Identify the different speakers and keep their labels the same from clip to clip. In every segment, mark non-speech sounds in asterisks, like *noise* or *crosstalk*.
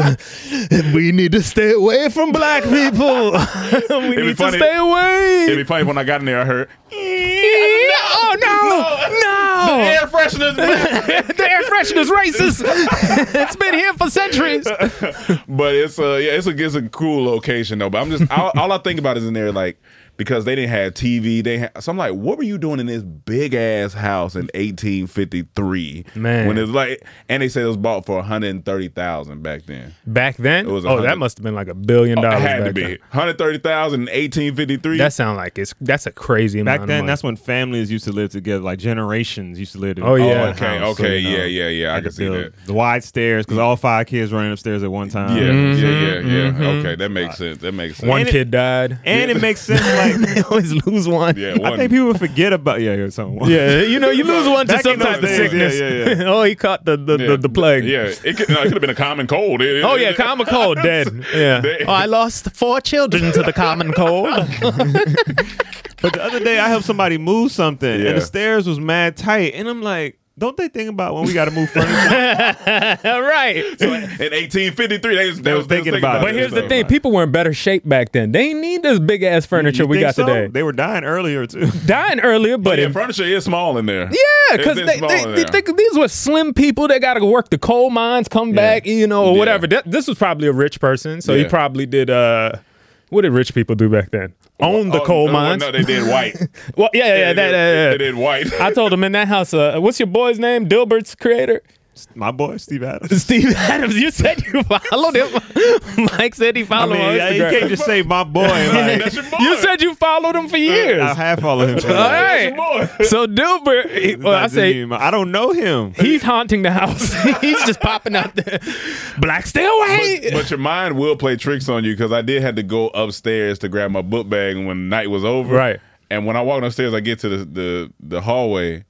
Speaker 1: we need to stay away from black people. *laughs* we need to stay away.
Speaker 2: It'd be funny when I got in there. I heard
Speaker 1: *laughs* oh no, no!
Speaker 2: The air
Speaker 1: *laughs*
Speaker 2: freshener's
Speaker 1: the air freshener's racist. *laughs* it's been here
Speaker 2: *laughs*
Speaker 1: for centuries.
Speaker 2: but it's a yeah, it's a it's a cool location though. But I'm just all, all I think about is in there like because they didn't have TV. They ha- so I'm like, what were you doing in this big ass house in 1853?
Speaker 1: Man.
Speaker 2: when it's like, and they said it was bought for 130 thousand back then.
Speaker 1: Back then,
Speaker 2: It was a
Speaker 1: oh, that
Speaker 2: hundred-
Speaker 1: must have been like a billion
Speaker 2: Oh, it
Speaker 1: dollars.
Speaker 2: had to
Speaker 1: back
Speaker 2: be
Speaker 1: then.
Speaker 2: 130 thousand in 1853. *laughs*
Speaker 1: That sound like it's that's a crazy amount.
Speaker 3: Back
Speaker 1: of
Speaker 3: then,
Speaker 1: money.
Speaker 3: that's when families used to live together, like generations used to live
Speaker 1: Oh,
Speaker 3: together.
Speaker 1: yeah.
Speaker 3: in
Speaker 2: Okay,
Speaker 3: house,
Speaker 2: okay,
Speaker 3: you know,
Speaker 2: yeah, yeah, yeah, I
Speaker 3: had
Speaker 2: can
Speaker 3: to
Speaker 2: see
Speaker 3: build The wide stairs, because all five kids running upstairs at one
Speaker 2: yeah,
Speaker 3: time.
Speaker 2: yeah, yeah, yeah.
Speaker 1: mhm.
Speaker 2: Okay, that makes sense. That makes sense.
Speaker 1: one
Speaker 3: and it-
Speaker 1: kid died.
Speaker 3: And it makes sense,
Speaker 1: *laughs*
Speaker 3: like,
Speaker 1: they always lose one.
Speaker 2: yeah, one.
Speaker 3: I think people forget about, yeah, yeah, something.
Speaker 1: Yeah, you
Speaker 3: *laughs*
Speaker 1: know, you lose one to
Speaker 3: Back
Speaker 1: some
Speaker 3: in those
Speaker 1: type of
Speaker 3: days,
Speaker 1: sickness.
Speaker 3: yeah, yeah, yeah.
Speaker 1: *laughs* oh, he caught the the,
Speaker 2: Yeah.
Speaker 1: the, the plague.
Speaker 2: Yeah, it could, no, it could have been a common cold. It- it-
Speaker 1: *laughs* Oh yeah,
Speaker 2: it-
Speaker 1: common cold
Speaker 2: *laughs*
Speaker 1: dead. Yeah.
Speaker 2: They-
Speaker 1: Oh, I lost four children to the common cold.
Speaker 3: *laughs* But the other day, I helped somebody move something,
Speaker 2: Yeah.
Speaker 3: and the stairs was mad tight, and I'm like, don't they think about when we got to move furniture?
Speaker 1: All *laughs* right.
Speaker 2: So in 1853, they was, they was thinking about.
Speaker 3: But
Speaker 1: But
Speaker 2: it.
Speaker 1: here's
Speaker 2: So-
Speaker 1: the thing: people were in better shape back then. They ain't need this big ass furniture
Speaker 3: You
Speaker 1: we
Speaker 3: think
Speaker 1: got
Speaker 3: so?
Speaker 1: today.
Speaker 3: They were dying earlier
Speaker 2: *laughs*
Speaker 3: too.
Speaker 1: Dying earlier,
Speaker 2: But
Speaker 1: but
Speaker 2: Oh, yeah,
Speaker 1: if-
Speaker 2: furniture is small in there.
Speaker 1: yeah,
Speaker 2: It's
Speaker 1: because
Speaker 2: been
Speaker 1: they,
Speaker 2: small in
Speaker 1: they, they
Speaker 2: there.
Speaker 1: think these were slim people that got to work the coal mines, come back, you know, or
Speaker 2: Yeah.
Speaker 1: whatever. Th- this was probably a rich person, so he
Speaker 2: Yeah.
Speaker 1: probably did. uh What did rich people do back then? Own the
Speaker 2: Oh,
Speaker 1: coal
Speaker 2: no,
Speaker 1: mines.
Speaker 2: No, they did white.
Speaker 1: *laughs* well, yeah, yeah,
Speaker 2: they,
Speaker 1: yeah, that,
Speaker 2: did,
Speaker 1: yeah, yeah.
Speaker 2: they did white.
Speaker 1: *laughs* I told him in that house, uh, what's your boy's name? Dilbert's creator?
Speaker 3: My boy Steve
Speaker 1: *laughs*
Speaker 3: Adams.
Speaker 1: Steve Adams. You said you followed him. *laughs* Mike said he
Speaker 3: I
Speaker 1: followed
Speaker 3: mean,
Speaker 1: him on
Speaker 3: yeah, you
Speaker 1: Instagram.
Speaker 3: can't just say
Speaker 1: *laughs*
Speaker 3: my boy. Like,
Speaker 2: That's your boy.
Speaker 1: you said you followed him for years.
Speaker 3: I have followed him. for
Speaker 1: *laughs* All
Speaker 3: years.
Speaker 2: That's your boy.
Speaker 1: right. So Dilbert, he-
Speaker 3: It's
Speaker 1: well,
Speaker 3: not
Speaker 1: I
Speaker 3: just
Speaker 1: say
Speaker 3: him. I don't know him.
Speaker 1: he's haunting the house. *laughs* he's just popping out there. Black, stay away.
Speaker 2: But, but your mind will play tricks on you because I did have to go upstairs to grab my book bag when night was over.
Speaker 1: Right.
Speaker 2: And when I walked upstairs, I get to the the, the hallway.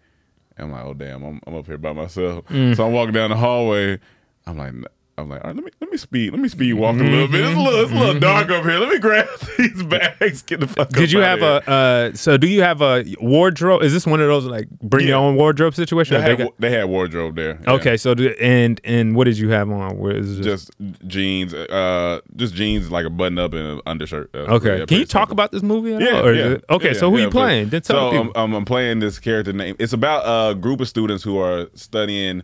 Speaker 2: And I'm like, oh damn, I'm, I'm up here by myself.
Speaker 1: Mm.
Speaker 2: So I'm walking down the hallway. I'm like, I'm like, all right, let me let me speed let me speed walk a little bit. It's a little it's a little dark up here. Let me grab *laughs* these bags. Get the fuck.
Speaker 1: Mm-hmm. Did
Speaker 2: up
Speaker 1: you
Speaker 2: outta
Speaker 1: have
Speaker 2: here.
Speaker 1: a? Uh, so do you have a wardrobe? Is this one of those like bring your
Speaker 2: Yeah.
Speaker 1: own wardrobe situation?
Speaker 2: They
Speaker 1: Or they
Speaker 2: had,
Speaker 1: got-
Speaker 2: wa- they had wardrobe there. yeah.
Speaker 1: okay. So do, and and what did you have on? Where is this?
Speaker 2: just jeans, uh, just jeans like a button up and an undershirt. That's-
Speaker 1: okay.
Speaker 2: Oh, yeah,
Speaker 1: Can you
Speaker 2: pretty
Speaker 1: talk
Speaker 2: simple.
Speaker 1: about this movie? At
Speaker 2: Yeah,
Speaker 1: all, or is
Speaker 2: yeah,
Speaker 1: it- okay.
Speaker 2: yeah,
Speaker 1: so who
Speaker 2: yeah,
Speaker 1: you
Speaker 2: but-
Speaker 1: playing? Then tell
Speaker 2: so
Speaker 1: the people.
Speaker 2: I'm, I'm, I'm playing this character name. It's about a group of students who are studying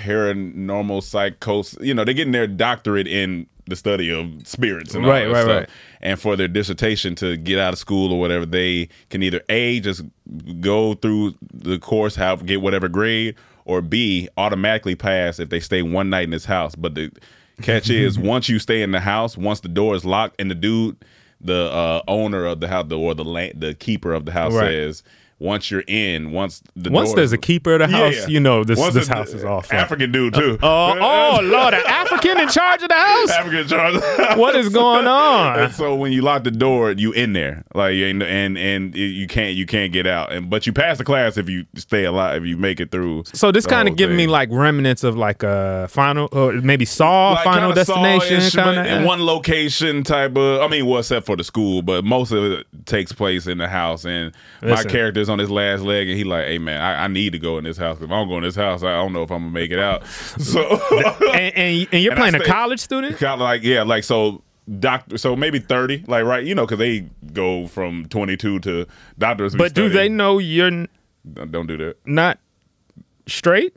Speaker 2: paranormal psychos. You know, they're getting their doctorate in the study of spirits and all
Speaker 1: Right,
Speaker 2: that
Speaker 1: right,
Speaker 2: stuff.
Speaker 1: right.
Speaker 2: And for their dissertation to get out of school or whatever, they can either a just go through the course, have get whatever grade, or b automatically pass if they stay one night in this house. But the
Speaker 1: *laughs*
Speaker 2: catch is once you stay in the house, once the door is locked, and the dude, the uh, owner of the house, the, or the la- the keeper of the house
Speaker 1: Right.
Speaker 2: says. Once you're in, once the
Speaker 1: Once
Speaker 2: door-
Speaker 1: there's a keeper of the house,
Speaker 2: Yeah.
Speaker 1: you know this
Speaker 2: Once
Speaker 1: this
Speaker 2: the-
Speaker 1: house is off.
Speaker 2: African dude too.
Speaker 1: Oh, oh Lord, an African in charge of the house.
Speaker 2: African *laughs* Charles.
Speaker 1: What is going on?
Speaker 2: And so when you lock the door, you in there, like you ain't, and and you can't you can't get out. And but you pass the class if you stay alive, if you make it through.
Speaker 1: So this
Speaker 2: the
Speaker 1: kind of
Speaker 2: whole
Speaker 1: giving me
Speaker 2: thing.
Speaker 1: like remnants of like a final, or maybe Saw,
Speaker 2: Like,
Speaker 1: Final
Speaker 2: kinda Saw-ish,
Speaker 1: Destination,
Speaker 2: but
Speaker 1: kind
Speaker 2: in
Speaker 1: of.
Speaker 2: one location type of. I mean, well, except for the school, but most of it takes place in the house. And my
Speaker 1: Listen.
Speaker 2: character's on his last leg, and he like, hey man, I, I need to go in this house. If I don't go in this house, I don't know if I'm gonna make it out. *laughs* So
Speaker 1: and, and, and you're
Speaker 2: *laughs* And I
Speaker 1: playing a
Speaker 2: stay-
Speaker 1: college student.
Speaker 2: Kind of like yeah, like so doctor, so maybe thirty, like right, you know, because they go from twenty two to doctors. be
Speaker 1: But do they
Speaker 2: studying.
Speaker 1: know you're n-
Speaker 2: Don't don't do that.
Speaker 1: not straight?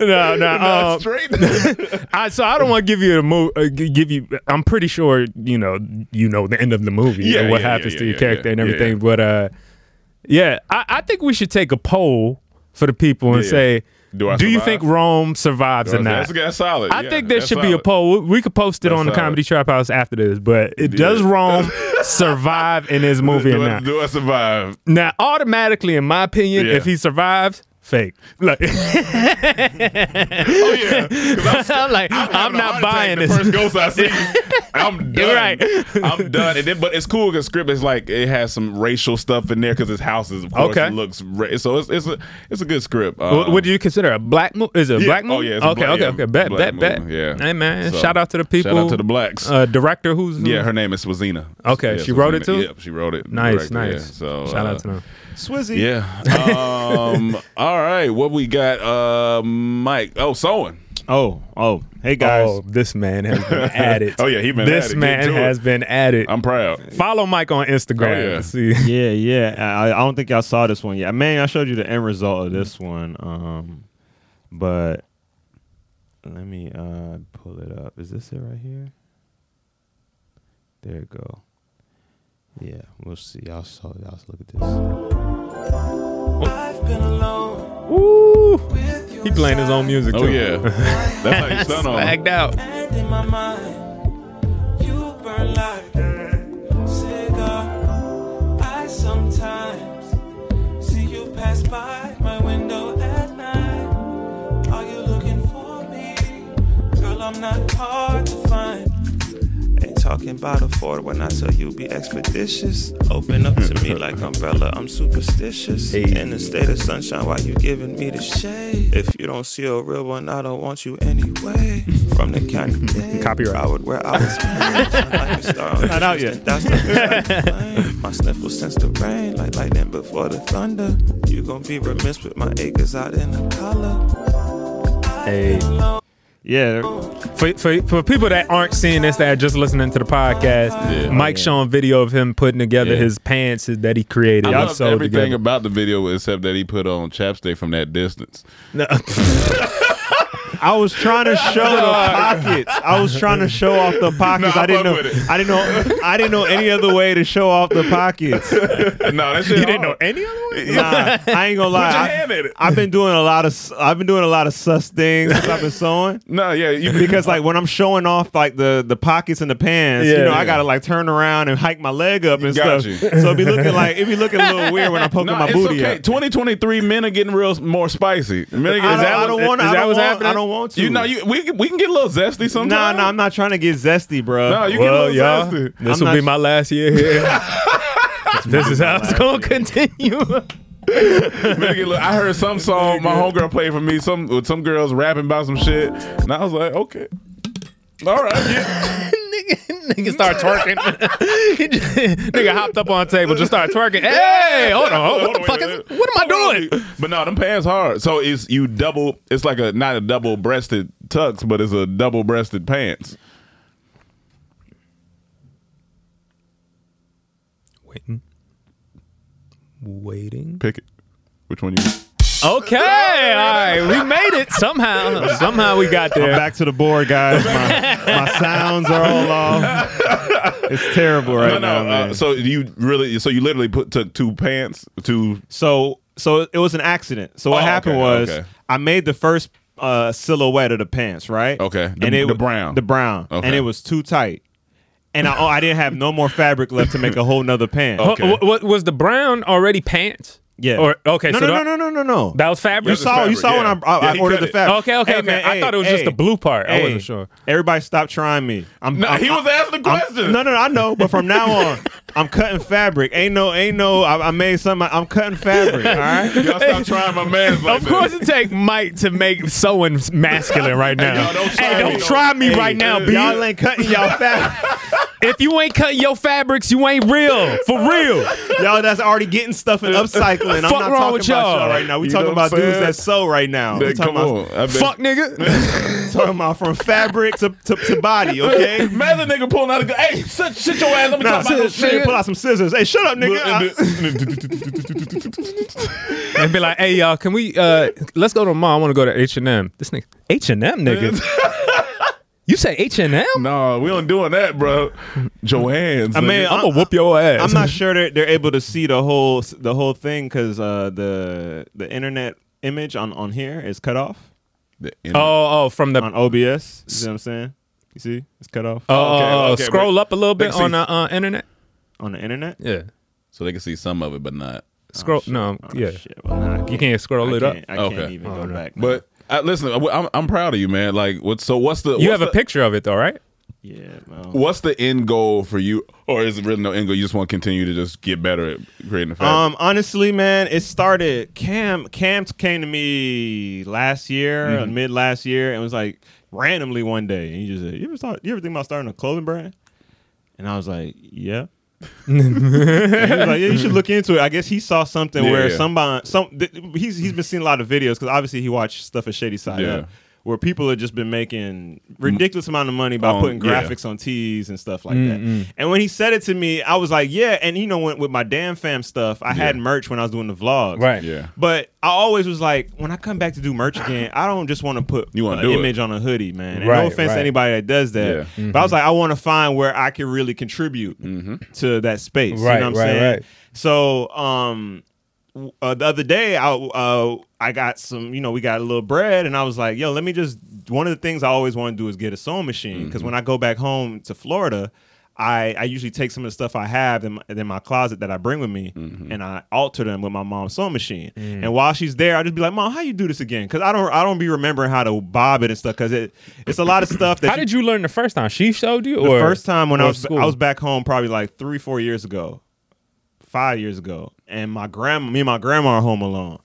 Speaker 1: No, no. um,
Speaker 2: straight.
Speaker 1: *laughs* I, so I don't want to give you a mo- uh, g- give you. I'm pretty sure you know you know the end of the movie
Speaker 2: Yeah,
Speaker 1: and what
Speaker 2: yeah,
Speaker 1: happens
Speaker 2: yeah,
Speaker 1: to
Speaker 2: yeah,
Speaker 1: your
Speaker 2: yeah,
Speaker 1: character
Speaker 2: yeah,
Speaker 1: and
Speaker 2: yeah,
Speaker 1: everything.
Speaker 2: yeah.
Speaker 1: But uh, yeah, I, I think we should take a poll for the people and
Speaker 2: Yeah.
Speaker 1: say,
Speaker 2: Do I
Speaker 1: you
Speaker 2: survive?
Speaker 1: think Rome survives or not?
Speaker 2: That's, that's solid.
Speaker 1: I
Speaker 2: yeah,
Speaker 1: think there
Speaker 2: that's
Speaker 1: should be a
Speaker 2: solid.
Speaker 1: poll. We we could post it
Speaker 2: That's
Speaker 1: on the
Speaker 2: solid.
Speaker 1: Comedy Trap House after this, but it
Speaker 2: Yeah. *laughs*
Speaker 1: does Rome survive in his movie
Speaker 2: Do,
Speaker 1: or
Speaker 2: I-
Speaker 1: not?
Speaker 2: do I survive?
Speaker 1: Now, automatically, in my opinion,
Speaker 2: Yeah.
Speaker 1: if he survives, fake.
Speaker 2: *laughs*
Speaker 1: Like,
Speaker 2: oh yeah, 'Cause I'm,
Speaker 1: *laughs* I'm like,
Speaker 2: I'm
Speaker 1: not buying
Speaker 2: the
Speaker 1: this.
Speaker 2: First ghost I
Speaker 1: *laughs*
Speaker 2: see, I'm done. Right, I'm done. And then, but it's cool because script is like it has some racial stuff in there because it's houses. Of course,
Speaker 1: Okay.
Speaker 2: it looks ra- so. It's, it's a it's a good script. um,
Speaker 1: What would you consider a black movie? Is it a
Speaker 2: Yeah.
Speaker 1: black
Speaker 2: Oh,
Speaker 1: movie?
Speaker 2: yeah, it's a
Speaker 1: Okay,
Speaker 2: black-
Speaker 1: okay,
Speaker 2: yeah,
Speaker 1: okay. Bet,
Speaker 2: black
Speaker 1: bet, bet.
Speaker 2: movie, yeah.
Speaker 1: Hey man,
Speaker 2: So,
Speaker 1: shout out to the
Speaker 2: shout out
Speaker 1: people.
Speaker 2: to the blacks.
Speaker 1: Uh, director who's
Speaker 2: Yeah, her name is Swazina.
Speaker 1: Okay,
Speaker 2: Yeah,
Speaker 1: she wrote it
Speaker 2: Swazina.
Speaker 1: too.
Speaker 2: Yep, she wrote it.
Speaker 1: Nice,
Speaker 2: Directed,
Speaker 1: nice.
Speaker 2: yeah. So
Speaker 1: shout
Speaker 2: uh,
Speaker 1: out to them.
Speaker 3: Swizzy.
Speaker 2: Yeah.
Speaker 1: *laughs*
Speaker 2: Um, all right. What we got, uh, Mike? Oh, sewing.
Speaker 3: Oh, oh. Hey guys.
Speaker 1: Oh, this man has
Speaker 2: *laughs*
Speaker 1: been at it.
Speaker 2: oh yeah, he been.
Speaker 1: This
Speaker 2: at it. Get
Speaker 1: man
Speaker 2: to it.
Speaker 1: has been at it.
Speaker 2: I'm proud. Oh,
Speaker 1: Follow Mike on Instagram.
Speaker 3: yeah.
Speaker 1: See.
Speaker 3: *laughs* yeah, yeah. I, I don't think y'all saw this one yet. Man, I showed you the end result of this one. Um, but let me uh pull it up. Is this it right here? There it go. Yeah, we'll see. Y'all saw. Y'all look at
Speaker 2: Oh.
Speaker 1: Woo! He playing his own music.
Speaker 2: Oh
Speaker 1: too. *laughs*
Speaker 2: yeah. That's how you stun on. him.
Speaker 1: Swagged out.
Speaker 4: I sometimes see you pass by my window at night. Are you looking for me? Girl, I'm not hard to find. Ain't talking about a Ford when I tell you be expeditious. Open up to me like umbrella, I'm superstitious. In the state of sunshine, why you giving me the shade? If you don't see a real one, I don't want you
Speaker 3: *laughs*
Speaker 4: anyway. From the county, babe,
Speaker 1: Copyright.
Speaker 4: I would wear I was like a star
Speaker 3: *laughs*
Speaker 4: on the
Speaker 3: Not out
Speaker 4: Houston
Speaker 3: yet.
Speaker 4: that's the flame. My sniffle sense the rain like lightning before the thunder. You gon' be remiss with my acres out in the color.
Speaker 1: Hey.
Speaker 3: Yeah.
Speaker 1: For, for, for people that aren't seeing this, that are just listening to the podcast, Mike showing video of him putting together
Speaker 2: Oh, Yeah.
Speaker 1: his pants that he created.
Speaker 2: I
Speaker 1: and
Speaker 2: loved
Speaker 1: sewed
Speaker 2: everything
Speaker 1: together.
Speaker 2: about the video except that he put on chapstick from that distance.
Speaker 3: I was trying to show the pockets. I was trying to show off the pockets.
Speaker 2: Nah,
Speaker 3: I didn't
Speaker 2: I
Speaker 3: know.
Speaker 2: fuck with it.
Speaker 3: I didn't know. I didn't know any other way to show off the pockets.
Speaker 2: *laughs* no, that shit.
Speaker 1: You didn't know
Speaker 2: hard.
Speaker 1: any other way?
Speaker 3: Nah, I ain't gonna lie.
Speaker 2: your
Speaker 3: I,
Speaker 2: hand in it.
Speaker 3: have been doing a lot of. s- I've been doing a lot of sus things since I've
Speaker 2: *laughs*
Speaker 3: been sewing.
Speaker 2: No, yeah, you
Speaker 3: Because like when I'm showing off like the the pockets and the pants,
Speaker 1: Yeah.
Speaker 3: you know, I gotta like turn around and hike my leg up and
Speaker 2: got
Speaker 3: stuff.
Speaker 2: you.
Speaker 3: So it be looking like it be looking a little weird when I'm
Speaker 2: *laughs*
Speaker 3: poking
Speaker 2: No,
Speaker 3: my
Speaker 2: it's
Speaker 3: booty
Speaker 2: okay.
Speaker 3: up.
Speaker 2: 2023 men are getting real more spicy. Men are
Speaker 3: I
Speaker 2: getting,
Speaker 3: don't,
Speaker 2: is that
Speaker 3: I
Speaker 2: what-
Speaker 3: don't want.
Speaker 2: is
Speaker 3: I
Speaker 2: that
Speaker 3: don't
Speaker 2: what's
Speaker 3: want-
Speaker 2: happening?
Speaker 3: I don't want to.
Speaker 2: You know, you we, can- we can get a little zesty sometimes.
Speaker 3: Nah, nah, I'm not trying to get zesty, bro.
Speaker 2: No, you
Speaker 1: well,
Speaker 2: get a
Speaker 1: y'all,
Speaker 2: little zesty.
Speaker 1: *laughs* this
Speaker 3: I'm
Speaker 1: will
Speaker 3: not
Speaker 1: be
Speaker 3: sh-
Speaker 1: my last year here. this is how it's going to continue.
Speaker 2: Men get a little- I heard some song my homegirl played for me. Some with some girls rapping about some shit, and I was like, okay, all right, yeah.
Speaker 1: *laughs* Nigga start twerking. *laughs* Nigga hopped up on table, just started twerking. Hey, hold on. What the
Speaker 2: Hold
Speaker 1: fuck
Speaker 2: wait a
Speaker 1: is,
Speaker 2: minute.
Speaker 1: what am
Speaker 2: Hold
Speaker 1: I
Speaker 2: on,
Speaker 1: doing?
Speaker 2: wait. But no, them pants hard. So it's you double. It's like a not a double breasted tux, but it's a double breasted pants.
Speaker 1: Waiting. Waiting.
Speaker 2: Pick it. Which one you?
Speaker 1: Okay, all right, we made it somehow. Somehow we got
Speaker 3: I'm
Speaker 1: there.
Speaker 3: back to the board,
Speaker 1: *laughs*
Speaker 3: guys. My, my sounds are all off. *laughs* It's terrible right
Speaker 2: no, no.
Speaker 3: now. man.
Speaker 2: uh, so you really? So you literally put took two pants, two.
Speaker 3: So so it was an accident. So what
Speaker 2: Oh,
Speaker 3: happened
Speaker 2: okay,
Speaker 3: was
Speaker 2: okay.
Speaker 3: I made the first uh, silhouette of the pants, right?
Speaker 2: Okay, the-
Speaker 3: and it
Speaker 2: the brown.
Speaker 3: the brown,
Speaker 2: Okay.
Speaker 3: and it was too tight. And I, oh, I didn't have no more fabric left to make a whole nother pant.
Speaker 1: Wh-
Speaker 2: okay.
Speaker 1: wh- What was the brown already pants?
Speaker 3: Yeah.
Speaker 1: Or okay,
Speaker 3: No,
Speaker 1: so
Speaker 3: no,
Speaker 1: the-
Speaker 3: no, no, no, no, no.
Speaker 1: That was
Speaker 3: you
Speaker 1: fabric.
Speaker 3: saw. You
Speaker 2: fabric,
Speaker 3: saw when
Speaker 2: yeah.
Speaker 3: I, I,
Speaker 2: Yeah,
Speaker 3: I
Speaker 2: he
Speaker 3: ordered
Speaker 2: cut
Speaker 3: the
Speaker 2: it.
Speaker 3: fabric.
Speaker 1: Okay, okay, man, I thought it was just the blue part. I wasn't sure.
Speaker 3: Everybody, stop trying me. I'm,
Speaker 2: No,
Speaker 3: I'm-
Speaker 2: he was
Speaker 3: I'm-
Speaker 2: asking the
Speaker 3: I'm-
Speaker 2: question.
Speaker 3: No, no, no, I know. But from now on, I'm cutting fabric. Ain't no, ain't no. I, I made some. I'm cutting fabric. All right.
Speaker 2: Y'all stop trying my man's like
Speaker 1: Of course,
Speaker 2: that.
Speaker 1: it take Mike to make sewing masculine right
Speaker 2: Hey,
Speaker 1: now.
Speaker 2: y'all, don't try
Speaker 1: Hey,
Speaker 2: me,
Speaker 1: don't
Speaker 2: though.
Speaker 1: try me
Speaker 2: Hey,
Speaker 1: right now,
Speaker 2: uh,
Speaker 1: B.
Speaker 3: Y'all ain't cutting y'all
Speaker 1: *laughs*
Speaker 3: fabric.
Speaker 1: If you ain't cutting your fabrics, you ain't real. For real.
Speaker 3: y'all that's already getting stuff and upcycling. I'm
Speaker 1: Fuck wrong
Speaker 3: not talking
Speaker 1: with
Speaker 3: about
Speaker 1: y'all.
Speaker 3: y'all right now. We
Speaker 2: You
Speaker 3: talking
Speaker 2: know what
Speaker 3: about
Speaker 2: I'm
Speaker 3: dudes
Speaker 2: saying?
Speaker 3: that sew right now.
Speaker 2: Then
Speaker 3: We talking
Speaker 2: come
Speaker 3: about,
Speaker 2: on. I bet.
Speaker 1: Fuck, nigga.
Speaker 3: *laughs* talking about from fabric to, to, to body.
Speaker 2: *laughs*
Speaker 3: Okay.
Speaker 2: Imagine nigga pulling out a gun. Hey, sit, sit your ass. Let me
Speaker 3: Nah,
Speaker 2: talk about this
Speaker 3: shit,
Speaker 2: shit.
Speaker 3: pull out some scissors. Hey, shut up, nigga. I- *laughs*
Speaker 1: and be like, hey, y'all, can we, uh, let's go to the mall. I want to go to H&M. This nigga, H&M, nigga. you say H&M?
Speaker 2: no, we ain't doing that, bro.
Speaker 1: Uh,
Speaker 2: Joanne's.
Speaker 3: I mean,
Speaker 2: nigga.
Speaker 1: I'm going to whoop your ass.
Speaker 3: I'm not sure they're, they're able to see the whole the whole thing because uh, the the internet image on on here is cut off
Speaker 2: The internet.
Speaker 1: Oh, oh, from the.
Speaker 3: on OBS. You see what I'm saying? You see, it's cut off Uh,
Speaker 1: Oh,
Speaker 2: Okay,
Speaker 1: oh, oh,
Speaker 2: okay,
Speaker 1: scroll
Speaker 2: but-
Speaker 1: up a little bit
Speaker 2: Let's see.
Speaker 1: on the uh, internet.
Speaker 3: on the internet.
Speaker 1: Yeah.
Speaker 2: So they can see some of it, but not.
Speaker 3: Oh,
Speaker 1: Scroll. no, yeah. you can't scroll it up. Oh, no.
Speaker 2: But I, listen, I, am I'm proud of you, man. Like, what? So what's the?
Speaker 1: You have a picture of it though, right?
Speaker 2: Yeah. What's the end goal for you, or is it really no end goal? You just want to continue to just get better at creating the fabric.
Speaker 3: Um, honestly, man, it started. Cam Cam came to me last year, uh,
Speaker 2: Mhm.
Speaker 3: mid last year, and was like randomly one day, and he just said, "You ever thought, you ever think about starting a clothing brand?" And I was like, "Yeah." And he was like, yeah, you should look into it. I guess he saw something where
Speaker 2: Yeah.
Speaker 3: somebody, some th- he's he's been seeing a lot of videos because obviously he watched stuff at Shady Side
Speaker 2: Yeah.
Speaker 3: Up, where people have just been making ridiculous amount of money by
Speaker 2: Um,
Speaker 3: putting
Speaker 2: yeah.
Speaker 3: graphics on tees and stuff like that.
Speaker 2: Mm-mm.
Speaker 1: Mm-hmm.
Speaker 3: And when he said it to me, I was like, yeah. And you know, when, with my damn fam stuff, I had merch when I was doing the vlogs.
Speaker 1: Right.
Speaker 2: Yeah.
Speaker 3: But I always was like, when I come back to do
Speaker 1: *coughs*
Speaker 3: merch again, I don't just want to put
Speaker 2: You wanna
Speaker 3: an
Speaker 2: do it.
Speaker 3: image on a hoodie, man. And
Speaker 2: Right,
Speaker 3: no offense
Speaker 2: right.
Speaker 3: to anybody that does that.
Speaker 2: Yeah.
Speaker 1: Mm-hmm.
Speaker 3: But I was like, I want to find where I can really contribute
Speaker 2: Mm-hmm.
Speaker 3: to that space. you
Speaker 1: Right,
Speaker 3: know what I'm
Speaker 1: right,
Speaker 3: saying?
Speaker 1: right.
Speaker 3: So, um, w- uh, the other day, I uh, I got some, you know, we got a little bread, and I was like, yo, let me just. One of the things I always want to do is get a sewing
Speaker 1: Mm-hmm.
Speaker 3: machine because when I go back home to Florida, I, I usually take some of the stuff I have in my, in my closet that I bring with me, and I alter them with my mom's sewing machine.
Speaker 1: Mm-hmm. Mm.
Speaker 3: And while she's there, I just be like, Mom, how you do this again? Because I don't I don't be remembering how to bob it and stuff. Because it it's a lot of stuff that
Speaker 1: How did you learn the first time? She showed you,
Speaker 3: the
Speaker 1: or
Speaker 3: first time when I
Speaker 1: or
Speaker 3: was
Speaker 1: school?
Speaker 3: I was back home probably like three four years ago, five years ago, and my grandma me and my grandma are home alone,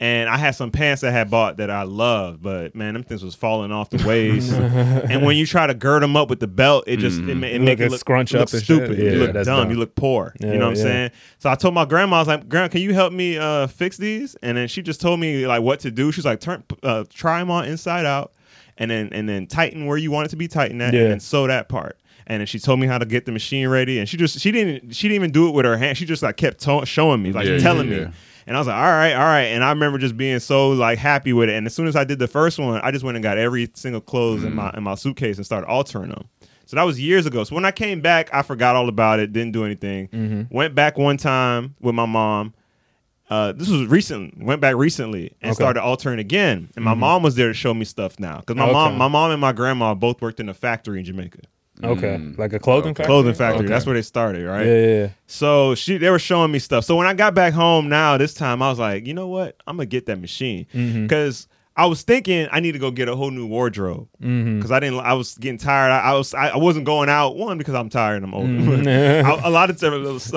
Speaker 3: and I had some pants I had bought that I loved, but man, them things was falling
Speaker 1: *laughs*
Speaker 3: off the waist, and when you try to gird them up with the belt, it just it, ma-
Speaker 1: Mm-hmm.
Speaker 3: it
Speaker 1: You
Speaker 3: make
Speaker 1: look
Speaker 3: it
Speaker 1: a
Speaker 3: look
Speaker 1: scrunch
Speaker 3: it
Speaker 1: up
Speaker 3: look
Speaker 1: and shit.
Speaker 3: stupid,
Speaker 1: Yeah,
Speaker 3: you look dumb,
Speaker 1: that's dumb.
Speaker 3: you look poor,
Speaker 1: Yeah,
Speaker 3: you know what
Speaker 1: yeah.
Speaker 3: I'm saying? So I told my grandma I was like, Grandma, can you help me uh, fix these? And then she just told me like what to do. She's like, turn uh, try them on inside out. And then and then tighten where you want it to be tightened at,
Speaker 1: Yeah.
Speaker 3: and then sew that part. And then she told me how to get the machine ready. And she just she didn't she didn't even do it with her hand. She just like kept to- showing me, like
Speaker 2: Yeah,
Speaker 3: telling
Speaker 2: yeah, yeah.
Speaker 3: me. And I was like, all right, all right. And I remember just being so like happy with it. And as soon as I did the first one, I just went and got every single clothes
Speaker 1: Mm.
Speaker 3: in my in my suitcase and started altering them. So that was years ago. So when I came back, I forgot all about it. Didn't do anything.
Speaker 1: Mm-hmm.
Speaker 3: Went back one time with my mom. Uh, this was recent. Went back recently and
Speaker 1: Okay.
Speaker 3: started altering again. And my
Speaker 1: Mhm.
Speaker 3: mom was there to show me stuff now because my
Speaker 1: Okay.
Speaker 3: mom, my mom and my grandma both worked in a factory in Jamaica.
Speaker 1: Okay. Like a clothing factory?
Speaker 3: Clothing factory.
Speaker 1: Okay.
Speaker 3: That's where they started, right?
Speaker 1: Yeah, yeah, yeah.
Speaker 3: So she, they were showing me stuff. So when I got back home now, this time I was like, you know what? I'm gonna get that machine
Speaker 1: Mhm.
Speaker 3: because I was thinking I need to go get a whole new wardrobe
Speaker 1: Mhm.
Speaker 4: Mm-hmm.
Speaker 3: because I didn't. I was getting tired. I, I was. I, I wasn't going out. One because I'm tired. and I'm older.
Speaker 1: *laughs* Mhm.
Speaker 3: *laughs* I- a lot of a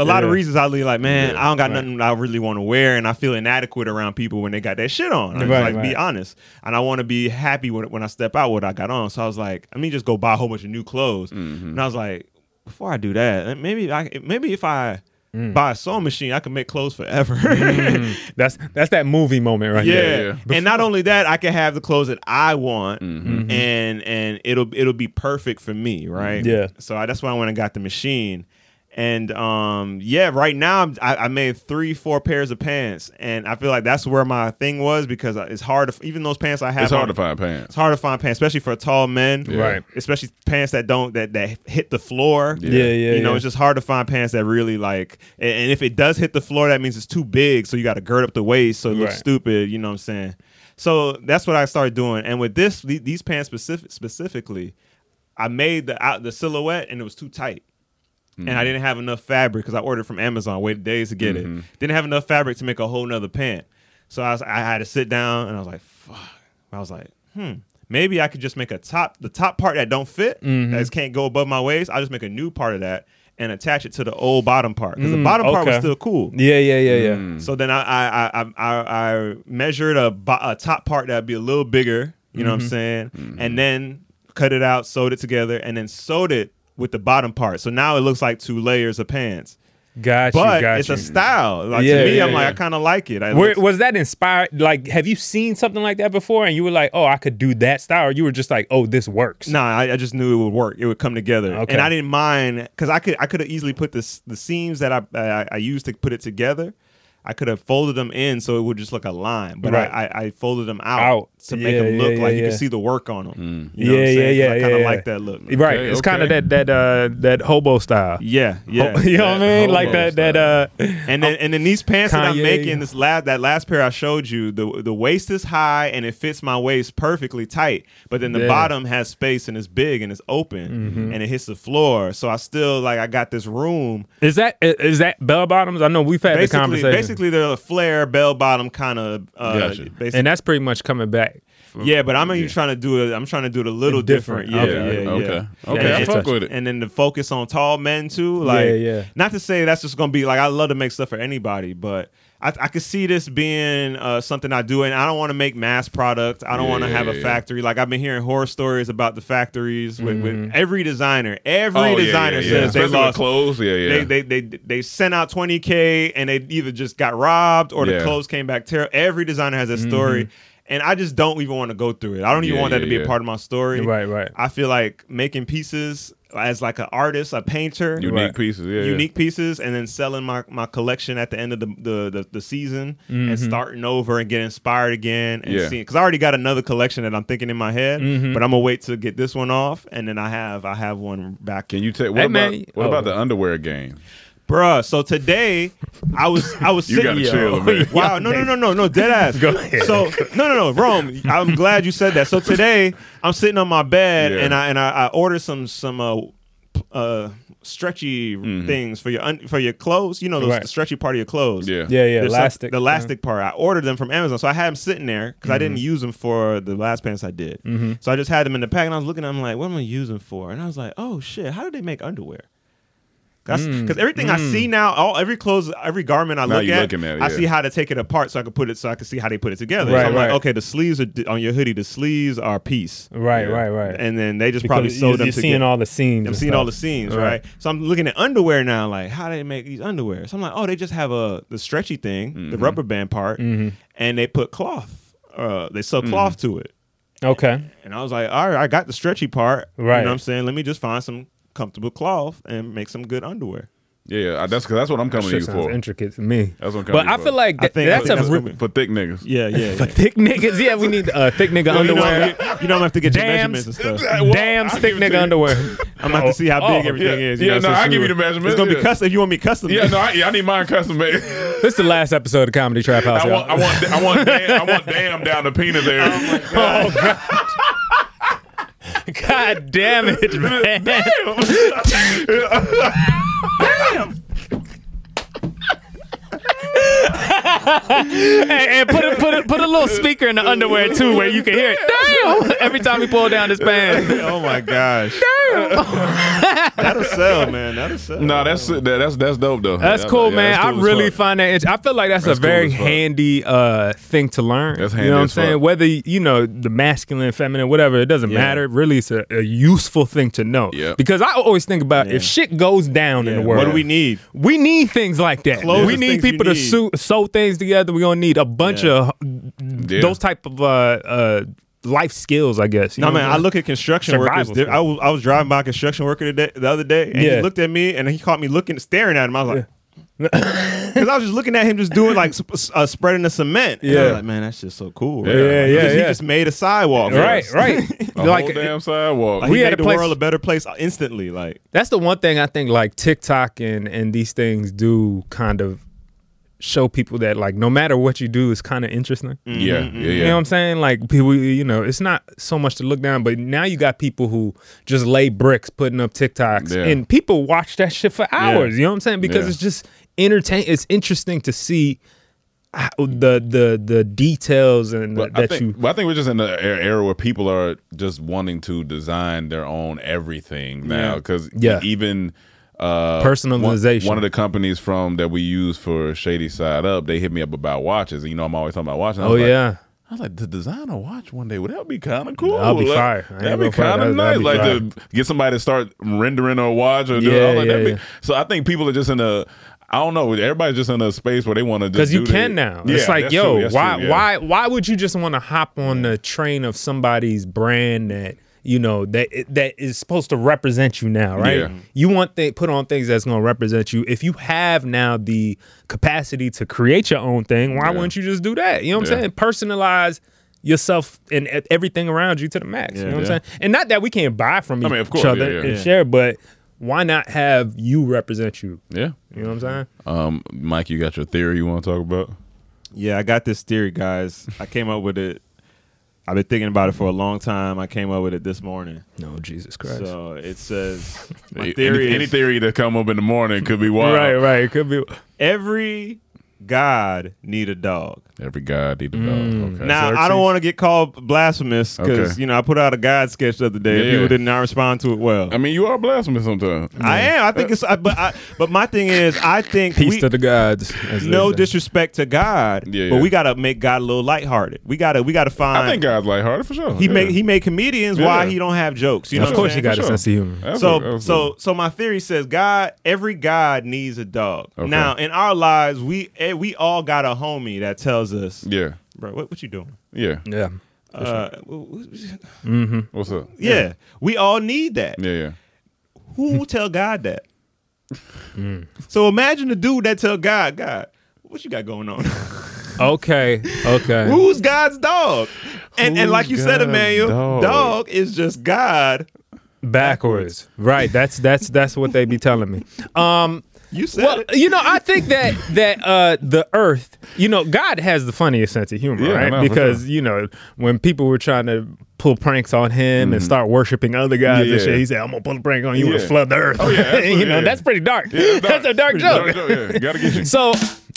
Speaker 3: lot of
Speaker 1: Yeah.
Speaker 3: reasons I leave. Like man,
Speaker 1: Yeah,
Speaker 3: I don't got
Speaker 1: right.
Speaker 3: nothing I really want to wear, and I feel inadequate around people when they got that shit on. I just
Speaker 1: Right,
Speaker 3: like be
Speaker 1: right.
Speaker 3: honest, and I want to be happy when when I step out what I got on. So I was like, let me just go buy a whole bunch of new clothes,
Speaker 1: Mm-hmm.
Speaker 3: and I was like, before I do that, eh, maybe I maybe if I.
Speaker 1: Mm.
Speaker 3: Buy a sewing machine, I can make clothes forever. *laughs*
Speaker 1: That's that's that movie moment right
Speaker 3: yeah.
Speaker 1: there.
Speaker 3: And not only that, I can have the clothes that I want,
Speaker 2: Mm-hmm.
Speaker 3: and and it'll it'll be perfect for me, right?
Speaker 1: Yeah.
Speaker 3: So I, that's why I went and got the machine, and um, yeah, right now I'm, I, I made three, four pairs of pants, and I feel like that's where my thing was because it's hard to even those pants I have.
Speaker 2: It's hard
Speaker 3: on-
Speaker 2: to find pants.
Speaker 3: It's hard to find pants, especially for tall men,
Speaker 2: Yeah. Right.
Speaker 3: Especially pants that don't that that hit the floor.
Speaker 1: Yeah. Yeah, yeah,
Speaker 3: You know,
Speaker 1: yeah.
Speaker 3: it's just hard to find pants that really like. And, and if it does hit the floor, that means it's too big, so you got to gird up the waist so it looks
Speaker 1: Right.
Speaker 3: stupid. You know what I'm saying? So that's what I started doing. And with this, the- these pants specific, specifically, I made the out the silhouette and it was too tight. And I didn't have enough fabric because I ordered from Amazon, waited days to get
Speaker 2: Mhm.
Speaker 3: it. Didn't have enough fabric to make a whole nother pant. So I, was, I had to sit down and I was like, fuck. I was like, hmm, maybe I could just make a top, the top part that don't fit,
Speaker 1: Mhm.
Speaker 3: that just can't go above my waist. I'll just make a new part of that and attach it to the old bottom part because the bottom part was still cool.
Speaker 1: Mm,
Speaker 3: Mm.
Speaker 1: Yeah, yeah, yeah, yeah.
Speaker 3: So then I I I I, I measured a, bo- a top part that'd be a little bigger. You know what I'm
Speaker 1: Mhm.
Speaker 3: saying? And then cut it out, sewed it together, and then sewed it with the bottom part. So now it looks like two layers of pants.
Speaker 1: Got you,
Speaker 3: but
Speaker 1: got
Speaker 3: it's
Speaker 1: you.
Speaker 3: a style. Like
Speaker 1: Yeah,
Speaker 3: to me,
Speaker 1: yeah,
Speaker 3: I'm like
Speaker 1: yeah.
Speaker 3: I kind of like it. I-
Speaker 1: Were, was that inspired? Like, have you seen something like that before? And you were like, "Oh, I could do that style." Or you were just like, "Oh, this works."
Speaker 3: Nah, I, I just knew it would work. It would come together,
Speaker 1: Okay.
Speaker 3: and I didn't mind because I could I could have easily put this the seams that I I, I used to put it together. I could have folded them in so it would just look a line, but
Speaker 1: Right.
Speaker 3: I, I, I folded them out,
Speaker 1: Out.
Speaker 3: to make
Speaker 1: Yeah,
Speaker 3: them look
Speaker 1: yeah,
Speaker 3: like
Speaker 1: yeah,
Speaker 3: you
Speaker 1: yeah.
Speaker 3: can see the work on
Speaker 1: Mm.
Speaker 3: them. You know
Speaker 1: yeah,
Speaker 3: what I'm
Speaker 1: yeah,
Speaker 3: saying? 'Cause
Speaker 1: yeah,
Speaker 3: I
Speaker 1: yeah.
Speaker 3: kind of
Speaker 1: yeah.
Speaker 3: like that look.
Speaker 1: Right. it's kind of that that uh that hobo style.
Speaker 3: Yeah,
Speaker 1: *laughs*
Speaker 3: yeah.
Speaker 1: you know what I mean? Like
Speaker 3: hobo
Speaker 1: that that uh
Speaker 3: And then, and then these pants that I'm
Speaker 1: Kanye.
Speaker 3: making, this last that last pair I showed you, the the waist is high and it fits my waist perfectly tight, but then the
Speaker 1: Yeah.
Speaker 3: bottom has space and it's big and it's open
Speaker 1: Mhm.
Speaker 3: and it hits the floor. So I still like I got this room.
Speaker 1: is that is that bell bottoms? I know we've had the
Speaker 3: Basically,
Speaker 1: conversation.
Speaker 3: basically they're a flare bell bottom kind of. Uh,
Speaker 1: Gotcha.
Speaker 3: basic-
Speaker 1: and that's pretty much coming back.
Speaker 3: yeah, but I'm even trying to do it. I'm trying to do it a little different.
Speaker 1: Different.
Speaker 3: Yeah,
Speaker 1: Okay.
Speaker 3: yeah,
Speaker 1: Okay.
Speaker 3: yeah.
Speaker 1: Okay,
Speaker 3: And
Speaker 1: I
Speaker 3: then-
Speaker 1: fuck with
Speaker 2: it.
Speaker 3: And then the focus on tall men too.
Speaker 1: Yeah,
Speaker 3: Like,
Speaker 1: yeah.
Speaker 3: Not to say that's just gonna be like I love to make stuff for anybody, but I, I could see this being uh, something I do, and I don't want to make mass product. I don't
Speaker 2: Yeah,
Speaker 3: want to
Speaker 2: yeah,
Speaker 3: have
Speaker 2: yeah.
Speaker 3: a factory. Like I've been hearing horror stories about the factories with,
Speaker 2: Mhm.
Speaker 1: Mm-hmm.
Speaker 3: with every designer. Every
Speaker 2: Oh, yeah, yeah,
Speaker 3: designer
Speaker 2: yeah.
Speaker 3: says they
Speaker 2: Especially with
Speaker 3: lost
Speaker 2: clothes, yeah, yeah.
Speaker 3: They, they they they sent out 20k and they either just got robbed or
Speaker 2: Yeah.
Speaker 3: the clothes came back terrible. Every designer has a story. And I just don't even want to go through it. I don't
Speaker 2: Mm-hmm.
Speaker 3: even
Speaker 2: Yeah,
Speaker 3: want that
Speaker 2: yeah,
Speaker 3: to be
Speaker 2: yeah.
Speaker 3: a part of my story.
Speaker 1: Right, right.
Speaker 3: I feel like making pieces as like an artist, a painter,
Speaker 2: Unique Right. pieces, yeah, yeah.
Speaker 3: unique pieces, and then selling my, my collection at the end of the the, the, the season
Speaker 1: Mhm.
Speaker 3: and starting over and get inspired again and
Speaker 2: Mm-hmm. Yeah.
Speaker 3: seeing because I already got another collection that I'm thinking in my head,
Speaker 2: Mhm.
Speaker 3: but I'm gonna wait to get this one off and then I have I have one back. Can
Speaker 2: you take What about what about the underwear game?
Speaker 3: Bruh, so today I was I was
Speaker 2: *laughs* You
Speaker 3: sitting
Speaker 2: gotta chill a minute.
Speaker 3: Wow, no no no no
Speaker 2: *laughs*
Speaker 3: no dead ass. Go ahead. So no no no Rome. I'm glad you said that. So today I'm sitting on my bed
Speaker 2: Yeah.
Speaker 3: and I and I, I ordered some some uh, p- uh stretchy
Speaker 2: Mm-hmm.
Speaker 3: things for your un, for your clothes. You know those
Speaker 1: Right.
Speaker 3: the stretchy part of your clothes.
Speaker 2: Yeah.
Speaker 1: Yeah, yeah,
Speaker 3: There's some-
Speaker 1: elastic.
Speaker 3: the elastic part. I ordered them from Amazon, so I had them sitting there because I didn't
Speaker 1: Mhm.
Speaker 3: use them for the last pants I did.
Speaker 1: Mhm.
Speaker 3: So I just had them in the pack and I was looking. at them like, what am I using for? And I was like, oh shit, how do they make underwear? Because
Speaker 1: Mm.
Speaker 3: everything I
Speaker 1: Mm.
Speaker 3: see now, all every clothes, every garment I
Speaker 2: Now
Speaker 3: look
Speaker 2: you're
Speaker 3: at,
Speaker 2: looking at it,
Speaker 3: I
Speaker 2: yeah.
Speaker 3: see how to take it apart so I can put it so I can see how they put it together.
Speaker 1: Right,
Speaker 3: so I'm
Speaker 1: right.
Speaker 3: like, okay, the sleeves are di- on your hoodie. The sleeves are a piece.
Speaker 1: Right, right, right.
Speaker 3: And then they just
Speaker 1: Because
Speaker 3: probably
Speaker 1: you-
Speaker 3: sewed them.
Speaker 1: you're seeing
Speaker 3: together.
Speaker 1: all the seams
Speaker 3: I'm
Speaker 1: and
Speaker 3: seeing all the
Speaker 1: stuff.
Speaker 3: seams,
Speaker 1: Right.
Speaker 3: right? So I'm looking at underwear now, like how do they make these underwear? So I'm like, oh, they just have a the stretchy thing,
Speaker 1: Mm-hmm.
Speaker 3: the rubber band part,
Speaker 1: Mhm.
Speaker 3: and they put cloth. Uh, they sew
Speaker 1: Mhm.
Speaker 3: cloth to it.
Speaker 1: Okay.
Speaker 3: And I was like, all right, I got the stretchy part. You
Speaker 1: Right.
Speaker 3: know what I'm saying? Let me just find some comfortable cloth and make some good underwear.
Speaker 2: Yeah, yeah. I- That's cause that's what I'm
Speaker 1: That
Speaker 2: coming to
Speaker 1: shit
Speaker 2: you
Speaker 1: sounds
Speaker 2: for.
Speaker 1: intricate to me.
Speaker 2: That's what I'm coming
Speaker 1: But
Speaker 2: to you
Speaker 1: I
Speaker 2: for.
Speaker 1: feel like
Speaker 2: I
Speaker 1: that,
Speaker 2: think- I
Speaker 1: that's
Speaker 2: think that's
Speaker 1: a
Speaker 2: gonna
Speaker 1: re-
Speaker 2: be for thick niggas.
Speaker 3: Yeah, yeah.
Speaker 1: *laughs* for thick niggas. Yeah, we need uh, thick nigga
Speaker 3: Well, *laughs* you know,
Speaker 1: underwear.
Speaker 3: you- you know I'm gonna have to get your
Speaker 1: Damn,
Speaker 3: measurements and stuff.
Speaker 1: Damn, thick nigga underwear.
Speaker 3: *laughs* I'm gonna have to see how big
Speaker 1: Oh,
Speaker 3: everything
Speaker 1: yeah.
Speaker 3: is. you
Speaker 1: Yeah,
Speaker 3: know,
Speaker 1: no,
Speaker 3: since
Speaker 1: I'll
Speaker 3: you
Speaker 1: give
Speaker 3: were-
Speaker 1: you the measurements,
Speaker 3: It's gonna be
Speaker 1: yeah.
Speaker 3: custom. If you want me custom,
Speaker 2: Yeah, no, I, yeah, I need mine custom made.
Speaker 1: This is the last episode of Comedy Trap House.
Speaker 2: I
Speaker 1: y'all.
Speaker 2: want, I want, I want, damn, I want damn down the
Speaker 3: *laughs*
Speaker 2: penis area. *laughs*
Speaker 1: Oh god. *laughs* God
Speaker 2: *laughs*
Speaker 1: damn it, man. Damn. hey, and put a, put a, put a little speaker in the underwear too, where you can hear it. Damn! *laughs* Every time he pull
Speaker 2: *laughs*
Speaker 1: down his pants.
Speaker 3: oh my gosh. That'll sell, man. That'll sell.
Speaker 2: No, that's that, that's that's dope though.
Speaker 1: That's
Speaker 2: Yeah,
Speaker 1: cool,
Speaker 2: yeah,
Speaker 1: man.
Speaker 2: that's cool
Speaker 1: I
Speaker 2: as
Speaker 1: really
Speaker 2: fuck.
Speaker 1: find that. Int- I feel like that's,
Speaker 2: That's
Speaker 1: a
Speaker 2: cool
Speaker 1: very
Speaker 2: as fuck.
Speaker 1: handy uh, thing to learn.
Speaker 2: That's
Speaker 1: you
Speaker 2: handy
Speaker 1: know what I'm
Speaker 2: as fuck.
Speaker 1: saying? Whether you know the masculine, feminine, whatever, it doesn't
Speaker 2: Yeah.
Speaker 1: matter. Really, it's a, a useful thing to know.
Speaker 2: Yep.
Speaker 1: Because I always think about if shit goes down in the world,
Speaker 3: What do we need?
Speaker 1: We need things like that.
Speaker 3: Clothes
Speaker 1: we
Speaker 3: is
Speaker 1: need
Speaker 3: things you
Speaker 1: people to
Speaker 3: need.
Speaker 1: sew, sew things together. We're gonna need a bunch
Speaker 3: Yeah.
Speaker 1: of
Speaker 3: Yeah.
Speaker 1: those type of uh, uh, life skills, I guess. You
Speaker 3: No
Speaker 1: know what
Speaker 3: man,
Speaker 1: I'm
Speaker 3: I
Speaker 1: saying?
Speaker 3: look at construction
Speaker 1: Survival
Speaker 3: workers. di-
Speaker 1: skills.
Speaker 3: I was, I was driving by a construction worker today, the other day, and
Speaker 1: Yeah.
Speaker 3: he looked at me and he caught me looking, staring at him. I was like,
Speaker 1: *laughs*
Speaker 3: because I was just looking at him, just doing like sp- uh, spreading the cement. And I was
Speaker 1: Yeah.
Speaker 3: like, man, that's just so cool.
Speaker 1: Yeah, yeah, yeah,
Speaker 3: Because He
Speaker 1: yeah.
Speaker 3: just made a sidewalk. for
Speaker 1: Right,
Speaker 3: us. *laughs*
Speaker 1: right.
Speaker 2: A whole damn sidewalk.
Speaker 3: Like, he
Speaker 1: We had
Speaker 3: made
Speaker 1: a
Speaker 3: the
Speaker 1: place-
Speaker 3: world a better place instantly. Like
Speaker 1: That's the one thing I think like TikTok and and these things do kind of show people that like no matter what you do is kind of interesting.
Speaker 2: Yeah, yeah, yeah.
Speaker 1: You know what I'm saying? Like people, you know, it's not so much to look down, but now you got people who just lay bricks putting up TikToks,
Speaker 2: Yeah.
Speaker 1: and people watch that shit for hours. You know what I'm saying? Because
Speaker 2: Yeah.
Speaker 1: it's just entertain. It's interesting to see how, the the the details and
Speaker 2: But I
Speaker 1: that
Speaker 2: think,
Speaker 1: you
Speaker 2: but I think we're just in an era where people are just wanting to design their own everything now.
Speaker 1: Yeah.
Speaker 2: Because
Speaker 1: Yeah.
Speaker 2: even uh,
Speaker 1: Personalization.
Speaker 2: One, one of the companies from that we use for Shady Side Up, they hit me up about watches, and you know I'm always talking about watches. and I
Speaker 1: Oh,
Speaker 2: was like,
Speaker 1: yeah.
Speaker 2: I was like, to design a watch one day, would that be kind of cool?
Speaker 1: That'd be
Speaker 2: Like,
Speaker 1: fire. I ain't
Speaker 2: That'd be
Speaker 1: gonna front.
Speaker 2: kind of
Speaker 1: That'd- that'd
Speaker 2: nice.
Speaker 1: be
Speaker 2: Like
Speaker 1: fire.
Speaker 2: to get somebody to start rendering a watch or doing
Speaker 1: Yeah,
Speaker 2: all that.
Speaker 1: yeah,
Speaker 2: that'd be-
Speaker 1: yeah.
Speaker 2: So I think people are just in a. I don't know. Everybody's just in a space where they want to just
Speaker 1: because you
Speaker 2: do their-
Speaker 1: can now.
Speaker 2: Yeah,
Speaker 1: it's like,
Speaker 2: that's true,
Speaker 1: yo,
Speaker 2: that's
Speaker 1: why,
Speaker 2: true, yeah.
Speaker 1: why, why would you just want to hop on the train of somebody's brand that you know that that is supposed to represent you now, right?
Speaker 2: Yeah.
Speaker 1: You want they put on things that's going to represent you. If you have now the capacity to create your own thing, why
Speaker 2: Yeah.
Speaker 1: wouldn't you just do that? You know what I'm
Speaker 2: Yeah.
Speaker 1: saying? Personalize yourself and e- everything around you to the max. you
Speaker 2: Yeah,
Speaker 1: know what
Speaker 2: yeah.
Speaker 1: I'm saying? And not that we can't buy from
Speaker 2: I
Speaker 1: each
Speaker 2: mean, of course,
Speaker 1: other
Speaker 2: yeah, yeah.
Speaker 1: and
Speaker 2: Yeah.
Speaker 1: share, but why not have you represent you?
Speaker 2: Yeah.
Speaker 1: You know what I'm saying?
Speaker 2: Um, Mike, you got your theory you want to talk about?
Speaker 3: Yeah, I got this theory, guys. I came up with it. I've been thinking about it for a long time. I came up with it this morning.
Speaker 1: No, Jesus Christ.
Speaker 3: So it says my
Speaker 2: Any-
Speaker 3: theory.
Speaker 2: any,
Speaker 3: is,
Speaker 2: theory that come up in the morning could be wild.
Speaker 1: Right, right. It could be
Speaker 3: every god need a dog.
Speaker 2: Every god need a dog.
Speaker 1: Mm.
Speaker 2: Okay.
Speaker 3: Now I don't want to get called blasphemous because
Speaker 2: Okay.
Speaker 3: you know I put out a God sketch the other day. and
Speaker 2: Yeah.
Speaker 3: People did not respond to it well.
Speaker 2: I mean, you are blasphemous sometimes.
Speaker 3: I am. I think it's. I, but I, but my thing is, I think
Speaker 1: Peace
Speaker 3: we,
Speaker 1: to the gods. as they
Speaker 3: no
Speaker 1: say.
Speaker 3: disrespect to God,
Speaker 2: Yeah,
Speaker 3: but
Speaker 2: yeah.
Speaker 3: we gotta make God a little lighthearted. We gotta we gotta find.
Speaker 2: I think God's lighthearted for sure.
Speaker 3: he
Speaker 2: yeah.
Speaker 3: made he made comedians. Why
Speaker 2: Yeah.
Speaker 3: he don't have jokes? You know
Speaker 1: Of
Speaker 3: what
Speaker 1: course
Speaker 3: I'm
Speaker 1: you got
Speaker 3: saying? For
Speaker 1: a sense of humor.
Speaker 2: Absolutely,
Speaker 3: So so
Speaker 2: absolutely.
Speaker 3: so my theory says God, every God needs a dog.
Speaker 2: Okay.
Speaker 3: Now in our lives, we eh, we all got a homie that tells us,
Speaker 2: yeah,
Speaker 3: bro, what what you doing?
Speaker 2: yeah.
Speaker 1: Yeah.
Speaker 3: Uh, w- w-
Speaker 1: Mm-hmm.
Speaker 2: What's up?
Speaker 3: yeah, we all need that.
Speaker 2: yeah, yeah.
Speaker 3: Who will tell God that?
Speaker 1: Mm.
Speaker 3: So imagine the dude that tell God, God, what you
Speaker 2: *laughs*
Speaker 3: got going on? *laughs*
Speaker 1: Okay. Okay.
Speaker 3: Who's God's dog? And and like you said,
Speaker 2: God's
Speaker 3: Emmanuel,
Speaker 2: dog?
Speaker 3: dog? is just God.
Speaker 1: backwards. Right. That's that's that's what they be telling me. Um
Speaker 3: You said
Speaker 1: well,
Speaker 3: it.
Speaker 1: you know, I think that that uh the earth, you know, God has the funniest sense of humor,
Speaker 2: Yeah, I
Speaker 1: right?
Speaker 2: know, for
Speaker 1: because, you know, when people were trying to pull pranks on him and start worshiping other guys
Speaker 2: Mm-hmm. Yeah,
Speaker 1: and
Speaker 2: yeah.
Speaker 1: shit, he said, I'm gonna pull a prank on you and
Speaker 2: Yeah.
Speaker 1: flood the earth.
Speaker 2: Oh, yeah, absolutely,
Speaker 1: *laughs* you know,
Speaker 2: yeah.
Speaker 1: that's pretty dark.
Speaker 2: Yeah, it's
Speaker 1: *laughs* that's a dark
Speaker 2: Pretty
Speaker 1: joke.
Speaker 2: Yeah, gotta get you.
Speaker 1: *laughs* So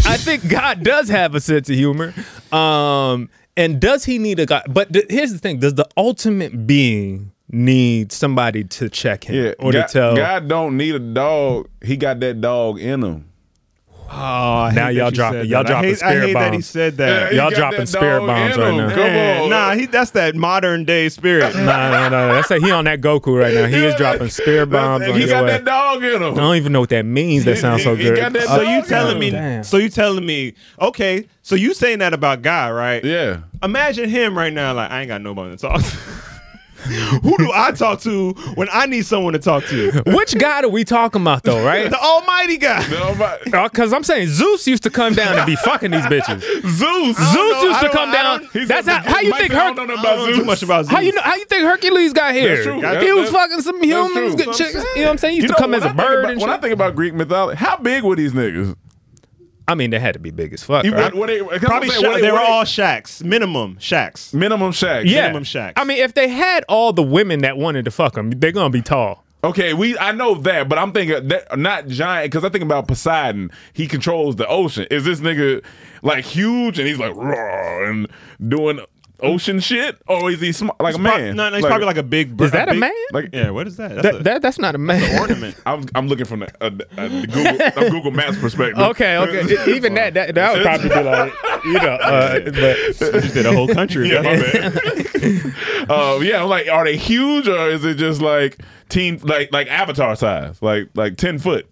Speaker 1: I think God does have a sense of humor. Um, and does he need a God? But th- here's the thing: Does the ultimate being need somebody to check him
Speaker 2: Yeah,
Speaker 1: or
Speaker 2: God,
Speaker 1: to tell?
Speaker 2: God don't need a dog. He got that dog in him.
Speaker 3: Oh,
Speaker 1: Now y'all drop- y'all
Speaker 3: I
Speaker 1: dropping
Speaker 3: hate, I
Speaker 1: spirit
Speaker 3: hate that he
Speaker 1: bombs.
Speaker 3: said that.
Speaker 1: Yeah, Y'all
Speaker 2: He got
Speaker 1: dropping
Speaker 2: that
Speaker 1: spirit
Speaker 2: dog
Speaker 1: bombs
Speaker 2: in
Speaker 1: right
Speaker 2: him.
Speaker 1: now.
Speaker 2: Come on,
Speaker 3: Nah, he that's that modern day spirit.
Speaker 1: No, no, no. That's a, he on that Goku right now. He is dropping spear bombs on
Speaker 2: He
Speaker 1: your
Speaker 2: got
Speaker 1: ass.
Speaker 2: that dog in him.
Speaker 1: I don't even know what that means. That
Speaker 2: He-
Speaker 1: sounds so
Speaker 2: he- he
Speaker 1: good. Uh,
Speaker 2: got that
Speaker 3: so
Speaker 2: dog
Speaker 3: you
Speaker 2: in
Speaker 3: telling
Speaker 2: him.
Speaker 3: me?
Speaker 1: Damn.
Speaker 3: So you telling me? Okay, so you saying that about God, right?
Speaker 2: Yeah.
Speaker 3: Imagine him right now. Like I ain't got nobody to
Speaker 2: *laughs*
Speaker 3: talk. to. Who do I talk to when I need someone to talk to?
Speaker 1: Which God are we talking about though? Right?
Speaker 3: The Almighty God.
Speaker 2: No, but-
Speaker 1: Because I'm saying Zeus used to come down and be fucking these bitches.
Speaker 2: Zeus.
Speaker 1: Zeus used to come down. That's how, how you think
Speaker 2: Herc?
Speaker 1: Herc-
Speaker 2: I don't know
Speaker 3: I
Speaker 2: about
Speaker 3: don't know
Speaker 2: Zeus.
Speaker 3: too much about Zeus.
Speaker 1: How you know? How you think Hercules got here?
Speaker 2: That's true.
Speaker 1: He
Speaker 2: That's-
Speaker 1: was
Speaker 2: that's-
Speaker 1: fucking some
Speaker 2: That's
Speaker 1: humans,
Speaker 2: true.
Speaker 1: good chicks. You know what I'm saying? He
Speaker 2: You
Speaker 1: used to
Speaker 2: know,
Speaker 1: come as
Speaker 2: when
Speaker 1: a
Speaker 2: I think
Speaker 1: bird
Speaker 2: about-
Speaker 1: and
Speaker 2: When I
Speaker 1: shit.
Speaker 2: think about Greek mythology, how big were these niggas?
Speaker 1: I mean, they had to be big as fuck.
Speaker 2: You-
Speaker 1: right?
Speaker 2: what they- 'cause I'm
Speaker 3: Probably
Speaker 2: saying,
Speaker 3: sha-
Speaker 2: what
Speaker 3: they were
Speaker 2: what
Speaker 3: all shacks. Minimum shacks.
Speaker 2: minimum shacks.
Speaker 1: yeah.
Speaker 3: minimum shacks.
Speaker 1: I mean, if they had all the women that wanted to fuck them, they're gonna be tall.
Speaker 2: Okay, we I know that, but I'm thinking that not giant because I think about Poseidon. He controls the ocean. Is this nigga like huge and he's like raw and doing ocean shit, or is he sm- like a
Speaker 3: He's prob-
Speaker 2: man?
Speaker 3: no, no, he's probably like a big. br-
Speaker 1: Is that a
Speaker 3: big-
Speaker 1: man?
Speaker 2: like
Speaker 3: Yeah, what is that? That's a *laughs*
Speaker 1: That, that that's not a man.
Speaker 3: ornament.
Speaker 2: I'm I'm looking from the, uh, the- uh, the Google, uh, Google Maps
Speaker 1: *laughs*
Speaker 2: perspective. *laughs*
Speaker 1: Okay, okay. Even that, that that would probably be like, you know, uh, but
Speaker 3: You just did a whole country.
Speaker 2: *laughs* Yeah, my *laughs* bad. uh, yeah, I'm like, are they huge or is it just like teen, like like Avatar size, like like ten foot?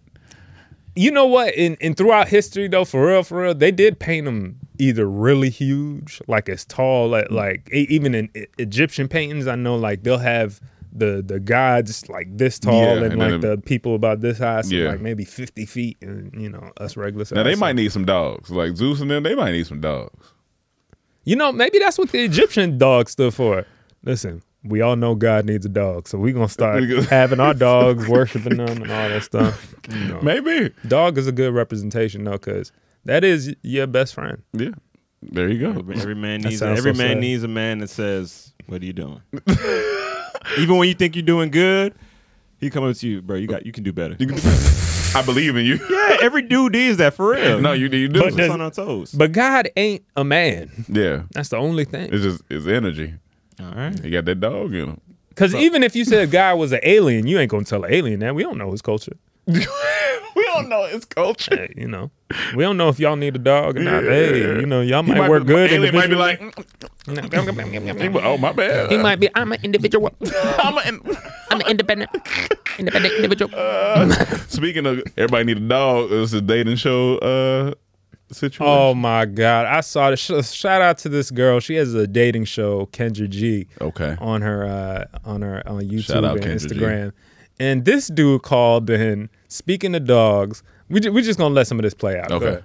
Speaker 1: you know what? In and throughout history though, for real, for real, they did paint them either really huge, like as tall, like
Speaker 2: Mm-hmm.
Speaker 1: like e- even in E- Egyptian paintings, I know like they'll have the the gods like this tall
Speaker 2: Yeah,
Speaker 1: and,
Speaker 2: and
Speaker 1: like
Speaker 2: then-
Speaker 1: the people about this high, so
Speaker 2: Yeah.
Speaker 1: like maybe fifty feet, and you know us regular.
Speaker 2: Now they
Speaker 1: size.
Speaker 2: might need some dogs, like Zeus and them. They might need some dogs.
Speaker 1: You know, maybe that's what the Egyptian dog stood for. Listen, we all know God needs a dog, so we're gonna start having
Speaker 2: *laughs*
Speaker 1: our dogs, worshiping them, and all that stuff. You know.
Speaker 2: Maybe.
Speaker 1: Dog is a good representation though, because that is your best friend.
Speaker 2: Yeah. There you go.
Speaker 3: Every man
Speaker 1: That
Speaker 3: needs
Speaker 1: sounds
Speaker 3: every
Speaker 1: so
Speaker 3: man
Speaker 1: sad.
Speaker 3: needs a man that says, "What are you doing?" Even when you think you're doing good, he comes up to you, bro. You got you can do better.
Speaker 2: You can- I believe in you.
Speaker 3: *laughs* yeah, every dude is that for real.
Speaker 2: No, you, you do.
Speaker 3: but on our toes.
Speaker 1: *laughs* But God ain't a man.
Speaker 2: yeah.
Speaker 1: That's the only thing.
Speaker 2: It's just it's energy.
Speaker 3: all right,
Speaker 2: He got that dog in him.
Speaker 1: Because even if you said God was an alien, you ain't gonna tell an alien that. We don't know his culture.
Speaker 2: *laughs* we don't know his culture.
Speaker 1: Hey, You know, we don't know if y'all need a dog or not. Hey, you know, y'all
Speaker 2: He
Speaker 1: might, work
Speaker 2: be,
Speaker 1: good.
Speaker 2: Alien might be like,
Speaker 1: individually.
Speaker 2: oh my bad.
Speaker 5: He might be. I'm an individual.
Speaker 2: *laughs* I'm an-
Speaker 5: I'm an independent, independent individual.
Speaker 2: Speaking of everybody need a dog, it's a dating show uh situation.
Speaker 1: Oh my god! I saw this. Sh- Shout out to this girl. She has a dating show, Kendra G.
Speaker 2: Okay.
Speaker 1: On her, uh, on her, on YouTube
Speaker 2: Shout out
Speaker 1: and
Speaker 2: Kendra G.
Speaker 1: Instagram. And this dude called in. Speaking of dogs, we ju- we just gonna let some of this play out. Go
Speaker 2: Okay.
Speaker 1: ahead.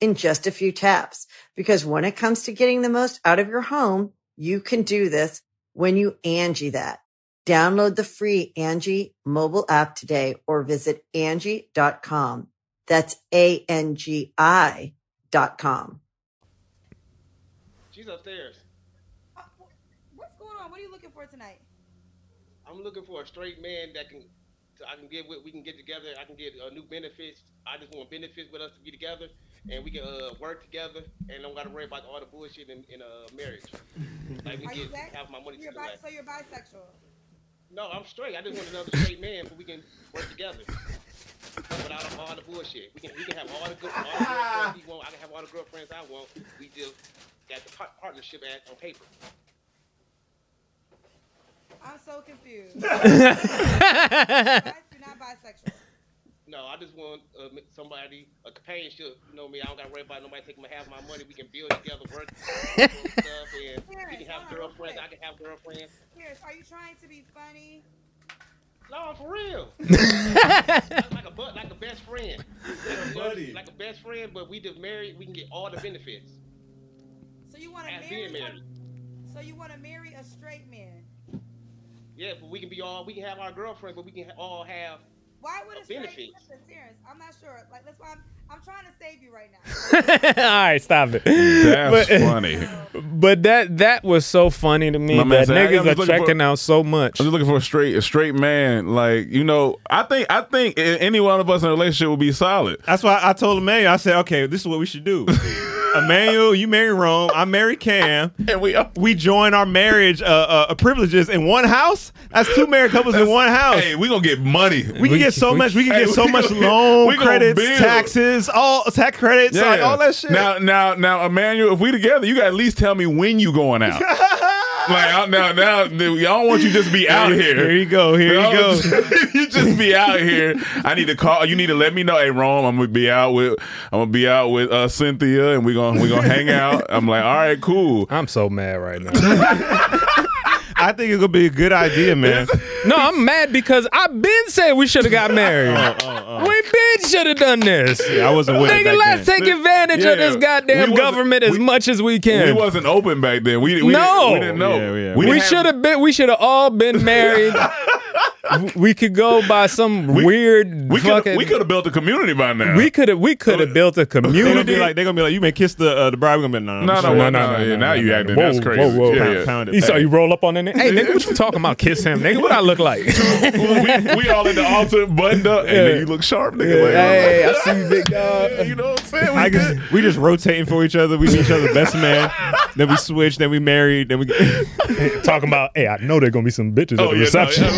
Speaker 6: in just a few taps. Because when it comes to getting the most out of your home, you can do this when you Angie that. Download the free Angie mobile app today or visit Angie.com. That's A-N-G-I dot com.
Speaker 7: She's upstairs.
Speaker 8: What's going on? What are you looking for tonight?
Speaker 7: I'm looking for a straight man that can, so I can get with. We can get together. I can get uh, new benefits. I just want benefits with us to be together, and we can uh, work together, and don't gotta worry about all the bullshit in, in uh, marriage. Like we
Speaker 8: Are you
Speaker 7: get
Speaker 8: bi-
Speaker 7: half my money
Speaker 8: You're
Speaker 7: to the
Speaker 8: bi-
Speaker 7: left.
Speaker 8: so you're bisexual.
Speaker 7: No, I'm straight. I just want another straight man, so we can work together without all the bullshit. We can we can have all the good all the girlfriends we want. I can have all the girlfriends I want. We just got the par- partnership act on paper.
Speaker 8: I'm so confused. You're bi- you're not bisexual.
Speaker 7: No, I just want uh, somebody, a companionship. You know me, I don't got to worry about nobody taking my half my money. We can build together, work, work on stuff, and we can have girlfriends. I can have girlfriends.
Speaker 8: Pierce, are you trying to be funny?
Speaker 7: No, for real. like, like a bud, like a best friend. Like a, buddy. like a best friend, but we just married. We can get all the benefits
Speaker 8: So you want to
Speaker 7: as
Speaker 8: marry?
Speaker 7: being married.
Speaker 8: So you want to marry a straight man?
Speaker 7: Yeah, but we can be all. We can have our girlfriends, but we can ha- all have.
Speaker 8: Why would
Speaker 7: A
Speaker 8: a straight
Speaker 7: benefit.
Speaker 8: listen, Terrence? I'm not sure. Like that's why I'm, I'm trying to save you right now.
Speaker 1: *laughs* All right, stop it.
Speaker 2: That's
Speaker 1: *laughs*
Speaker 2: funny.
Speaker 1: But that that was so funny to me
Speaker 2: My man
Speaker 1: that
Speaker 2: said, "Hey, I'm just
Speaker 1: niggas are
Speaker 2: looking for-
Speaker 1: checking out so much.
Speaker 2: I'm just looking for a straight a straight man. Like you know, I think I think a- any one of us in a relationship would be solid.
Speaker 3: That's why I told Emmanuel, I said, okay, this is what we
Speaker 2: *laughs*
Speaker 3: should do. Emmanuel, you marry Rome. I marry Cam.
Speaker 2: And we
Speaker 3: we join our marriage uh, uh, privileges in one house. That's two married couples in one house.
Speaker 2: Hey, we gonna get money.
Speaker 3: we can get so much. We can
Speaker 2: Hey,
Speaker 3: get so much
Speaker 2: gonna-
Speaker 3: loan
Speaker 2: we gonna
Speaker 3: credits,
Speaker 2: build.
Speaker 3: taxes, all tax *laughs* credits, like, all that shit.
Speaker 2: Now, now, now, Emmanuel, if we together, you gotta at least tell me when you going
Speaker 3: *laughs*
Speaker 2: out. like I- now, now, I don't want you just be out here.
Speaker 3: Here you go. Here you
Speaker 2: I
Speaker 3: go.
Speaker 2: don't- *laughs* you just be out here. I need to call. You need to let me know. Hey, Rome, I'm gonna be out with. I'm gonna be out with uh, Cynthia, and we gonna we gonna hang out. I'm like, all right, cool.
Speaker 1: *laughs* I'm so mad right
Speaker 2: *laughs*
Speaker 1: now.
Speaker 3: I think it's gonna be a good idea, man.
Speaker 1: *laughs* no, I'm mad because I've been said we should have got married.
Speaker 2: Oh,
Speaker 1: We been should have done this.
Speaker 3: Yeah, I wasn't with it
Speaker 1: Nigga,
Speaker 3: back
Speaker 1: let's
Speaker 3: then.
Speaker 1: take advantage
Speaker 2: Yeah.
Speaker 1: of this
Speaker 2: We
Speaker 1: goddamn
Speaker 2: wasn't-
Speaker 1: government as much as we can.
Speaker 2: We wasn't open back then. We, we
Speaker 1: No.
Speaker 2: didn't, we didn't know.
Speaker 1: we
Speaker 2: didn't have-
Speaker 1: should have been. We should have all
Speaker 2: *laughs*
Speaker 1: been married. W- we could go by some weird
Speaker 2: We could
Speaker 1: fucking.
Speaker 2: we could have built a community by now.
Speaker 1: We could have. We could have built a
Speaker 3: They're gonna
Speaker 1: community.
Speaker 3: be like, they're gonna be like, you may kiss the uh, the bride. We're gonna be like,
Speaker 2: No,
Speaker 3: I'm
Speaker 2: no,
Speaker 3: straight.
Speaker 2: no, no, yeah, now you acting- that's crazy.
Speaker 1: Whoa, whoa,
Speaker 2: Yeah,
Speaker 1: Pound-
Speaker 2: yeah.
Speaker 1: pound it
Speaker 2: You
Speaker 1: back.
Speaker 2: saw you
Speaker 1: roll up on that nigga. Hey, nigga, what you talking about? Kiss him, nigga. What I look
Speaker 3: *laughs*
Speaker 1: like?
Speaker 2: we, we all in the altar buttoned up, and then you look sharp, nigga. Like,
Speaker 1: hey,
Speaker 2: *laughs*
Speaker 1: I see you, big uh, dog.
Speaker 2: you know what I'm saying? We
Speaker 3: I just, we just rotating for each other. We be each other best man. then we switched. Then we married. Then we
Speaker 1: talking about. *laughs* Hey, I know there're gonna be some bitches
Speaker 2: Oh,
Speaker 1: at the reception. *laughs*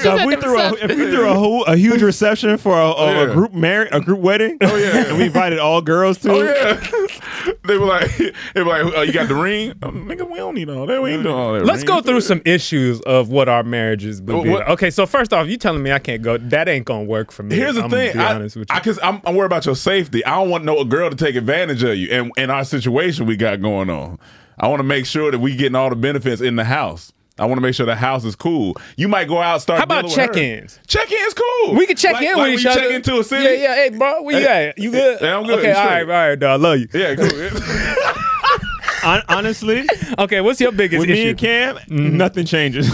Speaker 3: So if we threw a, if we threw a, whole, a huge reception for a, a,
Speaker 2: Oh,
Speaker 3: a group marriage, a group wedding, oh yeah, and we invited all girls to.
Speaker 2: Oh yeah. *laughs* they were like, they were like, oh, you got the ring, oh, nigga. We don't need all that. We ain't doing all that.
Speaker 1: Let's
Speaker 2: ring.
Speaker 1: go through some issues of what our marriages would be.
Speaker 2: What-
Speaker 1: Okay, so first off, you telling me I can't go? That ain't gonna work for me.
Speaker 2: Here's the
Speaker 1: I'm
Speaker 2: thing,
Speaker 1: Gonna be honest with you.
Speaker 2: because I'm, I'm worried about your safety. I don't want no girl to take advantage of you, and in our situation we got going on, I want to make sure that we getting all the benefits in the house. I want to make sure the house is cool. You might go out start.
Speaker 1: How about
Speaker 2: dealing with her.
Speaker 1: check-ins?
Speaker 2: Check-ins cool.
Speaker 1: We can check
Speaker 2: Like-
Speaker 1: in
Speaker 2: like
Speaker 1: with
Speaker 2: when
Speaker 1: each
Speaker 2: you
Speaker 1: other.
Speaker 2: Check into a city.
Speaker 1: Yeah, yeah. Hey, bro, where you
Speaker 2: Hey,
Speaker 1: at? You good?
Speaker 2: hey, *laughs* I'm good.
Speaker 1: Okay,
Speaker 2: You
Speaker 1: all right, all
Speaker 2: straight?
Speaker 1: right, dog. I love you.
Speaker 2: Yeah, cool. *laughs*
Speaker 3: honestly,
Speaker 1: okay. What's your biggest
Speaker 3: with
Speaker 1: issue? Mm-hmm.
Speaker 3: me and Cam? Nothing changes.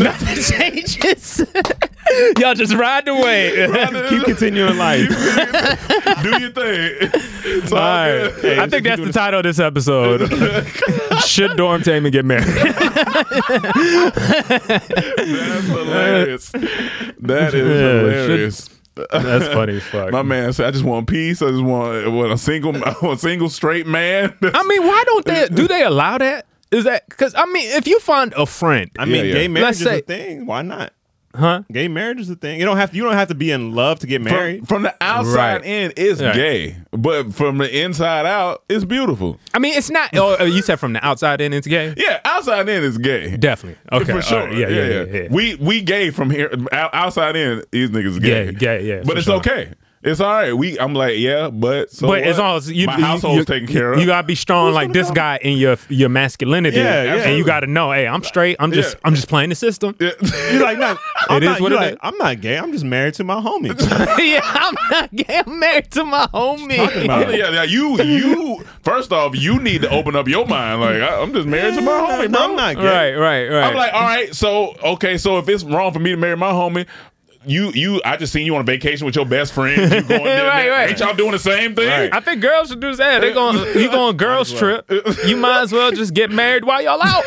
Speaker 1: changes. *laughs* Y'all just ride
Speaker 2: *laughs*
Speaker 1: the wave.
Speaker 3: Keep continuing life.
Speaker 2: Do your thing. It's
Speaker 1: All
Speaker 2: all
Speaker 1: right.
Speaker 2: good.
Speaker 1: I think that's the title of this *laughs* episode. Should Dorm Tame and get married?
Speaker 2: *laughs*
Speaker 1: *laughs*
Speaker 2: That's
Speaker 1: Uh,
Speaker 2: hilarious. That is
Speaker 1: Yeah,
Speaker 2: hilarious.
Speaker 1: should- that's
Speaker 2: *laughs*
Speaker 1: funny as fuck.
Speaker 2: My man said, "I just want peace. I just want, I want a single, *laughs* I want a single straight man."
Speaker 1: I mean, why don't they? Do they allow that? *laughs* Is that because I mean, if you find a friend,
Speaker 3: I mean, gay marriage
Speaker 1: let's
Speaker 3: is a
Speaker 1: say,
Speaker 3: thing. Why not?
Speaker 1: huh?
Speaker 3: Gay marriage is a thing. You don't have to. You don't have to be in love to get
Speaker 2: From,
Speaker 3: married.
Speaker 2: from the outside
Speaker 1: Right.
Speaker 2: in, it's
Speaker 1: Right.
Speaker 2: gay, but from the inside out, it's beautiful.
Speaker 1: I mean, it's not. Oh, you said from the outside in, it's gay.
Speaker 2: Yeah, outside in is gay.
Speaker 1: Definitely. Okay.
Speaker 2: For
Speaker 1: all
Speaker 2: sure.
Speaker 1: right. Yeah, yeah, yeah, yeah.
Speaker 2: We we gay from here out- outside in. These niggas gay.
Speaker 1: Gay, gay, yeah,
Speaker 2: But
Speaker 1: for
Speaker 2: it's
Speaker 1: sure.
Speaker 2: okay. It's all right. We I'm like yeah, but so
Speaker 1: but as
Speaker 2: what?
Speaker 1: long as you,
Speaker 2: my
Speaker 1: you-
Speaker 2: household's
Speaker 1: you-
Speaker 2: taken care of.
Speaker 1: you gotta be strong like this guy in your your masculinity,
Speaker 2: Yeah,
Speaker 1: and
Speaker 2: absolutely.
Speaker 1: you gotta know, hey, I'm straight. I'm just
Speaker 2: Yeah.
Speaker 1: I'm just playing the system. *laughs*
Speaker 2: Yeah.
Speaker 3: You're like, no, I'm
Speaker 1: It is
Speaker 3: not,
Speaker 1: what
Speaker 3: you're
Speaker 1: it
Speaker 3: like,
Speaker 1: is.
Speaker 3: I'm not gay. I'm just married to my
Speaker 1: *laughs*
Speaker 3: homie.
Speaker 1: yeah, I'm not gay. I'm married to my homie.
Speaker 2: *laughs* yeah, yeah, you, you. First off, you need to open up your mind. Like I, I'm just married to my homie, bro.
Speaker 3: I'm not gay.
Speaker 1: Right, right, right.
Speaker 2: I'm like, all right, so okay, so if it's wrong for me to marry my homie, you, you, I just seen you on a vacation with your best friend. You
Speaker 1: *laughs*
Speaker 2: going there,
Speaker 1: Right, right.
Speaker 2: Ain't y'all doing the same thing?
Speaker 1: I think girls should do this. Hey, They going
Speaker 3: *laughs*
Speaker 1: you go on girls trip.
Speaker 2: *laughs*
Speaker 1: You might as well just get married while y'all out.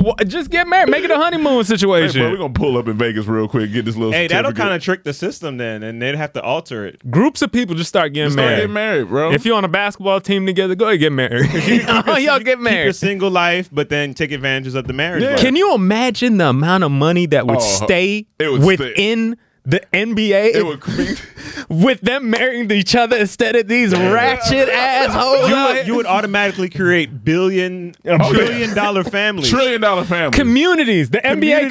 Speaker 1: Wha- just get married. Make it a honeymoon
Speaker 2: Hey, bro, we're
Speaker 1: situation.
Speaker 2: gonna pull up in Vegas real quick, get this little.
Speaker 3: Hey, that'll
Speaker 2: certificate.
Speaker 3: kind of trick the system then, and they'd have to alter it.
Speaker 1: Groups of people just start getting
Speaker 2: Start
Speaker 1: married.
Speaker 2: getting married, bro.
Speaker 1: If you're on a basketball team together, go ahead and
Speaker 2: *laughs*
Speaker 1: get
Speaker 3: *laughs*
Speaker 1: married. Oh, y'all get
Speaker 3: Keep your
Speaker 1: married.
Speaker 3: single life, but then take advantages of the marriage. life.
Speaker 1: Can you imagine the amount of money that would
Speaker 2: Oh,
Speaker 1: stay
Speaker 2: it would
Speaker 1: within the NBA
Speaker 2: it would. creep-
Speaker 1: *laughs* with them marrying each other instead of these ratchet assholes?
Speaker 3: You
Speaker 1: out
Speaker 3: would, you
Speaker 1: here?
Speaker 3: would automatically create *laughs* billion,
Speaker 1: Oh, yeah.
Speaker 3: trillion dollar families.
Speaker 2: Trillion dollar family.
Speaker 1: communities. The NBA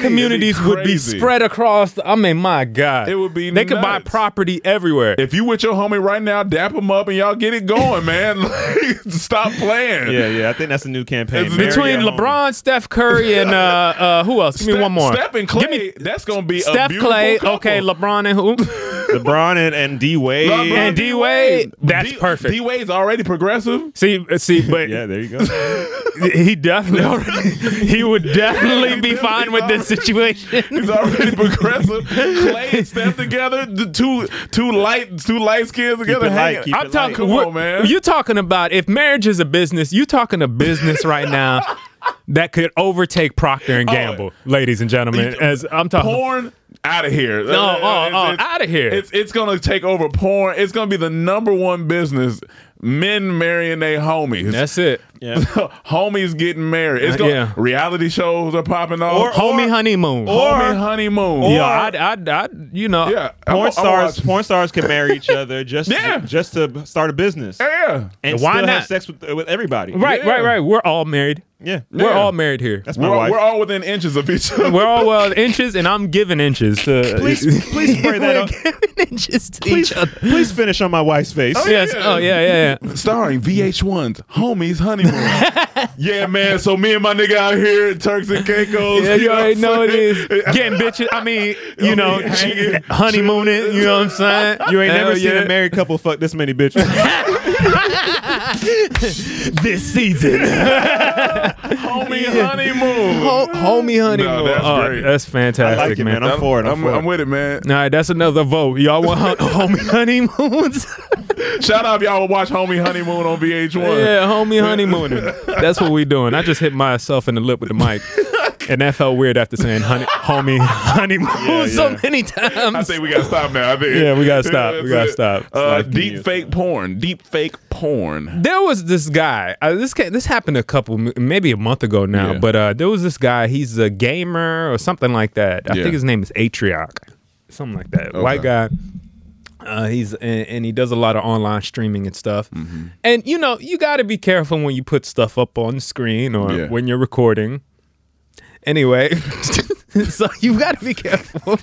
Speaker 2: Communities.
Speaker 1: communities would be
Speaker 2: Crazy.
Speaker 1: spread across. The, I mean, my God,
Speaker 2: It would be
Speaker 1: They could buy
Speaker 2: nuts.
Speaker 1: property everywhere.
Speaker 2: if you with your homie right now, dap him up and y'all get it *laughs* going, man. *laughs* Like, stop playing.
Speaker 3: yeah, yeah. I think that's a new campaign.
Speaker 2: It's
Speaker 1: *laughs*
Speaker 3: Marry
Speaker 1: Between
Speaker 3: at home.
Speaker 1: LeBron, Steph Curry, and uh,
Speaker 2: *laughs*
Speaker 1: uh, who else? Give me
Speaker 2: Steph-
Speaker 1: one more.
Speaker 2: Steph and Clay.
Speaker 1: Give me
Speaker 2: that's gonna be a
Speaker 1: Steph
Speaker 2: beautiful
Speaker 1: Clay.
Speaker 2: couple.
Speaker 1: Okay, LeBron and who?
Speaker 3: *laughs* LeBron and, and D Wade,
Speaker 2: LeBron
Speaker 1: and D Wade. That's
Speaker 2: D-
Speaker 1: perfect.
Speaker 2: D Wade's already progressive.
Speaker 1: see, uh, see, but
Speaker 3: *laughs* yeah, there you go.
Speaker 1: *laughs* he definitely, he would definitely be fine with this situation.
Speaker 2: *laughs* He's already progressive. Clay and Steph together, the two two light two light skins together.
Speaker 3: it light,
Speaker 2: hanging.
Speaker 3: keep
Speaker 2: I'm
Speaker 3: it
Speaker 2: talking,
Speaker 3: light.
Speaker 2: come
Speaker 1: What-
Speaker 2: on, man.
Speaker 1: You talking about if marriage is a business? You talking a business right
Speaker 3: *laughs*
Speaker 1: now that could overtake Procter
Speaker 3: Oh.
Speaker 1: and Gamble, ladies and gentlemen. As I'm talking,
Speaker 2: porn out of here.
Speaker 1: No, oh, oh, outta here.
Speaker 2: It's it's gonna take over porn. It's gonna be the number one business. Men marrying their homies.
Speaker 1: that's it. Uh,
Speaker 3: Yeah.
Speaker 2: *laughs* homies getting married. It's gonna,
Speaker 1: yeah.
Speaker 2: reality shows are popping off.
Speaker 1: Homie honeymoon.
Speaker 2: homie honeymoon.
Speaker 1: yeah, I'd, I'd, I'd, you know,
Speaker 2: yeah. I'm
Speaker 3: Porn
Speaker 2: a- I'm a
Speaker 3: stars,
Speaker 2: watch-
Speaker 3: porn stars can marry
Speaker 1: *laughs*
Speaker 3: each other just
Speaker 2: Yeah.
Speaker 3: just to start a business
Speaker 2: Yeah.
Speaker 3: and
Speaker 1: Why
Speaker 3: still have
Speaker 1: not?
Speaker 3: sex with, with everybody.
Speaker 1: right,
Speaker 2: Yeah.
Speaker 1: right, right. We're all married.
Speaker 3: Yeah.
Speaker 1: We're
Speaker 2: Yeah.
Speaker 1: all married here.
Speaker 3: That's my
Speaker 2: We're, all-
Speaker 3: wife.
Speaker 2: we're all within inches of each other.
Speaker 1: *laughs* We're all well inches, and I'm giving inches to
Speaker 3: *laughs*
Speaker 1: *laughs*
Speaker 3: please, please spray that.
Speaker 1: We're
Speaker 3: on,
Speaker 1: giving *laughs* inches to
Speaker 3: please,
Speaker 1: each other.
Speaker 3: please finish on my wife's face.
Speaker 2: Oh,
Speaker 1: yes.
Speaker 2: yeah.
Speaker 1: Oh yeah, yeah, yeah.
Speaker 2: Starring VH1's Homies Honeymoon. yeah, man. So me and my nigga out here at Turks and Caicos.
Speaker 1: Yeah, you
Speaker 2: what
Speaker 1: already
Speaker 2: I'm
Speaker 1: know it is.
Speaker 2: saying?
Speaker 1: Getting bitches. I mean, you know,
Speaker 2: hanging,
Speaker 1: honeymooning. *laughs* You know what I'm saying?
Speaker 3: You ain't
Speaker 1: Hell
Speaker 3: never seen
Speaker 1: yeah.
Speaker 3: a married couple fuck this many *laughs* bitches.
Speaker 1: *laughs* this season.
Speaker 2: Homie Honeymoon.
Speaker 1: homie honeymoon.
Speaker 2: No, that's
Speaker 1: Oh,
Speaker 2: great.
Speaker 1: that's fantastic,
Speaker 3: I like it,
Speaker 1: man.
Speaker 3: man. I'm for it. I'm,
Speaker 2: I'm,
Speaker 3: for
Speaker 2: I'm
Speaker 3: it.
Speaker 2: with it, man.
Speaker 1: *laughs* All right, that's another vote. Y'all want hon- *laughs* homie honeymoons? *laughs*
Speaker 2: Shout out if y'all watch Homie Honeymoon on VH1. *laughs*
Speaker 1: yeah, homie honeymooning. That's what we doing. I just hit myself in the lip with the mic. and that felt weird after saying honey, *laughs* homie, honeymoon so many times. I
Speaker 2: think we gotta stop now. I think
Speaker 1: Yeah,
Speaker 2: *laughs*
Speaker 1: we gotta stop. We gotta stop. It's
Speaker 2: Uh,
Speaker 1: like
Speaker 2: deep fake porn. Deep fake porn.
Speaker 1: There was this guy. Uh, this ca- this happened a couple, m- maybe a month ago now. But uh, there was this guy. He's a gamer or something like that. I
Speaker 2: Yeah.
Speaker 1: think his name is Atrioc, something like that. White
Speaker 2: Okay.
Speaker 1: guy. Uh, he's and, and he does a lot of online streaming and stuff.
Speaker 2: Mm-hmm.
Speaker 1: And you know, you got to be careful when you put stuff up on the screen or
Speaker 2: Yeah.
Speaker 1: when you're recording. Anyway, *laughs* so you got to be careful.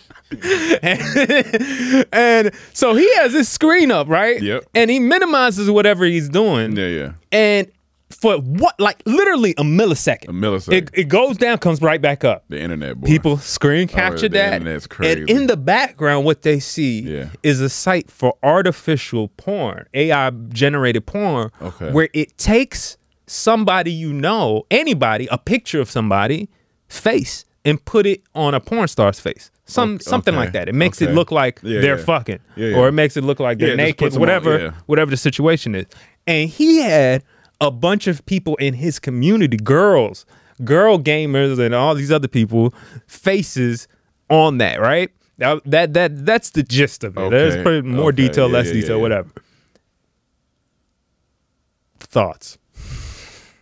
Speaker 1: and, and so he has his screen up, right? Yep. And he minimizes whatever he's doing. Yeah,
Speaker 2: yeah.
Speaker 1: And for what, like literally a millisecond. A
Speaker 2: millisecond.
Speaker 1: It, it goes down, comes right back up.
Speaker 2: The internet. Boy.
Speaker 1: People screen capture
Speaker 2: the
Speaker 1: that.
Speaker 2: internet's crazy.
Speaker 1: And in the background, what they see is a site for artificial porn, AI generated porn,
Speaker 2: Okay.
Speaker 1: where it takes somebody you know, anybody, a picture of somebody, face, and put it on a porn star's face. Some something
Speaker 2: okay,
Speaker 1: like that. It makes it
Speaker 2: okay.
Speaker 1: look like
Speaker 2: Yeah,
Speaker 1: they're
Speaker 2: yeah.
Speaker 1: fucking,
Speaker 2: Yeah, yeah.
Speaker 1: or it makes it look like they're
Speaker 2: Yeah, just puts
Speaker 1: naked,
Speaker 2: them on,
Speaker 1: whatever,
Speaker 2: yeah.
Speaker 1: whatever the situation is. And he had a bunch of people in his community, girls, girl gamers, and all these other people, faces on that. Right? That that, that that's the gist of it. There's
Speaker 2: Okay,
Speaker 1: pretty, more
Speaker 2: okay,
Speaker 1: detail,
Speaker 2: yeah,
Speaker 1: less
Speaker 2: yeah, yeah,
Speaker 1: detail,
Speaker 2: yeah.
Speaker 1: whatever. Thoughts.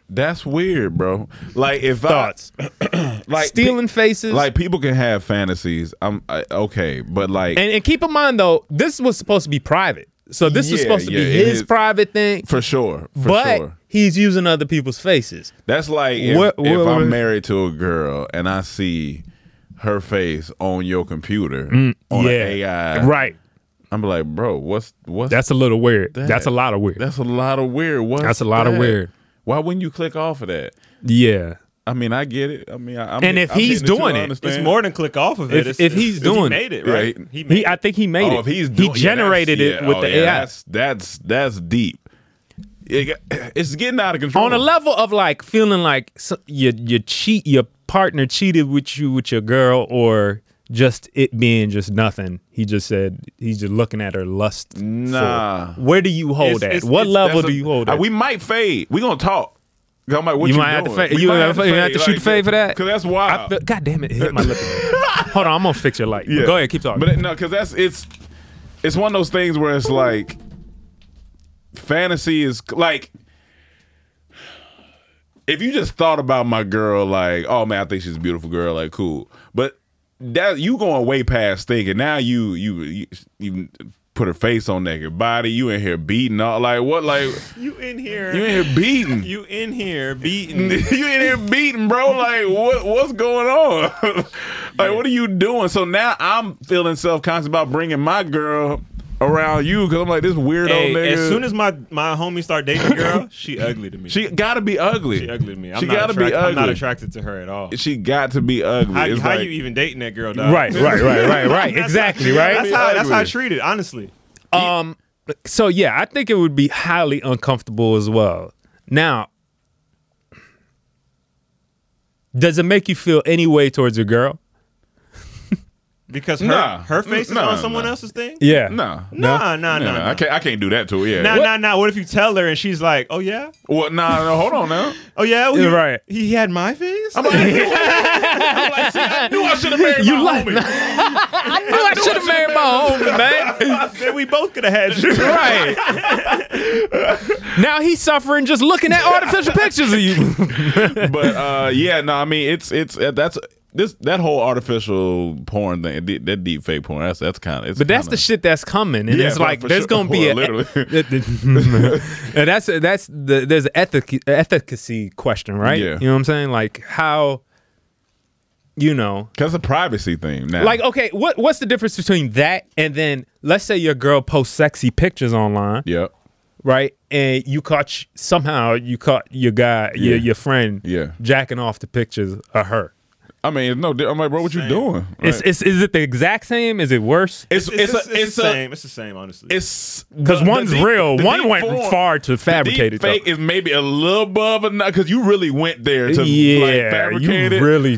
Speaker 2: That's weird, bro. Like if
Speaker 1: Thoughts.
Speaker 2: I, *clears throat* like
Speaker 1: Stealing faces.
Speaker 2: Like people can have fantasies. I'm I, okay, but like
Speaker 1: And, and keep in mind though, this was supposed to be private. So this was
Speaker 2: Yeah,
Speaker 1: supposed to
Speaker 2: yeah,
Speaker 1: be
Speaker 2: it
Speaker 1: his
Speaker 2: is-
Speaker 1: private thing.
Speaker 2: for sure, for
Speaker 1: but
Speaker 2: sure.
Speaker 1: he's using other people's faces.
Speaker 2: That's like if,
Speaker 1: What-
Speaker 2: if
Speaker 1: what-
Speaker 2: I'm married to a girl and I see her face on your computer
Speaker 1: Mm,
Speaker 2: on
Speaker 1: yeah.
Speaker 2: an AI,
Speaker 1: Right.
Speaker 2: I'm like, bro, what's what's
Speaker 1: That's a little weird.
Speaker 2: that?
Speaker 1: That's a lot of weird.
Speaker 2: That's a lot of weird. What?
Speaker 1: That's a lot of weird.
Speaker 2: Why wouldn't you click off of that?
Speaker 1: Yeah.
Speaker 2: I mean, I get it. I mean, I, I'm
Speaker 1: and if
Speaker 2: I'm
Speaker 1: he's
Speaker 2: hitting too,
Speaker 1: doing
Speaker 2: I
Speaker 1: it,
Speaker 2: understand.
Speaker 3: than click off of it.
Speaker 1: If,
Speaker 3: It's-
Speaker 1: if he's
Speaker 3: it's- he
Speaker 1: doing
Speaker 3: made it, right?
Speaker 2: Yeah,
Speaker 1: He, I think he made
Speaker 2: oh,
Speaker 1: it.
Speaker 2: if he's
Speaker 1: he
Speaker 2: doing- yeah,
Speaker 1: generated
Speaker 2: that's-
Speaker 1: it
Speaker 2: yeah,
Speaker 1: with
Speaker 2: oh,
Speaker 1: the
Speaker 2: yeah,
Speaker 1: AI.
Speaker 2: That's that's that's deep. It got- *clears throat* it's getting out of control.
Speaker 1: on a level of like feeling like so- you you cheat your partner cheated with you with your girl or just it being just nothing. He just said he's just looking at her lust.
Speaker 2: Nah.
Speaker 1: where do you hold
Speaker 2: It's-
Speaker 1: at?
Speaker 2: it's-
Speaker 1: what
Speaker 2: it's-
Speaker 1: level
Speaker 2: that's
Speaker 1: do
Speaker 2: a-
Speaker 1: you hold
Speaker 2: Uh,
Speaker 1: at?
Speaker 2: We might fade. We gonna talk. 'Cause I'm like, what
Speaker 1: you
Speaker 2: you,
Speaker 1: might have to
Speaker 2: doing?
Speaker 1: fade.
Speaker 2: We
Speaker 1: You
Speaker 2: might
Speaker 1: have to, fade. You have to
Speaker 2: fade
Speaker 1: shoot
Speaker 2: like
Speaker 1: the fade for that.
Speaker 2: Cause that's wild.
Speaker 1: I feel- God damn it! It hit my lip. Hold on, I'm gonna fix your light.
Speaker 2: Yeah.
Speaker 1: Go ahead, keep talking.
Speaker 2: But it- no, because that's it's it's one of those things where it's like fantasy is like if you just thought about my girl like oh man I think she's a beautiful girl like cool but that you going way past thinking now you you you, you put her face on naked body you in here beating all like what like
Speaker 3: You in here?
Speaker 2: you in here beating
Speaker 3: You in
Speaker 2: *laughs*
Speaker 3: here
Speaker 2: you
Speaker 3: beating?
Speaker 2: in here beating, bro. Like what what's going on? *laughs* like what are you doing? So now I'm feeling self conscious about bringing my girl around you because I'm like this weirdo
Speaker 3: Hey,
Speaker 2: nigga.
Speaker 3: as soon as my my homie start dating
Speaker 2: *laughs*
Speaker 3: a girl, she ugly to me.
Speaker 2: she gotta be ugly.
Speaker 3: She ugly to me. I'm
Speaker 2: she
Speaker 3: not
Speaker 2: gotta be
Speaker 3: attract-
Speaker 2: ugly.
Speaker 3: I'm not attracted to her at all.
Speaker 2: She got to be ugly.
Speaker 3: How,
Speaker 2: It's
Speaker 3: how
Speaker 2: like-
Speaker 3: you even dating that girl? Dog?
Speaker 1: right, right, right, right,
Speaker 3: *laughs*
Speaker 1: right. Exactly. Right.
Speaker 3: That's how that's how I treat it. Honestly,
Speaker 1: Um. So yeah, I think it would be highly uncomfortable as well. Now, does it make you feel any way towards your girl?
Speaker 3: because her
Speaker 2: Nah. Mm,
Speaker 3: her face
Speaker 2: Nah,
Speaker 3: is on someone
Speaker 2: nah.
Speaker 3: else's thing.
Speaker 1: Yeah.
Speaker 2: Nah.
Speaker 3: Nah, nah, nah, nah.
Speaker 2: I can't I can't do that to her. Yeah.
Speaker 3: Nah, nah, nah. What if you tell her and she's like, "Oh yeah,
Speaker 2: Well, nah, no, hold on now.
Speaker 3: *laughs* oh yeah, well, he,
Speaker 1: Yeah, right.
Speaker 3: He had my face. *laughs*
Speaker 2: *laughs* I knew I should have married my
Speaker 1: like- *laughs*
Speaker 2: homie.
Speaker 1: I knew I should have married my homie, man.
Speaker 3: then we both could have had you.
Speaker 1: right. now he's suffering just looking at artificial pictures of you.
Speaker 2: *laughs* but uh, yeah, no, I mean it's it's uh, that's this that whole artificial porn thing, that- that deep fake porn. That's that's kind of.
Speaker 1: But that's the shit that's coming, and
Speaker 2: Yeah,
Speaker 1: it's
Speaker 2: for-
Speaker 1: like
Speaker 2: for
Speaker 1: there's
Speaker 2: sure.
Speaker 1: gonna
Speaker 2: *laughs*
Speaker 1: be
Speaker 2: Well,
Speaker 1: a, *laughs* literally. and that's that's the there's an ethic efficacy question, right?
Speaker 2: Yeah.
Speaker 1: You know what I'm saying? Like how, you know,
Speaker 2: because the privacy thing now.
Speaker 1: like okay, what what's the difference between that and then let's say your girl posts sexy pictures online,
Speaker 2: yep,
Speaker 1: right? And you caught sh- somehow you caught your guy, your
Speaker 2: Yeah.
Speaker 1: your friend,
Speaker 2: Yeah.
Speaker 1: jacking off the pictures of her.
Speaker 2: I mean, it's no. di- I'm like, bro, what you doing?
Speaker 1: It's, it's, is it the exact same? Is it worse?
Speaker 2: It's it's, a,
Speaker 3: it's,
Speaker 2: it's
Speaker 3: the
Speaker 2: a-
Speaker 3: same. It's the same, honestly.
Speaker 2: It's
Speaker 1: 'Cause
Speaker 2: the- the
Speaker 1: one's real.
Speaker 2: the
Speaker 1: One
Speaker 2: deep
Speaker 1: went far to
Speaker 2: the
Speaker 1: fabricate it, though.
Speaker 2: Fake is maybe a little above or not because you really went there to like
Speaker 1: yeah,
Speaker 2: fabricate
Speaker 1: you
Speaker 2: it.
Speaker 1: really. *laughs*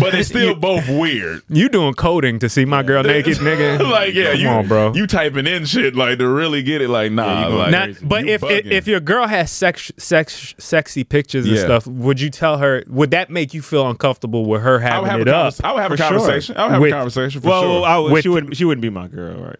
Speaker 2: but it's still both weird.
Speaker 1: You doing coding to see my girl naked, nigga?
Speaker 2: *laughs* like yeah,
Speaker 1: come
Speaker 2: you,
Speaker 1: on, bro.
Speaker 2: You typing in shit like to really get it. Like nah, like,
Speaker 1: Not- but
Speaker 2: you
Speaker 1: if, if
Speaker 2: bugging.
Speaker 1: if your girl has sex, sex sexy pictures and
Speaker 2: Yeah.
Speaker 1: stuff, would you tell her? Would that make you feel uncomfortable with her
Speaker 2: I
Speaker 1: having
Speaker 2: would have a
Speaker 1: it up?
Speaker 2: convers- I would have a
Speaker 1: For sure.
Speaker 2: conversation. I would have
Speaker 1: With-
Speaker 2: a conversation for
Speaker 3: well,
Speaker 2: sure.
Speaker 3: well, I would-
Speaker 1: With-
Speaker 3: she wouldn't. She wouldn't be my girl. Right?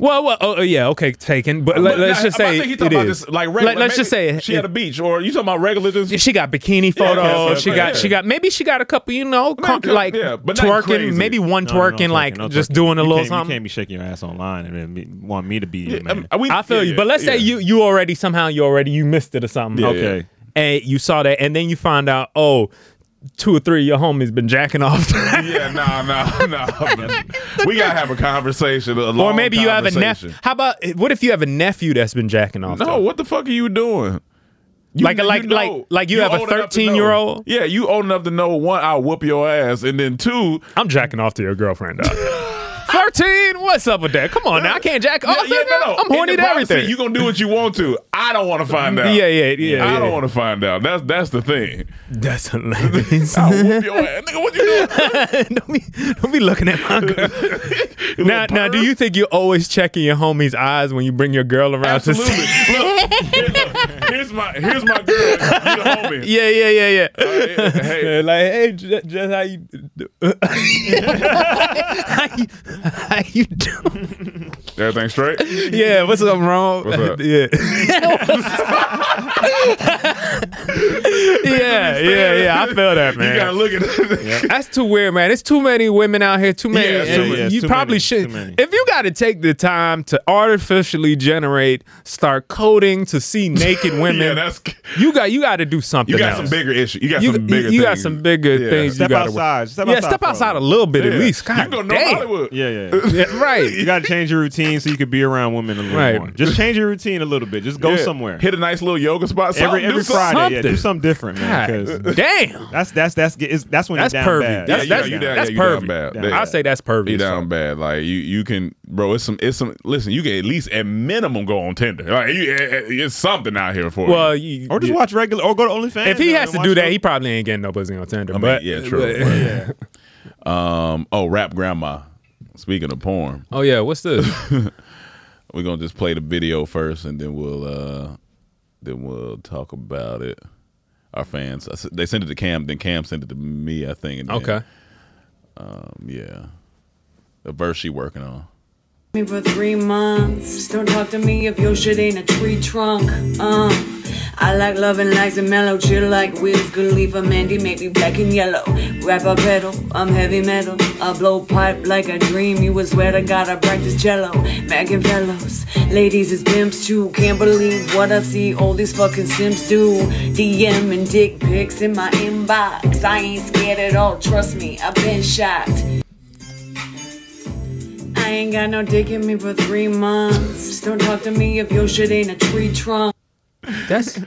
Speaker 1: Well, well, oh, oh, yeah, okay, taken. But,
Speaker 2: But
Speaker 1: let, us
Speaker 2: nah,
Speaker 1: just
Speaker 2: but I
Speaker 1: say
Speaker 2: think he talking
Speaker 1: it
Speaker 2: about
Speaker 1: is.
Speaker 2: this, like,
Speaker 1: Let-
Speaker 2: regular-
Speaker 1: let's just
Speaker 2: maybe
Speaker 1: say
Speaker 2: she had
Speaker 1: *laughs*
Speaker 2: a beach, or you talking about regular? Just,
Speaker 1: she got bikini
Speaker 2: Yeah,
Speaker 1: photos.
Speaker 2: yeah, yeah,
Speaker 1: she
Speaker 2: yeah.
Speaker 1: got she got maybe she got a couple. You know, con-
Speaker 2: couple,
Speaker 1: like
Speaker 2: yeah, but nothing
Speaker 1: twerking.
Speaker 2: crazy.
Speaker 1: Maybe one
Speaker 3: No, no, no
Speaker 1: twerking, like
Speaker 3: twerking, no
Speaker 1: just
Speaker 3: twerking.
Speaker 1: doing a
Speaker 3: You
Speaker 1: little
Speaker 3: can't-
Speaker 1: something. um,
Speaker 3: You can't be shaking your ass online and then me, want me to be. your
Speaker 2: I
Speaker 3: man.
Speaker 2: mean, we-
Speaker 1: I feel
Speaker 2: yeah,
Speaker 1: you, but let's say
Speaker 2: yeah.
Speaker 1: you you already somehow you already you missed it or something.
Speaker 2: Yeah, Okay. yeah.
Speaker 1: and you saw that, and then you find out oh, two or three of your homies been jacking off. *laughs*
Speaker 2: yeah, nah, nah, *laughs* nah. we gotta have a conversation. A
Speaker 1: or
Speaker 2: long
Speaker 1: maybe you have a nephew.
Speaker 2: conversation.
Speaker 1: How about what if you have a nephew that's been jacking
Speaker 2: *laughs*
Speaker 1: off?
Speaker 2: No, what the fuck are you doing? You-
Speaker 1: Like-
Speaker 2: you
Speaker 1: like-
Speaker 2: know-
Speaker 1: like- like you have a
Speaker 2: old enough to
Speaker 1: 13 year
Speaker 2: know.
Speaker 1: old?
Speaker 2: Yeah, you old enough to know one, I'll whoop your ass, and then two,
Speaker 1: I'm jacking off to your girlfriend. *laughs* dog. Thirteen, what's up with that? Come on, now I can't jack off. nigga. Oh, I'm horny
Speaker 2: In the
Speaker 1: to
Speaker 2: privacy,
Speaker 1: everything.
Speaker 2: You gonna do what you want to. I don't want to find out.
Speaker 1: Yeah, yeah, yeah,
Speaker 2: I
Speaker 1: yeah.
Speaker 2: don't want to find out. That's that's the
Speaker 1: *laughs*
Speaker 2: thing.
Speaker 1: *laughs*
Speaker 2: *laughs*
Speaker 1: That's hilarious.
Speaker 2: I'll whoop your ass, nigga. What you doing?
Speaker 1: *laughs* Don't be looking at
Speaker 2: *laughs*
Speaker 1: my girl. now, now, do you think you always checking your homie's eyes when you bring your girl around to see?
Speaker 2: Here's my here's my girl. You the homie.
Speaker 1: *laughs* Yeah, yeah, yeah, yeah. *laughs*
Speaker 2: hey.
Speaker 1: like, hey, J- just how you, do- how you, *laughs* how you doing?
Speaker 2: Everything straight?
Speaker 1: Yeah, what's up, wrong?
Speaker 2: What's up?
Speaker 1: *laughs* yeah,
Speaker 2: *laughs*
Speaker 1: *laughs* yeah, yeah, yeah. I feel that, man.
Speaker 2: You gotta look at
Speaker 1: *laughs* That's too weird, man. It's too many women out here. Too many.
Speaker 2: Yeah, it's too
Speaker 1: and
Speaker 2: many.
Speaker 1: you
Speaker 2: It's too
Speaker 1: probably
Speaker 2: many.
Speaker 1: should.
Speaker 2: Too many.
Speaker 1: If you got to take the time to artificially generate, start coding to see naked
Speaker 2: *laughs*
Speaker 1: women.
Speaker 2: Yeah, that's-
Speaker 1: you got. You got to do something.
Speaker 2: You got
Speaker 1: else.
Speaker 2: some bigger issue. You got
Speaker 1: You-
Speaker 2: some bigger.
Speaker 1: you got
Speaker 2: things.
Speaker 1: some bigger things you Step gotta work- outside. Step Yeah, outside step for a outside a little bit at
Speaker 3: Yeah.
Speaker 1: least. God
Speaker 2: go
Speaker 1: damn.
Speaker 3: Yeah, yeah, *laughs*
Speaker 1: right.
Speaker 3: You got to change your routine so you could be around women a little
Speaker 1: Right.
Speaker 3: more. Just change your routine a little bit. Just go
Speaker 2: Yeah.
Speaker 3: somewhere.
Speaker 2: Hit a nice little yoga spot.
Speaker 3: every
Speaker 2: Something. Do
Speaker 3: every
Speaker 2: something.
Speaker 3: Friday. Yeah, do something different, man.
Speaker 1: God
Speaker 3: 'cause
Speaker 1: damn.
Speaker 3: That's that's that's it's, that's when
Speaker 1: That's
Speaker 3: you're down
Speaker 1: pervy.
Speaker 3: bad.
Speaker 1: That's-
Speaker 3: Yeah,
Speaker 1: that's-
Speaker 3: you're
Speaker 1: that's
Speaker 2: you down
Speaker 1: pervy.
Speaker 2: bad.
Speaker 1: Down. I say that's pervy
Speaker 2: You
Speaker 1: as
Speaker 2: down bad. Like you, you can, bro. It's some, it's some. Listen, you can at least at minimum go on Tinder. Like you, eh, eh, it's something out here for
Speaker 1: Well,
Speaker 2: you.
Speaker 1: you,
Speaker 3: Or just
Speaker 1: yeah.
Speaker 3: watch regular, or go to OnlyFans.
Speaker 1: If he
Speaker 3: and
Speaker 1: has to
Speaker 3: watch
Speaker 1: do that,
Speaker 3: those-
Speaker 1: he probably ain't getting no pussy on Tinder.
Speaker 2: I mean,
Speaker 1: but
Speaker 2: yeah, true.
Speaker 1: *laughs*
Speaker 2: but- um. Oh, rap grandma. Speaking of porn,
Speaker 1: *laughs* Oh yeah, what's this?
Speaker 2: we're gonna just play the video first, and then we'll, uh then we'll talk about it. Our fans, I s- they sent it to Cam, then Cam sent it to me. I think. And then,
Speaker 1: Okay.
Speaker 2: Um. Yeah. The verse she working on.
Speaker 9: me for three months. Don't talk to me if your shit ain't a tree trunk. Um, I like loving likes and mellow, chill like Wiz Khalifa, Mandy, maybe black and yellow. Rap a pedal, I'm heavy metal. I blow pipe like a dream. You would swear to God I practice cello. Mac and fellows, ladies is pimps too. Can't believe what I see all these fucking simps do. DM and dick pics in my inbox. I ain't scared at all. Trust me, I've been shot. I ain't got no dick in me for three months. Don't talk to me if your shit ain't a tree trunk.
Speaker 1: That's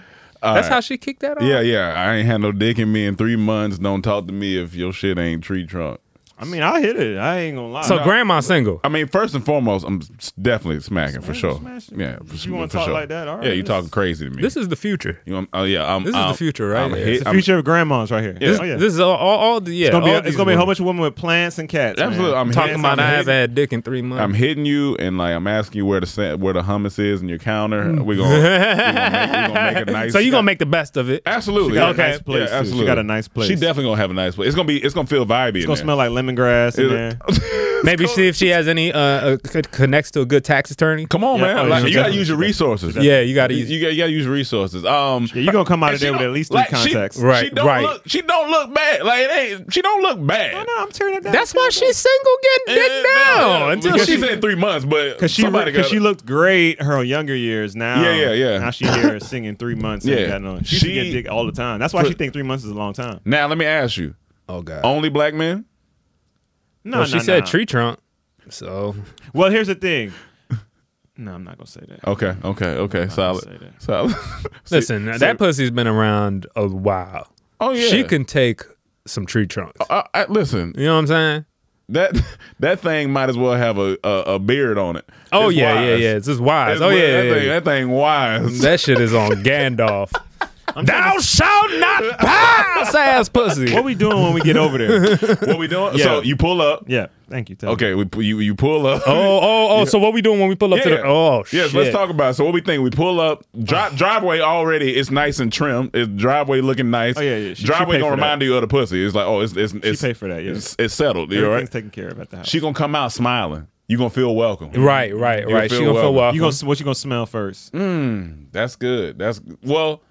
Speaker 2: All
Speaker 1: that's
Speaker 2: right.
Speaker 1: how she kicked that off.
Speaker 2: Yeah, yeah. I ain't had no dick in me in three months. Don't talk to me if your shit ain't tree trunk.
Speaker 3: I mean, I hit it. I ain't gonna lie.
Speaker 1: So grandma single.
Speaker 2: Oh, I mean, first and foremost, I'm s- definitely smacking for sure.
Speaker 3: smashing.
Speaker 2: Yeah, for,
Speaker 3: You wanna
Speaker 2: for
Speaker 3: talk
Speaker 2: sure.
Speaker 3: like that? All right,
Speaker 2: yeah, you
Speaker 3: this-
Speaker 2: talking crazy to me.
Speaker 1: This is the future.
Speaker 2: You know, I'm- oh yeah, I'm,
Speaker 1: This is
Speaker 2: I'm-
Speaker 1: the future, right?
Speaker 2: I'm
Speaker 1: Yeah,
Speaker 2: hit-
Speaker 3: it's the
Speaker 2: I'm-
Speaker 3: future of grandmas right here.
Speaker 2: Yeah.
Speaker 3: Oh, yeah.
Speaker 1: This is all, all, all the yeah.
Speaker 3: it's gonna be
Speaker 1: all
Speaker 3: a, it's
Speaker 1: these
Speaker 3: gonna be a
Speaker 1: women.
Speaker 3: whole bunch of women with plants and cats.
Speaker 2: Absolutely,
Speaker 3: man.
Speaker 2: I'm
Speaker 1: talking
Speaker 2: hitting- I'm
Speaker 1: about I have
Speaker 2: hitting-
Speaker 1: had dick in three months.
Speaker 2: I'm hitting you, and like I'm asking you where the sa- where the hummus is in your counter. We gonna,
Speaker 1: *laughs*
Speaker 2: we gonna, make, we gonna make a nice.
Speaker 1: so you gonna make Mm. the best of it?
Speaker 2: absolutely
Speaker 3: She got a
Speaker 2: okay.
Speaker 3: nice place, too. She
Speaker 2: Yeah, absolutely.
Speaker 3: got a nice place.
Speaker 2: She definitely gonna have a nice place. It's gonna be. It's gonna feel vibey.
Speaker 3: It's gonna smell like lemongrass in
Speaker 2: It- *laughs*
Speaker 3: there.
Speaker 1: Maybe see if she has any uh, uh c- connects to a good tax attorney.
Speaker 2: Come on, Oh,
Speaker 1: oh,
Speaker 2: man. Like, you gotta use your resources.
Speaker 1: Yeah, you gotta
Speaker 2: You,
Speaker 1: use.
Speaker 2: you gotta, you gotta use resources. Um,
Speaker 3: Yeah, you gonna come out
Speaker 2: and
Speaker 3: of
Speaker 2: she
Speaker 3: there with
Speaker 2: don't-
Speaker 3: at least three
Speaker 2: like, she-
Speaker 3: contacts.
Speaker 2: she don't look- she don't look bad. Like it ain't. She don't look bad.
Speaker 3: No, I'm tearing it down.
Speaker 1: That's why she's single, getting dick down Oh, until
Speaker 2: because
Speaker 1: she.
Speaker 2: she's in three months, but
Speaker 3: Cause she,
Speaker 2: somebody
Speaker 3: cause
Speaker 2: got-
Speaker 3: she looked great her younger years. Now,
Speaker 2: Yeah, yeah, yeah.
Speaker 3: Now she
Speaker 2: *laughs*
Speaker 3: here singing three months. Yeah,
Speaker 2: Yeah.
Speaker 3: got no, she, used to
Speaker 2: She-
Speaker 3: get dick all the time. That's why she think three months is a long time.
Speaker 2: Now let me ask you.
Speaker 1: Oh god.
Speaker 2: Only black men?
Speaker 3: No,
Speaker 1: well,
Speaker 3: no,
Speaker 1: she
Speaker 3: no.
Speaker 1: said tree trunk. So
Speaker 3: Well, here's the thing. No, I'm not gonna say that.
Speaker 2: Okay, okay, okay.
Speaker 3: say
Speaker 2: Solid,
Speaker 1: *laughs*
Speaker 3: that.
Speaker 2: solid. *laughs*
Speaker 1: listen, that pussy's been around a while.
Speaker 2: *laughs* Oh, yeah.
Speaker 1: She can take some tree trunks.
Speaker 2: I, I, listen,
Speaker 1: you know what I'm saying?
Speaker 2: That that thing might as well have a a, a beard on it.
Speaker 1: Oh
Speaker 2: It's
Speaker 1: yeah,
Speaker 2: wise.
Speaker 1: yeah, yeah. It's just wise.
Speaker 2: That's
Speaker 1: oh
Speaker 2: what-
Speaker 1: yeah,
Speaker 2: that
Speaker 1: yeah,
Speaker 2: thing-
Speaker 1: yeah.
Speaker 2: that thing wise.
Speaker 1: *laughs* That shit is on
Speaker 2: *laughs*
Speaker 1: Gandalf. Thou shalt
Speaker 3: *laughs*
Speaker 1: not pass, ass pussy.
Speaker 3: What we doing when we get
Speaker 1: *laughs*
Speaker 3: over there?
Speaker 2: what we doing?
Speaker 3: Yeah.
Speaker 2: So you pull up.
Speaker 3: Yeah. Thank you. Tell
Speaker 2: Okay, we pu- you you pull up.
Speaker 1: Oh,
Speaker 2: *laughs*
Speaker 1: oh, oh. So what we doing when we pull up to the? Oh,
Speaker 2: yes.
Speaker 1: shit.
Speaker 2: Let's talk about. It. So what we think? We pull up.
Speaker 1: *sighs*
Speaker 2: Dri- driveway already. It's nice and trim. It's driveway looking nice.
Speaker 3: Oh, yeah, yeah. She- she
Speaker 2: driveway
Speaker 3: paid
Speaker 2: gonna
Speaker 3: for that.
Speaker 2: remind you of the pussy. It's like oh, it's it's it's
Speaker 3: paid for that, yeah.
Speaker 2: It's, it's settled.
Speaker 3: Everything's
Speaker 2: You're right.
Speaker 3: taken care of at the house.
Speaker 2: She gonna come out smiling. You gonna feel welcome.
Speaker 1: Right, right,
Speaker 2: You
Speaker 1: right. She gonna feel welcome.
Speaker 3: You gonna what you gonna smell first?
Speaker 2: Mm, that's good. That's well.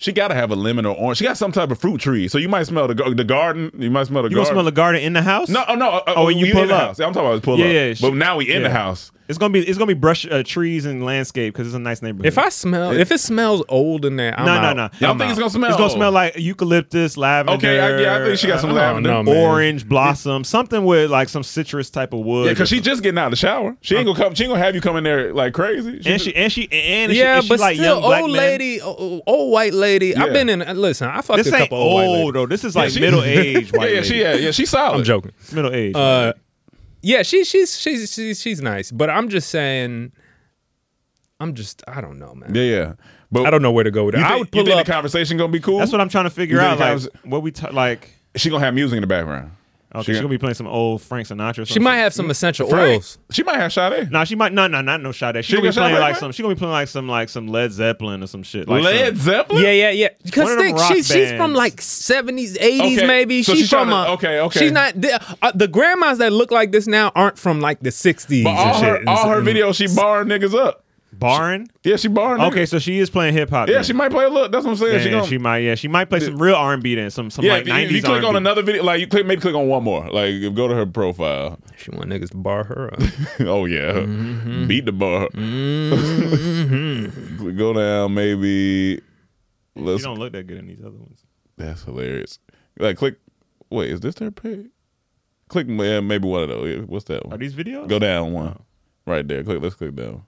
Speaker 2: She gotta have a lemon or orange. She got some type of fruit tree. So you might smell the gar- the garden. You might smell the
Speaker 3: You gonna
Speaker 2: garden.
Speaker 3: smell the garden in the house?
Speaker 2: No, oh, no. uh,
Speaker 3: Oh, when you
Speaker 2: in
Speaker 3: pull
Speaker 2: the
Speaker 3: up.
Speaker 2: house. I'm talking about pull
Speaker 3: yeah,
Speaker 2: up.
Speaker 3: Yeah,
Speaker 2: But now we in the
Speaker 3: yeah.
Speaker 2: house.
Speaker 3: It's gonna be it's gonna be brush uh, trees and landscape because it's a nice neighborhood.
Speaker 1: If I smell, if it smells old in there, I'm
Speaker 3: no,
Speaker 1: out.
Speaker 3: no, no,
Speaker 1: I'm out.
Speaker 3: It's gonna smell like eucalyptus, lavender.
Speaker 2: Okay, I- yeah, I think she got some
Speaker 3: uh,
Speaker 2: lavender.
Speaker 1: Oh, no, man.
Speaker 3: orange blossom, something with like some citrus type of wood.
Speaker 2: Yeah, because she just getting out of the shower. She ain't gonna come. She ain't gonna have you come in there like crazy.
Speaker 3: and she and she and she,
Speaker 1: yeah,
Speaker 3: and she
Speaker 1: but
Speaker 3: like
Speaker 1: still,
Speaker 3: young black
Speaker 1: old
Speaker 3: men.
Speaker 1: lady, o- o- old white lady.
Speaker 3: Yeah.
Speaker 1: I've been in. Listen, I fucked
Speaker 3: This
Speaker 1: a
Speaker 3: ain't
Speaker 1: couple old white
Speaker 3: old
Speaker 1: ladies.
Speaker 3: though. This
Speaker 1: *laughs*
Speaker 3: is
Speaker 1: Yeah,
Speaker 3: like
Speaker 1: she-
Speaker 3: middle age
Speaker 2: yeah,
Speaker 3: white.
Speaker 2: yeah, she yeah, yeah, she's solid.
Speaker 1: I'm joking.
Speaker 3: middle age.
Speaker 1: Uh, yeah, she she's she's she's she's nice, but I'm just saying, I'm just I don't know, man.
Speaker 2: Yeah, yeah. But
Speaker 1: I don't know where to go with it.
Speaker 2: You think,
Speaker 1: I would
Speaker 2: you
Speaker 1: pull
Speaker 2: think
Speaker 1: up.
Speaker 2: the conversation gonna be cool?
Speaker 3: That's what I'm trying to figure
Speaker 2: You think
Speaker 3: out.
Speaker 2: the
Speaker 3: Like
Speaker 2: conversa-
Speaker 3: what we ta- like.
Speaker 2: she gonna have music in the background.
Speaker 3: Okay, she,
Speaker 2: gonna-
Speaker 3: gonna be playing some old Frank Sinatra. Or
Speaker 1: She might have some essential
Speaker 3: Frank?
Speaker 1: oils.
Speaker 2: She might have Sade.
Speaker 3: Nah, she might no no not no shot that.
Speaker 2: She
Speaker 3: She gonna be
Speaker 2: got Sade
Speaker 3: playing
Speaker 2: right
Speaker 3: like
Speaker 2: now?
Speaker 3: some. She gonna be playing like some like some Led Zeppelin or some shit. Like
Speaker 2: Led
Speaker 3: some,
Speaker 2: Zeppelin.
Speaker 1: Yeah, yeah, yeah. Because
Speaker 3: One of them
Speaker 1: think
Speaker 3: rock
Speaker 1: she's she's from
Speaker 3: bands.
Speaker 1: like 70s, 80s,
Speaker 2: Okay,
Speaker 1: maybe.
Speaker 2: so
Speaker 1: she's
Speaker 2: she's
Speaker 1: from
Speaker 2: tryna-
Speaker 1: a,
Speaker 2: okay, okay.
Speaker 1: She's not the, uh, the grandmas that look like this now aren't from like the 60s.
Speaker 2: But all
Speaker 1: and
Speaker 2: her
Speaker 1: shit. And
Speaker 2: all
Speaker 1: so-
Speaker 2: her
Speaker 1: and-
Speaker 2: videos, she barring niggas up.
Speaker 3: Barn.
Speaker 2: Yeah, she barring.
Speaker 3: Okay, so she is playing hip hop.
Speaker 2: Yeah,
Speaker 3: then.
Speaker 2: she might play a look. That's what I'm saying.
Speaker 3: Then
Speaker 2: she
Speaker 3: she,
Speaker 2: gonna,
Speaker 3: might. Yeah, she might play some real R and B then. Some some
Speaker 2: yeah,
Speaker 3: like
Speaker 2: if you- if
Speaker 3: nineties.
Speaker 2: you click on another video, like you click, maybe click on one more. Like go to her profile.
Speaker 1: She want niggas to bar her up.
Speaker 2: *laughs*
Speaker 1: Mm-hmm.
Speaker 2: oh yeah, beat the bar. *laughs* go down maybe.
Speaker 3: She
Speaker 2: Let's.
Speaker 3: don't look that good in these other ones.
Speaker 2: That's hilarious. Like click. Wait, is this their page? Click yeah, maybe one of those. Yeah, What's that one?
Speaker 3: Are these videos? Oh.
Speaker 2: Go down one. Right there. Click. Let's click down.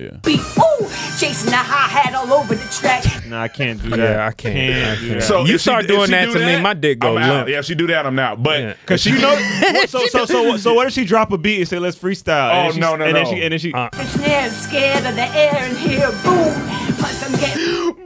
Speaker 2: Yeah.
Speaker 10: Ooh, chasing the hi hat all over the track.
Speaker 3: No, I can't do
Speaker 1: *laughs*
Speaker 3: that.
Speaker 1: Yeah, I can't. I
Speaker 3: do
Speaker 1: can't.
Speaker 3: that.
Speaker 1: So- You
Speaker 2: if she-
Speaker 1: start
Speaker 2: if
Speaker 1: doing
Speaker 2: she
Speaker 1: that
Speaker 2: do
Speaker 1: to me, my dick go
Speaker 2: I'm out.
Speaker 1: limp.
Speaker 2: Yeah, if she do that, I'm out. But
Speaker 3: Cause you know,
Speaker 11: *laughs*
Speaker 3: so so so so what if she drop a beat and say let's freestyle?
Speaker 2: Oh,
Speaker 3: and then she-
Speaker 2: no, no,
Speaker 3: and
Speaker 2: no.
Speaker 3: Then she, and then she,
Speaker 11: Uh.
Speaker 10: They're scared of the air in here. Boom. Plus I'm getting
Speaker 3: boom.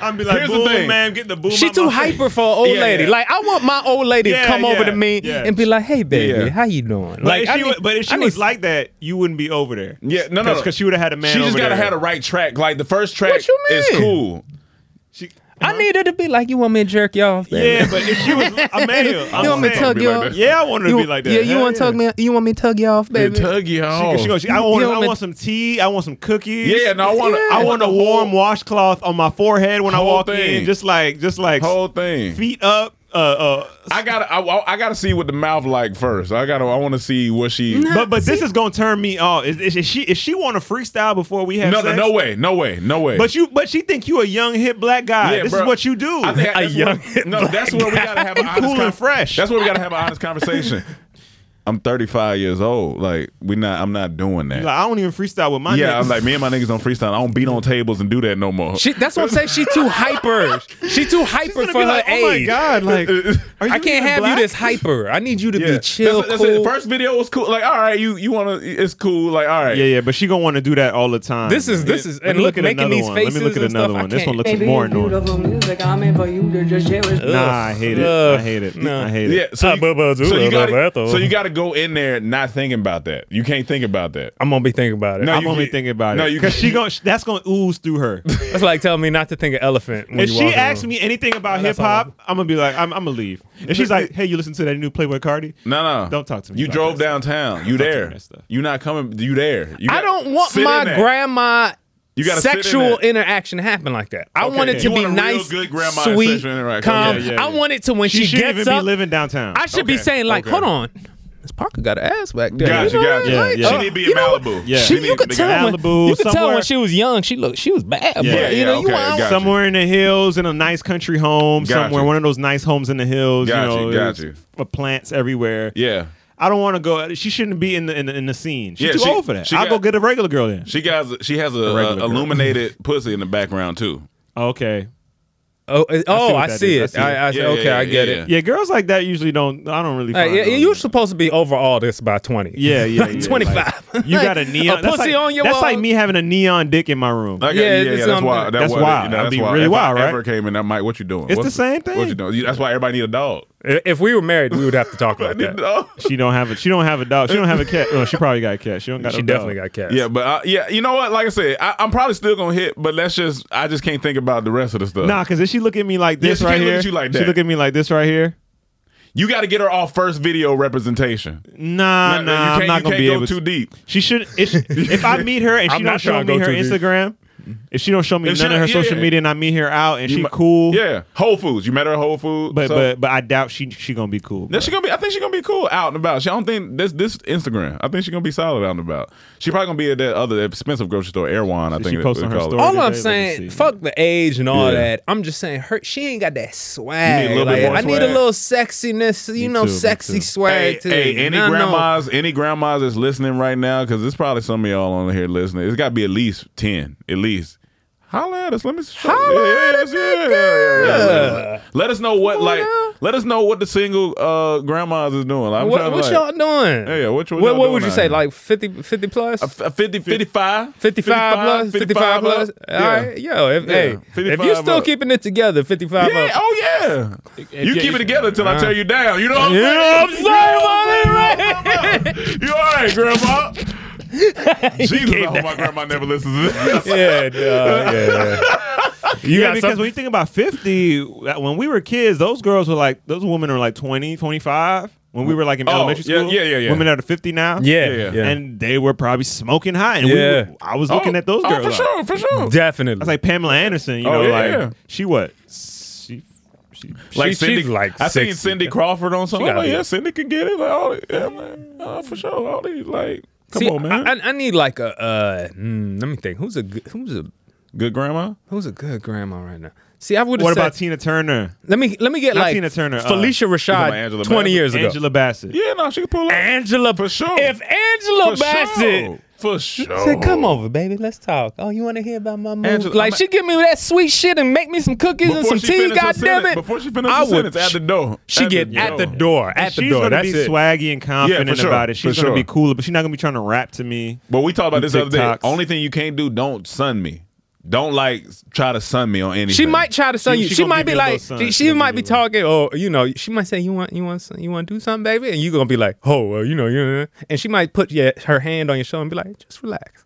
Speaker 3: I'm be like,
Speaker 2: Here's the
Speaker 3: boom,
Speaker 2: thing.
Speaker 3: ma'am, get the boom.
Speaker 1: She
Speaker 3: out
Speaker 1: too
Speaker 3: my face."
Speaker 1: hyper for an old
Speaker 3: Yeah,
Speaker 1: lady.
Speaker 3: yeah.
Speaker 1: Like I want my old lady
Speaker 3: Yeah,
Speaker 1: to come over
Speaker 3: yeah,
Speaker 1: to me
Speaker 3: yeah.
Speaker 1: and be like, "Hey, baby,
Speaker 2: Yeah.
Speaker 1: how you doing?"
Speaker 3: But
Speaker 1: like,
Speaker 3: if
Speaker 1: I
Speaker 3: she,
Speaker 1: need-
Speaker 3: wa- but if she
Speaker 1: I need-
Speaker 3: was like that, you wouldn't be over there.
Speaker 2: Yeah, no, no,
Speaker 3: because she would have had a man.
Speaker 2: She just
Speaker 3: over
Speaker 2: gotta
Speaker 3: there.
Speaker 2: have the right track. Like the first track
Speaker 1: What you
Speaker 2: is
Speaker 1: mean?
Speaker 2: cool.
Speaker 1: I need her to be like, "You want me to jerk you off?" baby?"
Speaker 3: Yeah, but if
Speaker 1: *laughs*
Speaker 3: she was a man, I'm
Speaker 1: you want me to
Speaker 3: saying,
Speaker 1: tug
Speaker 3: be
Speaker 1: you
Speaker 3: like
Speaker 1: off?
Speaker 3: that. Yeah, I want her to be like that.
Speaker 1: Yeah, you
Speaker 3: Hell
Speaker 1: want to tug me? You want me to tug you off, baby?
Speaker 2: Tug you
Speaker 1: oh.
Speaker 3: She, she goes, she- I
Speaker 1: You
Speaker 3: want,
Speaker 1: know
Speaker 3: I
Speaker 1: what-
Speaker 3: want some tea. I want some cookies.
Speaker 2: Yeah, no, I want.
Speaker 3: I
Speaker 2: I
Speaker 3: want a warm washcloth on my forehead when I
Speaker 2: Whole
Speaker 3: walk
Speaker 2: thing.
Speaker 3: in, just like, just like
Speaker 2: whole thing.
Speaker 3: feet up. Uh, uh,
Speaker 2: I gotta. I, I- I gotta see what the mouth like first. I gotta. I want to see what she. No,
Speaker 3: but but this is gonna turn me off. oh, Is, is, is she is she want to freestyle before we have
Speaker 2: no, no,
Speaker 3: sex?
Speaker 2: way, no way, no way.
Speaker 3: But you but she think you a young hip black guy.
Speaker 2: Yeah,
Speaker 3: this
Speaker 2: bro.
Speaker 3: is what you do.
Speaker 2: I
Speaker 1: *laughs*
Speaker 2: think that's
Speaker 1: young
Speaker 2: Where, no, that's where we gotta have an *laughs* honest
Speaker 3: *laughs* cool
Speaker 2: con-
Speaker 3: and fresh.
Speaker 2: That's where we gotta have an honest conversation. I'm 35 years old. Like we not. I'm not doing that.
Speaker 3: like, *laughs* I don't even freestyle with my
Speaker 2: yeah,
Speaker 3: niggas.
Speaker 2: I'm like me and my niggas don't freestyle. I don't beat on tables and do that no more.
Speaker 1: She,
Speaker 2: *laughs*
Speaker 1: that's what I'm saying. She too
Speaker 11: *laughs*
Speaker 1: hyper. She too hyper
Speaker 3: gonna
Speaker 1: for
Speaker 3: be
Speaker 1: her
Speaker 3: like,
Speaker 1: age.
Speaker 3: oh my
Speaker 2: *laughs*
Speaker 3: god, like are you
Speaker 1: I can't
Speaker 3: even
Speaker 1: have
Speaker 3: black?
Speaker 1: you this
Speaker 3: *laughs*
Speaker 1: hyper. I need you to be
Speaker 2: Yeah.
Speaker 1: chill,
Speaker 2: That's- that's it.
Speaker 1: cool.
Speaker 2: First video was cool. Like, all right, you you want to? It's cool. Like, all right.
Speaker 3: Yeah, yeah, but she gonna want to do that all the time.
Speaker 1: This is- this is-
Speaker 3: Let me
Speaker 1: and look,
Speaker 3: at
Speaker 1: making
Speaker 3: another
Speaker 1: these
Speaker 3: one. Let me look
Speaker 1: faces
Speaker 3: at
Speaker 1: and
Speaker 3: another
Speaker 1: stuff, I
Speaker 3: one. This one
Speaker 1: can't.
Speaker 3: looks
Speaker 9: Baby,
Speaker 3: more
Speaker 9: it's
Speaker 3: annoying.
Speaker 9: beautiful music. I'm in for you to just share it.
Speaker 3: Nah, I hate it. I hate it. I hate it.
Speaker 2: Yeah, so you, so you
Speaker 1: about
Speaker 2: gotta,
Speaker 1: that, though.
Speaker 2: so you gotta go in there not thinking about that. You can't think about that.
Speaker 1: I'm gonna be thinking about it.
Speaker 2: No,
Speaker 1: I'm-
Speaker 3: I'm
Speaker 2: you
Speaker 3: only
Speaker 2: can't-
Speaker 3: thinking about
Speaker 2: no,
Speaker 3: it.
Speaker 2: you
Speaker 3: because she
Speaker 2: can't-
Speaker 3: going that's gonna ooze through her.
Speaker 1: That's like telling me not to think of elephant. When
Speaker 3: If
Speaker 1: you
Speaker 3: she
Speaker 1: walk in the
Speaker 3: asks
Speaker 1: room.
Speaker 3: me anything about hip hop, I'm gonna be like, I'm, I'm gonna leave. If she's like, Hey, you listen to that new Playboy Cardi?
Speaker 2: No, no.
Speaker 3: Don't talk to me
Speaker 2: You
Speaker 3: about
Speaker 2: drove
Speaker 3: that
Speaker 2: downtown. You
Speaker 3: Don't talk to me
Speaker 2: there.
Speaker 3: about that stuff.
Speaker 2: You not coming. You there. You got-
Speaker 1: I don't want
Speaker 2: sit in
Speaker 1: my
Speaker 2: that.
Speaker 1: grandma
Speaker 2: You gotta sit in
Speaker 1: sexual
Speaker 2: that.
Speaker 1: interaction to happen like that. I
Speaker 2: Okay.
Speaker 1: want it to
Speaker 2: You
Speaker 1: be
Speaker 2: want a real
Speaker 1: nice,
Speaker 2: good grandma
Speaker 1: sweet,
Speaker 2: sexual interaction.
Speaker 1: calm.
Speaker 2: Okay.
Speaker 3: Yeah, yeah,
Speaker 1: I
Speaker 3: yeah.
Speaker 1: want it to when
Speaker 3: She,
Speaker 1: she,
Speaker 3: shouldn't
Speaker 1: gets
Speaker 3: even
Speaker 1: up.
Speaker 3: be living downtown.
Speaker 1: I should be
Speaker 2: Okay,
Speaker 1: saying like,
Speaker 2: okay.
Speaker 1: hold on, Miss Parker got an ass back there.
Speaker 2: Got you,
Speaker 1: know?
Speaker 2: got you.
Speaker 3: Yeah, yeah.
Speaker 2: She need to be in Malibu.
Speaker 3: Yeah.
Speaker 1: uh, She,
Speaker 2: She need
Speaker 1: you
Speaker 2: to
Speaker 1: could
Speaker 2: be
Speaker 1: tell when
Speaker 3: Malibu,
Speaker 1: you could tell
Speaker 3: somewhere.
Speaker 1: when she was young. She looked, she was bad.
Speaker 3: Yeah,
Speaker 1: but, you
Speaker 2: yeah,
Speaker 1: know, you
Speaker 2: okay,
Speaker 1: want
Speaker 2: got you.
Speaker 3: somewhere in the hills in a nice country home
Speaker 2: Got
Speaker 3: somewhere
Speaker 2: you.
Speaker 3: one of those nice homes in the hills
Speaker 2: Got
Speaker 3: you know
Speaker 2: you, got
Speaker 3: there's
Speaker 2: you.
Speaker 3: f- plants everywhere
Speaker 2: Yeah.
Speaker 3: i don't want to go she shouldn't be in the in the, in the scene she's
Speaker 2: Yeah,
Speaker 3: too
Speaker 2: she-
Speaker 3: old for that
Speaker 2: she
Speaker 3: i'll
Speaker 2: got-
Speaker 3: go get a regular girl then
Speaker 2: She got. She has a,
Speaker 3: regular
Speaker 2: uh *laughs*
Speaker 3: girl.
Speaker 2: illuminated pussy in the background too.
Speaker 3: okay
Speaker 1: Oh, it- oh,
Speaker 3: what
Speaker 1: I
Speaker 3: that
Speaker 1: see
Speaker 3: is.
Speaker 1: it. I, I
Speaker 3: see
Speaker 1: see. okay, I get it.
Speaker 3: Yeah, girls like that usually don't. I don't really.
Speaker 1: Like,
Speaker 3: Find
Speaker 1: yeah,
Speaker 3: those.
Speaker 1: you're supposed to be over all this by *laughs* twenty.
Speaker 3: Yeah, yeah, yeah.
Speaker 1: 25.
Speaker 3: Like, you got a
Speaker 1: A
Speaker 3: neon. that's
Speaker 1: pussy
Speaker 3: like,
Speaker 1: on your
Speaker 3: That's
Speaker 1: wall.
Speaker 3: like me having a neon dick in my room.
Speaker 2: Like, yeah, yeah, that's why. That
Speaker 3: that's
Speaker 2: why,
Speaker 3: wild.
Speaker 2: You know,
Speaker 3: That'd
Speaker 2: that's
Speaker 3: be
Speaker 2: why.
Speaker 3: really
Speaker 2: if
Speaker 3: wild,
Speaker 2: I
Speaker 3: right?
Speaker 2: Ever came in, I'm like, what you doing?
Speaker 3: It's
Speaker 2: What's-
Speaker 3: the same thing.
Speaker 2: What you doing? You- That's why everybody need a dog.
Speaker 1: If we were married, we would have
Speaker 3: *laughs*
Speaker 1: to talk about that.
Speaker 3: she don't have a. She don't have a dog. She don't have a cat. Oh, she probably got a cat. She don't got.
Speaker 1: She
Speaker 3: no
Speaker 1: definitely
Speaker 3: dog.
Speaker 1: got cats.
Speaker 2: Yeah, but I, yeah, you know what? Like I said, I, I'm probably still gonna hit, but let's just. I just can't think about the rest of the stuff.
Speaker 3: Nah, because if she look at me like
Speaker 2: Yeah,
Speaker 3: this
Speaker 2: she
Speaker 3: right
Speaker 2: can't look
Speaker 3: here,
Speaker 2: at you like
Speaker 3: she
Speaker 2: that.
Speaker 3: look at me like this right here.
Speaker 2: you got to get her off first video representation.
Speaker 3: Nah, nah,
Speaker 2: No, no, you can't-
Speaker 3: I'm not
Speaker 2: you
Speaker 3: gonna
Speaker 2: can't
Speaker 3: be
Speaker 2: go
Speaker 3: able
Speaker 2: too
Speaker 3: to.
Speaker 2: deep.
Speaker 3: She should. If, if I meet her and
Speaker 2: I'm
Speaker 3: she
Speaker 2: not
Speaker 3: don't show
Speaker 2: trying to
Speaker 3: me
Speaker 2: go
Speaker 3: her
Speaker 2: too deep.
Speaker 3: Instagram, if she don't show me
Speaker 2: If she
Speaker 3: none of her
Speaker 2: not- yeah,
Speaker 3: social
Speaker 2: yeah.
Speaker 3: media and I meet her out and
Speaker 2: You
Speaker 3: she
Speaker 2: mi-
Speaker 3: cool,
Speaker 2: Yeah, Whole Foods. You met her at Whole Foods,
Speaker 3: but
Speaker 2: so-
Speaker 3: but but I doubt she she gonna be
Speaker 2: *laughs*
Speaker 3: cool.
Speaker 2: Then she gonna be. I think she gonna be cool out and about. She I don't think this this Instagram. I think she gonna be solid out and about. She probably gonna be at that other expensive grocery store, Erewhon. I think
Speaker 3: she
Speaker 2: they-
Speaker 3: posts
Speaker 2: they
Speaker 3: on her
Speaker 2: call it.
Speaker 3: story
Speaker 1: All I'm saying, fuck the age and all
Speaker 2: Yeah.
Speaker 1: that. I'm just saying, her she ain't got that swag.
Speaker 2: You need a little bit
Speaker 1: Like,
Speaker 2: more
Speaker 1: I need
Speaker 2: swag.
Speaker 1: a little sexiness, you know,
Speaker 2: too, me
Speaker 1: sexy swag.
Speaker 2: Hey,
Speaker 1: too.
Speaker 2: hey, any
Speaker 1: No, no.
Speaker 2: grandmas, any grandmas that's listening right now, because there's probably some of y'all on here listening. It's got to be at least ten, at least. Holla at us. Let me show yeah, yes, yeah, yeah, yeah, yeah, yeah. Let us know what like. Let us know what the single uh, grandmas is doing. I'm
Speaker 1: What,
Speaker 2: trying to,
Speaker 1: what
Speaker 2: like-
Speaker 1: y'all doing?
Speaker 2: Yeah, yeah, what,
Speaker 1: what,
Speaker 2: what, y'all
Speaker 1: what
Speaker 2: doing
Speaker 1: would you
Speaker 2: out
Speaker 1: say?
Speaker 2: here?
Speaker 1: Like 50, 50 plus?
Speaker 2: A 50, 55,
Speaker 1: 55 plus? 55 plus?
Speaker 2: Yeah.
Speaker 1: All right. Yo, if,
Speaker 2: Yeah.
Speaker 1: hey, if
Speaker 2: 55
Speaker 1: you still
Speaker 2: up.
Speaker 1: keeping it together, 55
Speaker 2: Yeah,
Speaker 1: up.
Speaker 2: oh yeah. you
Speaker 1: yeah,
Speaker 2: keep
Speaker 1: you-
Speaker 2: it together until I
Speaker 1: Uh.
Speaker 2: tear you down. You know what I'm
Speaker 1: You
Speaker 2: saying?
Speaker 1: know what
Speaker 2: I'm saying? You all right, *laughs* grandma? Jesus, I hope my grandma never listens to *laughs* this.
Speaker 1: yeah, dog,
Speaker 3: *laughs*
Speaker 1: yeah.
Speaker 3: You yeah,
Speaker 1: got
Speaker 3: because
Speaker 1: some-
Speaker 3: when you think about 50, that- when we were kids, those girls were like, those women are like 20, 25. When we were like in
Speaker 2: Oh,
Speaker 3: elementary
Speaker 2: yeah,
Speaker 3: school,
Speaker 2: yeah, yeah, yeah.
Speaker 3: women that are 50 now.
Speaker 1: Yeah, Yeah, yeah.
Speaker 3: And they were probably smoking hot. And we
Speaker 1: Yeah.
Speaker 3: were- I was looking
Speaker 2: Oh,
Speaker 3: at those
Speaker 2: oh,
Speaker 3: girls.
Speaker 2: for
Speaker 3: like-
Speaker 2: sure, for sure.
Speaker 3: I
Speaker 1: Definitely.
Speaker 3: was like Pamela Anderson, you
Speaker 2: Oh,
Speaker 3: know,
Speaker 2: yeah,
Speaker 3: like,
Speaker 2: yeah.
Speaker 3: she what? She, she,
Speaker 2: Like
Speaker 1: She-
Speaker 2: Cindy,
Speaker 1: she's like
Speaker 2: I seen
Speaker 1: 60.
Speaker 2: Cindy Crawford on something.
Speaker 1: She
Speaker 2: I'm
Speaker 1: gotta
Speaker 2: like,
Speaker 1: be-
Speaker 2: yeah, Cindy can get it. Like, all, yeah, man, uh, for sure. All these, like, come
Speaker 1: See,
Speaker 2: on, man.
Speaker 1: I, I- I need like a, uh, mm, let me think. Who's a good, who's a,
Speaker 2: Good grandma.
Speaker 1: who's a good grandma right now? See, I would
Speaker 3: what
Speaker 1: have
Speaker 3: about Tina Turner?
Speaker 1: Let me let me get
Speaker 3: Not
Speaker 1: like
Speaker 3: Tina Turner, uh,
Speaker 1: Felicia
Speaker 2: talking about
Speaker 1: Rashad
Speaker 2: Angela
Speaker 1: 20
Speaker 2: Bassett?
Speaker 1: years ago.
Speaker 3: Angela Bassett.
Speaker 2: Yeah, no, she can pull up.
Speaker 1: Angela
Speaker 2: for sure.
Speaker 1: If
Speaker 2: for
Speaker 1: Angela Bassett
Speaker 2: sure. For sure.
Speaker 1: said, "Come over, baby, let's talk." Oh, you want to hear about my move?
Speaker 2: Angela-
Speaker 1: like
Speaker 2: I'm-
Speaker 1: she give me that sweet shit and make me some cookies and some
Speaker 2: she
Speaker 1: tea.
Speaker 2: finished her
Speaker 1: God damn
Speaker 2: sentence-
Speaker 1: it!
Speaker 2: Before she finished
Speaker 1: I
Speaker 2: her
Speaker 1: would-
Speaker 2: sentence, at the door.
Speaker 1: She
Speaker 2: At
Speaker 1: get at the door, at the
Speaker 3: she's
Speaker 1: door.
Speaker 3: gonna
Speaker 1: That's
Speaker 3: be
Speaker 1: it.
Speaker 3: swaggy and confident
Speaker 2: sure,
Speaker 3: about it. She's
Speaker 2: for
Speaker 3: gonna be
Speaker 2: sure.
Speaker 3: cooler, but she's not gonna be trying to rap to me.
Speaker 2: But we talked about
Speaker 3: Do
Speaker 2: this the other day. Oh,
Speaker 3: TikToks.
Speaker 2: Only thing you can't do, don't sun me. Don't like try to sun me on anything.
Speaker 1: She might try to sell
Speaker 3: She-
Speaker 1: you.
Speaker 3: she
Speaker 1: She,
Speaker 3: gonna
Speaker 1: might
Speaker 3: give
Speaker 1: be
Speaker 3: you a little
Speaker 1: like,
Speaker 3: sun.
Speaker 1: she,
Speaker 3: She
Speaker 1: she
Speaker 3: gonna
Speaker 1: might
Speaker 3: give
Speaker 1: be
Speaker 3: you a
Speaker 1: talking, or you know, she might say, "You want, you want, some- you want to do something, baby," and you gonna be like, "Oh, well, you know, you know," and she might put your, her hand on your shoulder and be like, "Just relax."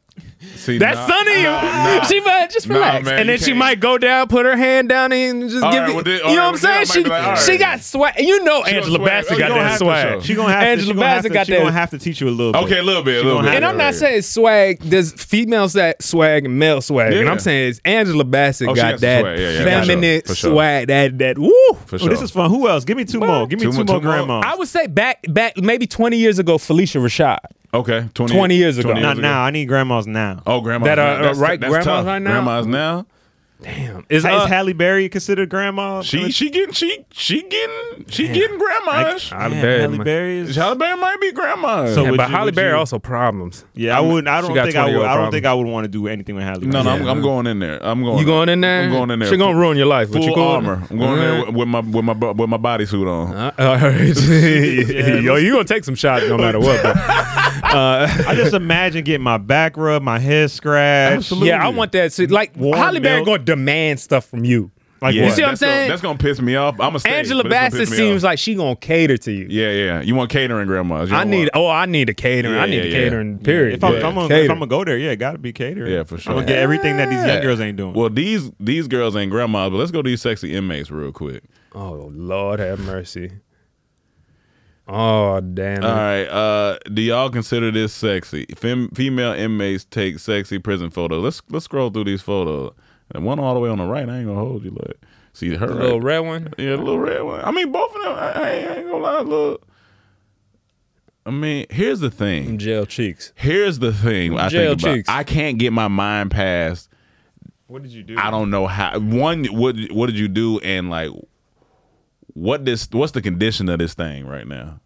Speaker 2: See,
Speaker 1: That's
Speaker 2: nah,
Speaker 1: sunny.
Speaker 2: nah, nah.
Speaker 1: *laughs* She might just
Speaker 2: Nah,
Speaker 1: relax,
Speaker 2: man,
Speaker 1: and
Speaker 2: you
Speaker 1: then she
Speaker 2: can't.
Speaker 1: might go down, put her hand down, and just
Speaker 2: All
Speaker 1: give
Speaker 2: right,
Speaker 1: it.
Speaker 2: well, then-
Speaker 1: you
Speaker 2: all
Speaker 1: know
Speaker 2: right,
Speaker 1: what I'm
Speaker 2: well, then I
Speaker 1: saying? She
Speaker 2: might be like, all right.
Speaker 1: she got swag. You
Speaker 2: She
Speaker 1: know,
Speaker 2: gonna
Speaker 1: Angela
Speaker 2: swag.
Speaker 1: Bassett
Speaker 2: Oh, you
Speaker 1: got
Speaker 2: gonna have
Speaker 1: that
Speaker 2: to
Speaker 1: swag.
Speaker 2: show.
Speaker 3: She gonna have
Speaker 1: Angela
Speaker 3: to, she gonna have
Speaker 1: Bassett
Speaker 3: to-
Speaker 1: got
Speaker 3: she gonna
Speaker 1: that-
Speaker 3: have to teach you a little bit.
Speaker 2: Okay, a little bit, a
Speaker 3: She
Speaker 2: little
Speaker 3: gonna
Speaker 2: bit.
Speaker 1: And
Speaker 3: have to.
Speaker 1: I'm not saying swag. There's female sa- swag and male swag, and
Speaker 2: Yeah.
Speaker 1: I'm saying it's Angela Bassett
Speaker 2: Oh, she got
Speaker 1: got
Speaker 2: some
Speaker 1: that
Speaker 2: swag. Yeah, yeah, for
Speaker 1: feminine
Speaker 2: sure, for sure.
Speaker 1: swag. That that woo.
Speaker 2: for
Speaker 3: Oh,
Speaker 2: sure.
Speaker 3: this is fun. Who else? Give me two more. Give me
Speaker 2: Two
Speaker 3: two,
Speaker 2: more-
Speaker 3: more
Speaker 2: two more.
Speaker 3: grandmas.
Speaker 1: I would say back back maybe 20 years ago, Felicia Rashad.
Speaker 2: okay. 20,
Speaker 1: 20 years ago.
Speaker 3: Not now. I need grandmas now.
Speaker 2: Oh, grandma's
Speaker 1: That
Speaker 2: now.
Speaker 1: are-
Speaker 2: That's-
Speaker 1: are right-
Speaker 2: that's
Speaker 1: grandmas
Speaker 2: tough.
Speaker 1: right now?
Speaker 2: Grandma's now.
Speaker 1: Damn, is,
Speaker 3: Is, is
Speaker 1: uh,
Speaker 3: Halle Berry considered grandma?
Speaker 2: She she getting she she getting she getting grandma's.
Speaker 1: Halle
Speaker 3: Man,
Speaker 1: Berry?
Speaker 3: Halle
Speaker 1: might-
Speaker 3: Berry is.
Speaker 2: Halle Berry might be grandma's.
Speaker 3: So
Speaker 1: Yeah,
Speaker 3: would
Speaker 1: but
Speaker 3: you-
Speaker 1: Holly
Speaker 3: would
Speaker 1: Berry
Speaker 3: you-
Speaker 1: also problems.
Speaker 3: Yeah, I wouldn't. I
Speaker 1: She
Speaker 3: don't
Speaker 1: got
Speaker 3: think I would.
Speaker 1: 20-year-old
Speaker 3: I don't
Speaker 1: problem.
Speaker 3: think I would want to do anything with Halle. Berry.
Speaker 2: no, no, I'm,
Speaker 1: Yeah.
Speaker 2: I'm going in there. I'm going.
Speaker 1: You going in there?
Speaker 2: I'm going in there.
Speaker 1: She gonna ruin your life. but
Speaker 2: Full
Speaker 1: you going-
Speaker 2: armor. I'm going in there with, with my with my bu- with my bodysuit on.
Speaker 1: Uh, *laughs*
Speaker 2: *laughs*
Speaker 1: all right. Yo, you gonna take some shots no matter what.
Speaker 3: *laughs*
Speaker 1: But, uh,
Speaker 3: I just imagine getting my back rubbed, my head scratched.
Speaker 2: Absolutely.
Speaker 1: yeah, I want that. To, like
Speaker 3: Warm
Speaker 1: Holly Berry
Speaker 3: milk.
Speaker 1: gonna demand stuff from you.
Speaker 3: Like
Speaker 1: you
Speaker 3: what?
Speaker 1: see what I'm
Speaker 2: That's gonna-
Speaker 1: saying?
Speaker 2: that's gonna piss me off. I'm a
Speaker 1: Angela Bassett seems like she gonna cater to you.
Speaker 2: Yeah, yeah. You want catering grandmas? You
Speaker 1: I
Speaker 2: don't
Speaker 1: need.
Speaker 2: want-
Speaker 1: Oh, I need a catering.
Speaker 2: Yeah,
Speaker 1: I need
Speaker 2: yeah,
Speaker 1: a
Speaker 2: yeah.
Speaker 1: catering. Period.
Speaker 3: If I'm,
Speaker 1: Yeah.
Speaker 3: I'm gonna, if
Speaker 1: Catering.
Speaker 3: I'm gonna go there, yeah, it gotta be catering.
Speaker 2: Yeah, for sure.
Speaker 3: I'm gonna get everything that these young
Speaker 1: Yeah.
Speaker 3: girls ain't doing.
Speaker 2: Well, these these girls ain't grandmas, but let's go to these sexy inmates real quick.
Speaker 1: Oh Lord have mercy. Oh damn. it.
Speaker 2: All right, uh, do y'all consider this sexy? Fem- female inmates take sexy prison photos. Let's let's scroll through these photos. And one all the way on the right. I ain't gonna hold you. Like, see her
Speaker 1: The
Speaker 2: right-
Speaker 1: little red one.
Speaker 2: Yeah, the little red one. I mean, both of them. I, I ain't- I ain't gonna lie. Look, I mean, here's the thing.
Speaker 1: Jail cheeks.
Speaker 2: Here's the thing. I
Speaker 1: Jail
Speaker 2: think about.
Speaker 1: cheeks.
Speaker 2: I can't get my mind past.
Speaker 3: what did you do?
Speaker 2: I don't know how. One, what what did you do, and like, what this? What's the condition of this thing right now?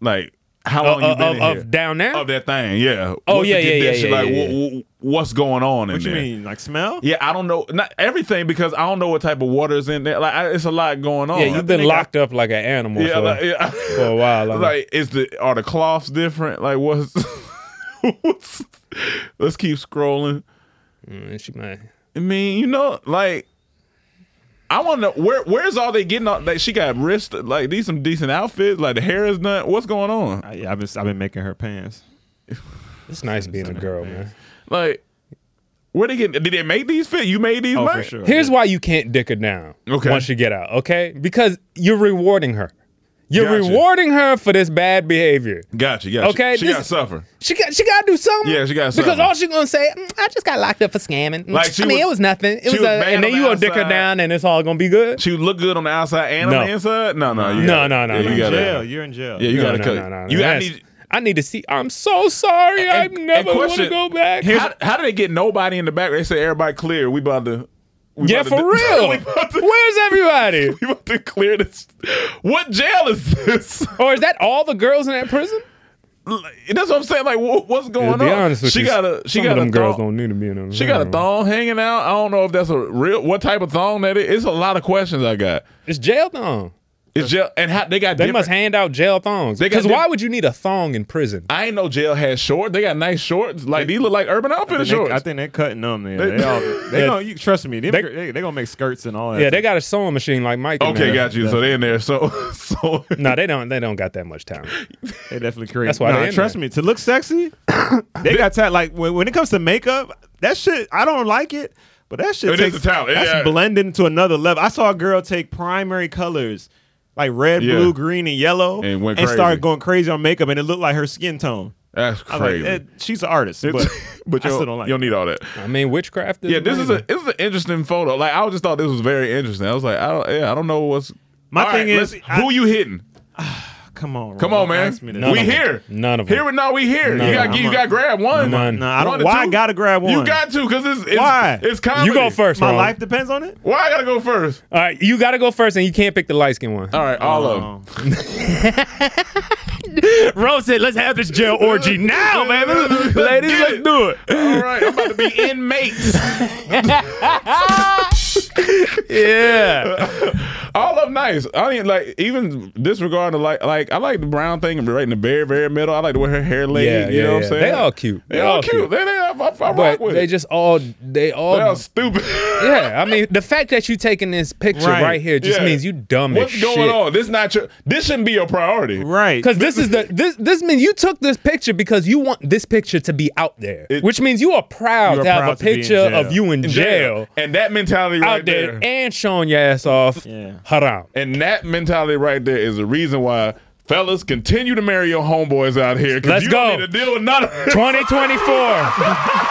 Speaker 2: Like, how long
Speaker 1: Uh,
Speaker 2: you been
Speaker 1: of,
Speaker 2: in
Speaker 1: of
Speaker 2: here?
Speaker 1: down there.
Speaker 2: of that thing? Yeah.
Speaker 1: Oh,
Speaker 2: What's
Speaker 1: yeah,
Speaker 2: the
Speaker 1: Oh, yeah, yeah,
Speaker 2: condition?
Speaker 1: yeah,
Speaker 2: Like,
Speaker 1: yeah,
Speaker 2: wh- wh- what's going on in
Speaker 3: What you
Speaker 2: there.
Speaker 3: mean, like smell?
Speaker 2: Yeah, I don't know. Not everything because I don't know what type of water is in there. Like, I, it's a lot going on.
Speaker 1: Yeah, you've been locked up like an animal
Speaker 2: Yeah,
Speaker 1: for,
Speaker 2: like, yeah.
Speaker 1: for
Speaker 2: *laughs*
Speaker 1: a while.
Speaker 2: Like, is the are the cloths different? Like, what's? *laughs* what's let's keep scrolling.
Speaker 1: Mm, she might.
Speaker 2: I mean, you know, like. I want to know where where's all they getting on? Like she got wrist like these some decent outfits. Like the hair is done. What's going on?
Speaker 3: I, yeah, I've been I've been making her pants.
Speaker 1: It's nice being a girl, man.
Speaker 2: Like where they getting? Did they make these fit? You made
Speaker 3: Oh,
Speaker 2: these? man?
Speaker 1: Oh, Here's why you can't dick her down.
Speaker 2: Okay.
Speaker 1: Once you get out, okay? Because you're rewarding her. You're
Speaker 2: Gotcha.
Speaker 1: rewarding her for this bad behavior.
Speaker 2: Gotcha. Gotcha.
Speaker 1: Okay,
Speaker 2: She
Speaker 1: this-
Speaker 2: got to suffer.
Speaker 1: She got she got to do something.
Speaker 2: Yeah, she got to
Speaker 1: Because
Speaker 2: suffer.
Speaker 1: all she gonna say, "Mm, I just got locked up for scamming. Mm,
Speaker 2: Like, she
Speaker 1: I mean,
Speaker 2: was-
Speaker 1: it was nothing. It
Speaker 2: she
Speaker 1: was,
Speaker 2: was
Speaker 1: a,
Speaker 2: bad on
Speaker 1: and then
Speaker 2: the
Speaker 1: you gonna dick her
Speaker 2: outside.
Speaker 1: down, and it's all gonna be good.
Speaker 2: She look good on the outside and on
Speaker 1: No.
Speaker 2: the inside. No, no, you
Speaker 1: No,
Speaker 2: gotta-
Speaker 1: no, no,
Speaker 2: Uh, yeah,
Speaker 1: no.
Speaker 2: You gotta,
Speaker 3: Jail, you're in jail.
Speaker 2: Yeah, you
Speaker 1: No,
Speaker 2: gotta
Speaker 1: no,
Speaker 2: cut.
Speaker 1: no, no, no.
Speaker 2: You I
Speaker 1: That's-
Speaker 2: need.
Speaker 1: I need to see. I'm so sorry. I never want to
Speaker 2: question-
Speaker 1: go back.
Speaker 2: How, how do they get nobody in the back? They say everybody clear. We about to. *laughs* We
Speaker 1: yeah,
Speaker 2: about
Speaker 1: for
Speaker 2: to,
Speaker 1: real.
Speaker 2: we about to,
Speaker 1: Where's everybody?
Speaker 2: *laughs* we about to clear this. What jail is this?
Speaker 1: Or is that all the girls
Speaker 2: *laughs*
Speaker 1: in that prison?
Speaker 2: That's what I'm saying. Like, wha- what's going
Speaker 1: to be
Speaker 2: on?
Speaker 1: honest with
Speaker 2: she
Speaker 1: you,
Speaker 2: got a. She
Speaker 1: some
Speaker 2: got
Speaker 1: of them
Speaker 2: a
Speaker 1: girls
Speaker 2: thong.
Speaker 1: don't need to be in them.
Speaker 2: She got a thong hanging out. I don't know if that's a real. What type of thong that is? It's a lot of questions I got.
Speaker 1: It's jail thong.
Speaker 2: It's jail, and how they got.
Speaker 1: They
Speaker 2: different-
Speaker 1: must hand out jail thongs.
Speaker 2: They got
Speaker 1: Because why
Speaker 2: diff-
Speaker 1: would you need a thong in prison?
Speaker 2: I ain't know jail had short. They got nice shorts. Like these look like Urban Outfitters
Speaker 3: They-
Speaker 2: shorts.
Speaker 3: I think they're cutting them. They,
Speaker 2: They-
Speaker 3: they, all, they
Speaker 1: Yeah.
Speaker 3: don't, you, trust me, them,
Speaker 1: They-
Speaker 3: they, they, gonna make skirts and all that.
Speaker 1: Yeah, they got a sewing machine like Mike. in
Speaker 2: okay,
Speaker 1: there.
Speaker 2: got you. So they in there. So *laughs* so
Speaker 1: No, they don't. They don't got that much time.
Speaker 3: They definitely create.
Speaker 1: That's why
Speaker 3: Nah,
Speaker 1: they in
Speaker 3: trust
Speaker 1: there.
Speaker 3: me, to
Speaker 1: *coughs*
Speaker 3: look sexy, they got ta- like when, when it comes to makeup, that shit I don't like it, but that shit
Speaker 2: It is
Speaker 3: takes
Speaker 2: a talent.
Speaker 3: That's
Speaker 2: Yeah.
Speaker 3: blending to another level. I saw a girl take primary colors like red,
Speaker 2: Yeah.
Speaker 3: blue, green, and yellow,
Speaker 2: And went crazy.
Speaker 3: started going crazy on makeup, and it looked like her skin tone.
Speaker 2: that's
Speaker 3: I was
Speaker 2: crazy.
Speaker 3: like, eh, she's an
Speaker 2: *laughs*
Speaker 3: artist, but,
Speaker 2: but but
Speaker 3: I
Speaker 2: you
Speaker 3: still
Speaker 2: don't,
Speaker 3: don't like.
Speaker 2: you don't need all that.
Speaker 1: I mean, witchcraft. Is
Speaker 2: Yeah, this is a
Speaker 1: amazing.
Speaker 2: this is an interesting photo. Like I just thought this was very interesting. I was like, I don't yeah, I don't know what's
Speaker 3: My
Speaker 2: All
Speaker 3: thing
Speaker 2: right,
Speaker 3: is,
Speaker 2: let's-
Speaker 3: I-
Speaker 2: who you hitting?
Speaker 3: it. Come on,
Speaker 2: Come
Speaker 3: Ron,
Speaker 2: on,
Speaker 3: don't
Speaker 2: man.
Speaker 3: ask me
Speaker 1: None
Speaker 3: that.
Speaker 2: we
Speaker 1: of 'em.
Speaker 2: here.
Speaker 1: None of 'em.
Speaker 2: Here and now we here.
Speaker 1: None
Speaker 2: you
Speaker 1: of
Speaker 2: gotta
Speaker 1: 'em.
Speaker 2: get, you
Speaker 3: I'm a-
Speaker 2: gotta grab one.
Speaker 1: None.
Speaker 3: No, I
Speaker 2: One
Speaker 3: don't.
Speaker 2: or
Speaker 3: Why I
Speaker 2: two?
Speaker 3: gotta grab one?
Speaker 2: You got to because it's, it's
Speaker 3: Why?
Speaker 2: it's comedy.
Speaker 1: You go first,
Speaker 3: My
Speaker 1: Ron.
Speaker 3: life depends on it.
Speaker 2: Why I gotta go
Speaker 3: *laughs*
Speaker 2: first?
Speaker 1: All right, you got to go first, and you can't pick the light skin one.
Speaker 2: All right, all of 'em.
Speaker 3: Oh.
Speaker 1: *laughs* Rose said, "Let's have this jail orgy now,
Speaker 2: *laughs*
Speaker 1: man. Ladies, let's do it."
Speaker 2: All right, I'm about to be
Speaker 1: *laughs*
Speaker 2: inmates.
Speaker 1: Yeah.
Speaker 2: All of 'em nice. I mean, like even disregarding like like I like the brown thing right in the very very middle. I like the way her hair laid.
Speaker 1: Yeah,
Speaker 2: you
Speaker 1: yeah,
Speaker 2: know what
Speaker 1: yeah.
Speaker 2: I'm saying?
Speaker 1: They all cute.
Speaker 2: They, all cute. They, they I, I, I rock
Speaker 1: But
Speaker 2: with
Speaker 1: they
Speaker 2: it.
Speaker 1: just all they all
Speaker 2: They all stupid.
Speaker 1: *laughs* yeah. I mean, the fact that you taking this picture right,
Speaker 3: Right.
Speaker 1: here just
Speaker 2: Yeah.
Speaker 1: means you dumb
Speaker 2: What's
Speaker 1: as
Speaker 2: going
Speaker 1: shit.
Speaker 2: on? This not your. This shouldn't be your priority.
Speaker 3: Right.
Speaker 1: Because this is the this this means you took this picture because you want this picture to be out there,
Speaker 2: It-
Speaker 1: which means you are proud
Speaker 3: You are
Speaker 1: to have
Speaker 3: proud
Speaker 1: a
Speaker 3: to be in
Speaker 1: picture
Speaker 3: jail.
Speaker 1: of you in,
Speaker 2: In
Speaker 1: jail,
Speaker 2: And that mentality right
Speaker 1: out
Speaker 2: there.
Speaker 1: there, and showing your ass off.
Speaker 3: Yeah.
Speaker 1: Haram.
Speaker 2: And that mentality right there is the reason why fellas continue to marry your homeboys out here. 'cause
Speaker 1: Let's
Speaker 2: you don't
Speaker 1: go.
Speaker 2: need to deal with none of it.
Speaker 1: 2024.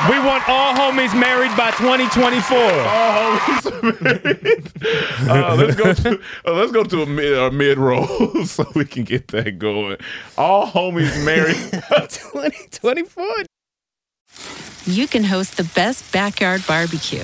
Speaker 1: we want all homies married by 2024.
Speaker 2: All homies married. *laughs* Uh, let's go to uh, let's go to a mid, a mid roll *laughs* so we can get that going. All homies married.
Speaker 1: 2024.
Speaker 12: you can host the best backyard barbecue.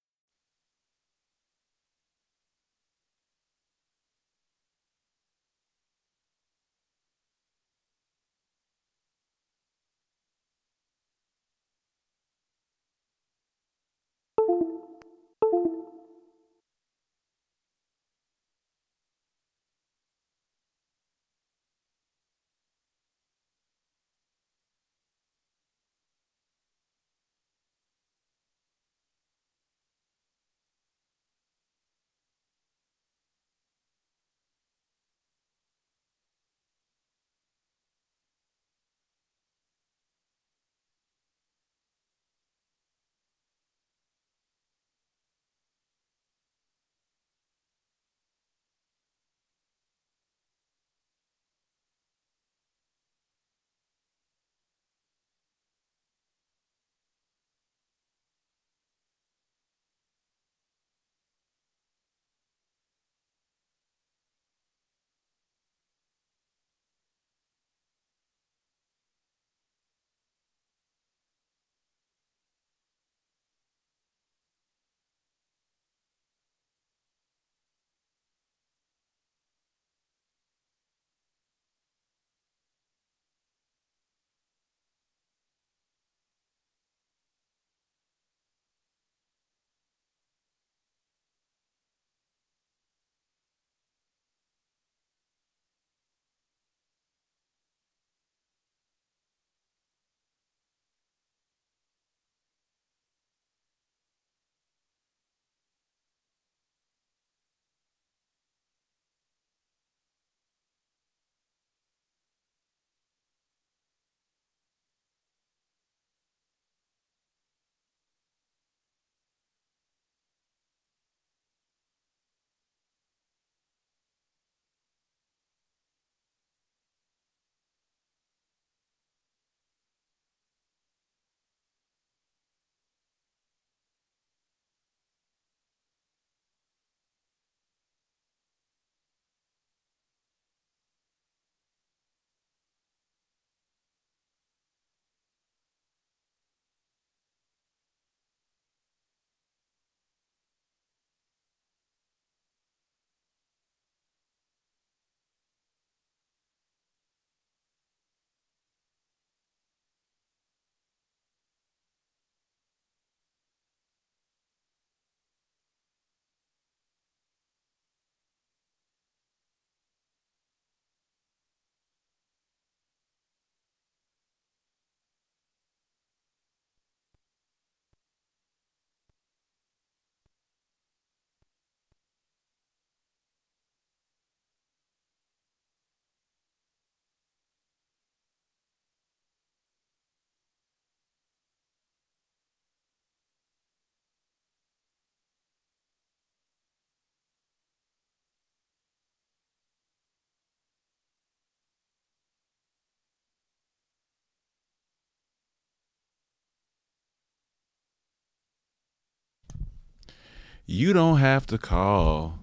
Speaker 2: You don't have to call.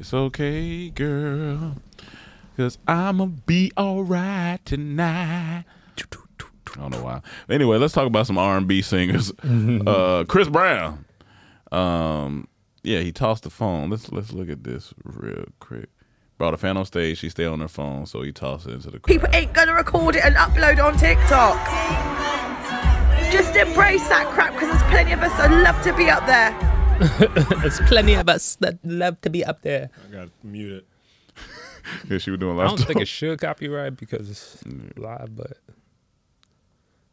Speaker 2: It's okay, girl. Cause I'ma be alright tonight. I don't know why. Anyway, let's talk about some R and B singers. uh, Chris Brown. Um, yeah, he tossed the phone. Let's let's look at this real quick. Brought a fan on stage. She stayed on her phone, so he tossed it into the. *laughs* crowd.
Speaker 13: People ain't gonna record it and upload on TikTok. Just embrace that crap because there's plenty of us that love to be up there.
Speaker 14: There's plenty of us that love to be up there.
Speaker 1: I got muted.
Speaker 2: Yeah, she was doing
Speaker 1: I
Speaker 2: live.
Speaker 1: don't think
Speaker 2: stuff.
Speaker 1: it should copyright because it's live, but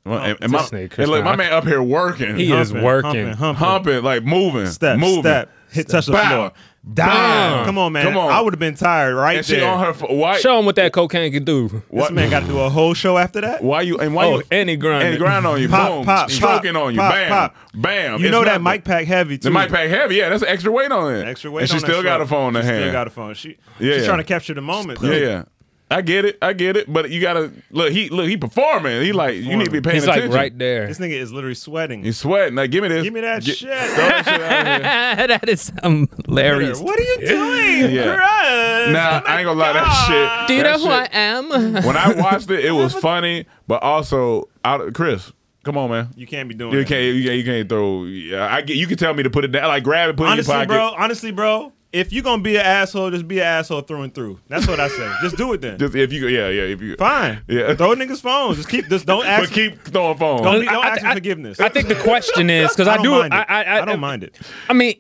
Speaker 2: Well, and, and
Speaker 1: Just
Speaker 2: my,
Speaker 1: say Chris
Speaker 2: and look, my
Speaker 1: Brown.
Speaker 2: man up here working.
Speaker 1: He is Humping, working. humping,
Speaker 2: humping,
Speaker 1: humping.
Speaker 2: like moving,
Speaker 3: Step,
Speaker 2: moving,
Speaker 3: step, hit, touch the
Speaker 2: Bow,
Speaker 3: floor.
Speaker 2: bam.
Speaker 3: Damn. Come on, man.
Speaker 2: Come on.
Speaker 3: I would have been tired right
Speaker 2: And she
Speaker 3: there.
Speaker 2: on her fo- why-
Speaker 1: show him what that cocaine can do.
Speaker 3: This man got to do a whole show after that.
Speaker 2: Why you and why
Speaker 1: Oh,
Speaker 2: you
Speaker 1: and he grinded.
Speaker 2: and he grind on you,
Speaker 3: Pop,
Speaker 2: boom,
Speaker 3: pop,
Speaker 2: stroking
Speaker 3: pop,
Speaker 2: on you,
Speaker 3: pop,
Speaker 2: bam,
Speaker 3: pop.
Speaker 2: bam.
Speaker 3: You
Speaker 2: It's
Speaker 3: know that
Speaker 2: nothing.
Speaker 3: mic pack heavy too.
Speaker 2: The mic pack heavy, yeah. That's extra weight on it.
Speaker 3: Extra weight.
Speaker 2: And she
Speaker 3: on that
Speaker 2: still got
Speaker 3: show.
Speaker 2: a phone in her
Speaker 3: She
Speaker 2: hand.
Speaker 3: Still got a phone. She.
Speaker 2: Yeah,
Speaker 3: she's
Speaker 2: yeah.
Speaker 3: trying to capture the moment. Though.
Speaker 2: Yeah, yeah. I get it, I get it, but you gotta look. He look, he performing. He like you need to be paying
Speaker 1: He's, like,
Speaker 2: attention.
Speaker 1: right
Speaker 2: *laughs*
Speaker 1: there.
Speaker 3: This nigga is literally sweating.
Speaker 2: He's sweating. Like give me this.
Speaker 3: Give me that
Speaker 2: Get-
Speaker 3: shit.
Speaker 14: that is um, hilarious.
Speaker 3: What are you doing,
Speaker 2: Yeah.
Speaker 3: Chris?
Speaker 2: Nah, I ain't gonna lie. That shit.
Speaker 14: Do you
Speaker 2: that
Speaker 14: know who
Speaker 2: shit-
Speaker 14: I am? *laughs*
Speaker 2: when I watched it, it was funny, but also, out Chris, come on, man.
Speaker 3: You can't be doing.
Speaker 2: You
Speaker 3: that.
Speaker 2: can't, you can't, you can't throw. Yeah, I get. You can tell me to put it down, like grab it, put
Speaker 3: honestly,
Speaker 2: it in your
Speaker 3: bro.
Speaker 2: pocket.
Speaker 3: Honestly, bro. If you're gonna be an asshole, just be an asshole through and through. That's what I say. just do it then.
Speaker 2: Just if you, yeah, yeah, if you.
Speaker 3: Fine.
Speaker 2: Yeah.
Speaker 3: Throw niggas' phones. Just keep. Just don't ask.
Speaker 2: But keep throwing phones.
Speaker 3: Don't, be, don't
Speaker 1: I- I-
Speaker 3: ask for
Speaker 1: I-
Speaker 3: forgiveness.
Speaker 1: I think the question is because I,
Speaker 3: don't
Speaker 1: do.
Speaker 3: mind
Speaker 1: I,
Speaker 3: it.
Speaker 1: I, I,
Speaker 3: don't mind it.
Speaker 1: I mean,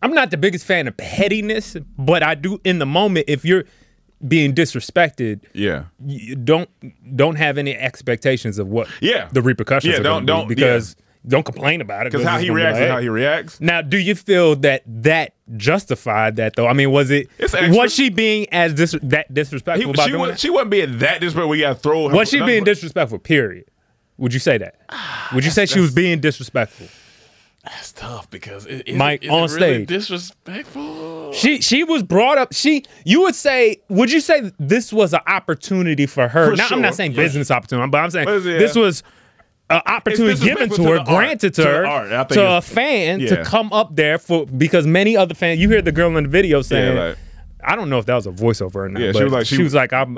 Speaker 1: I'm not the biggest fan of pettiness, but I do in the moment. If you're being disrespected,
Speaker 2: Yeah.
Speaker 1: you don't don't have any expectations of what
Speaker 2: Yeah.
Speaker 1: the repercussions.
Speaker 2: Yeah,
Speaker 1: are
Speaker 2: don't-
Speaker 1: gonna be
Speaker 2: don't-
Speaker 1: because don't complain about it
Speaker 2: 'Cause how
Speaker 1: it's
Speaker 2: he
Speaker 1: gonna be
Speaker 2: reacts is
Speaker 1: like,
Speaker 2: how he reacts.
Speaker 1: Now, do you feel that that justified that though? I mean, was it
Speaker 2: It's extra.
Speaker 1: was she being as dis- that
Speaker 2: He-
Speaker 1: disrespectful about
Speaker 2: she,
Speaker 1: doing
Speaker 2: was,
Speaker 1: that?
Speaker 2: she wasn't being that disrespectful. We got to throw. her-
Speaker 1: Was she being disrespectful? Period. Would you say that? Would you say she was being disrespectful?
Speaker 2: That's tough because it, is
Speaker 1: Mike,
Speaker 2: it- is
Speaker 1: on
Speaker 2: it really
Speaker 1: stage.
Speaker 2: disrespectful.
Speaker 1: She she was brought up. She you would say would you say this was an opportunity for her?
Speaker 2: For
Speaker 1: Now, I'm
Speaker 2: sure,
Speaker 1: not saying
Speaker 2: yeah.
Speaker 1: business opportunity, but I'm saying
Speaker 2: What is it,
Speaker 1: this
Speaker 2: yeah?
Speaker 1: was an opportunity given
Speaker 2: disrespectful
Speaker 1: to
Speaker 2: to
Speaker 1: her,
Speaker 2: the art,
Speaker 1: granted to,
Speaker 2: to the
Speaker 1: her,
Speaker 2: art. I think
Speaker 1: to a
Speaker 2: it's-
Speaker 1: fan
Speaker 2: yeah.
Speaker 1: to come up there for because many other fans. You hear the girl in the video saying.
Speaker 2: like-
Speaker 1: I don't know if that was a voiceover or not.
Speaker 2: Yeah,
Speaker 1: but
Speaker 2: she was like she,
Speaker 1: was like, I'm,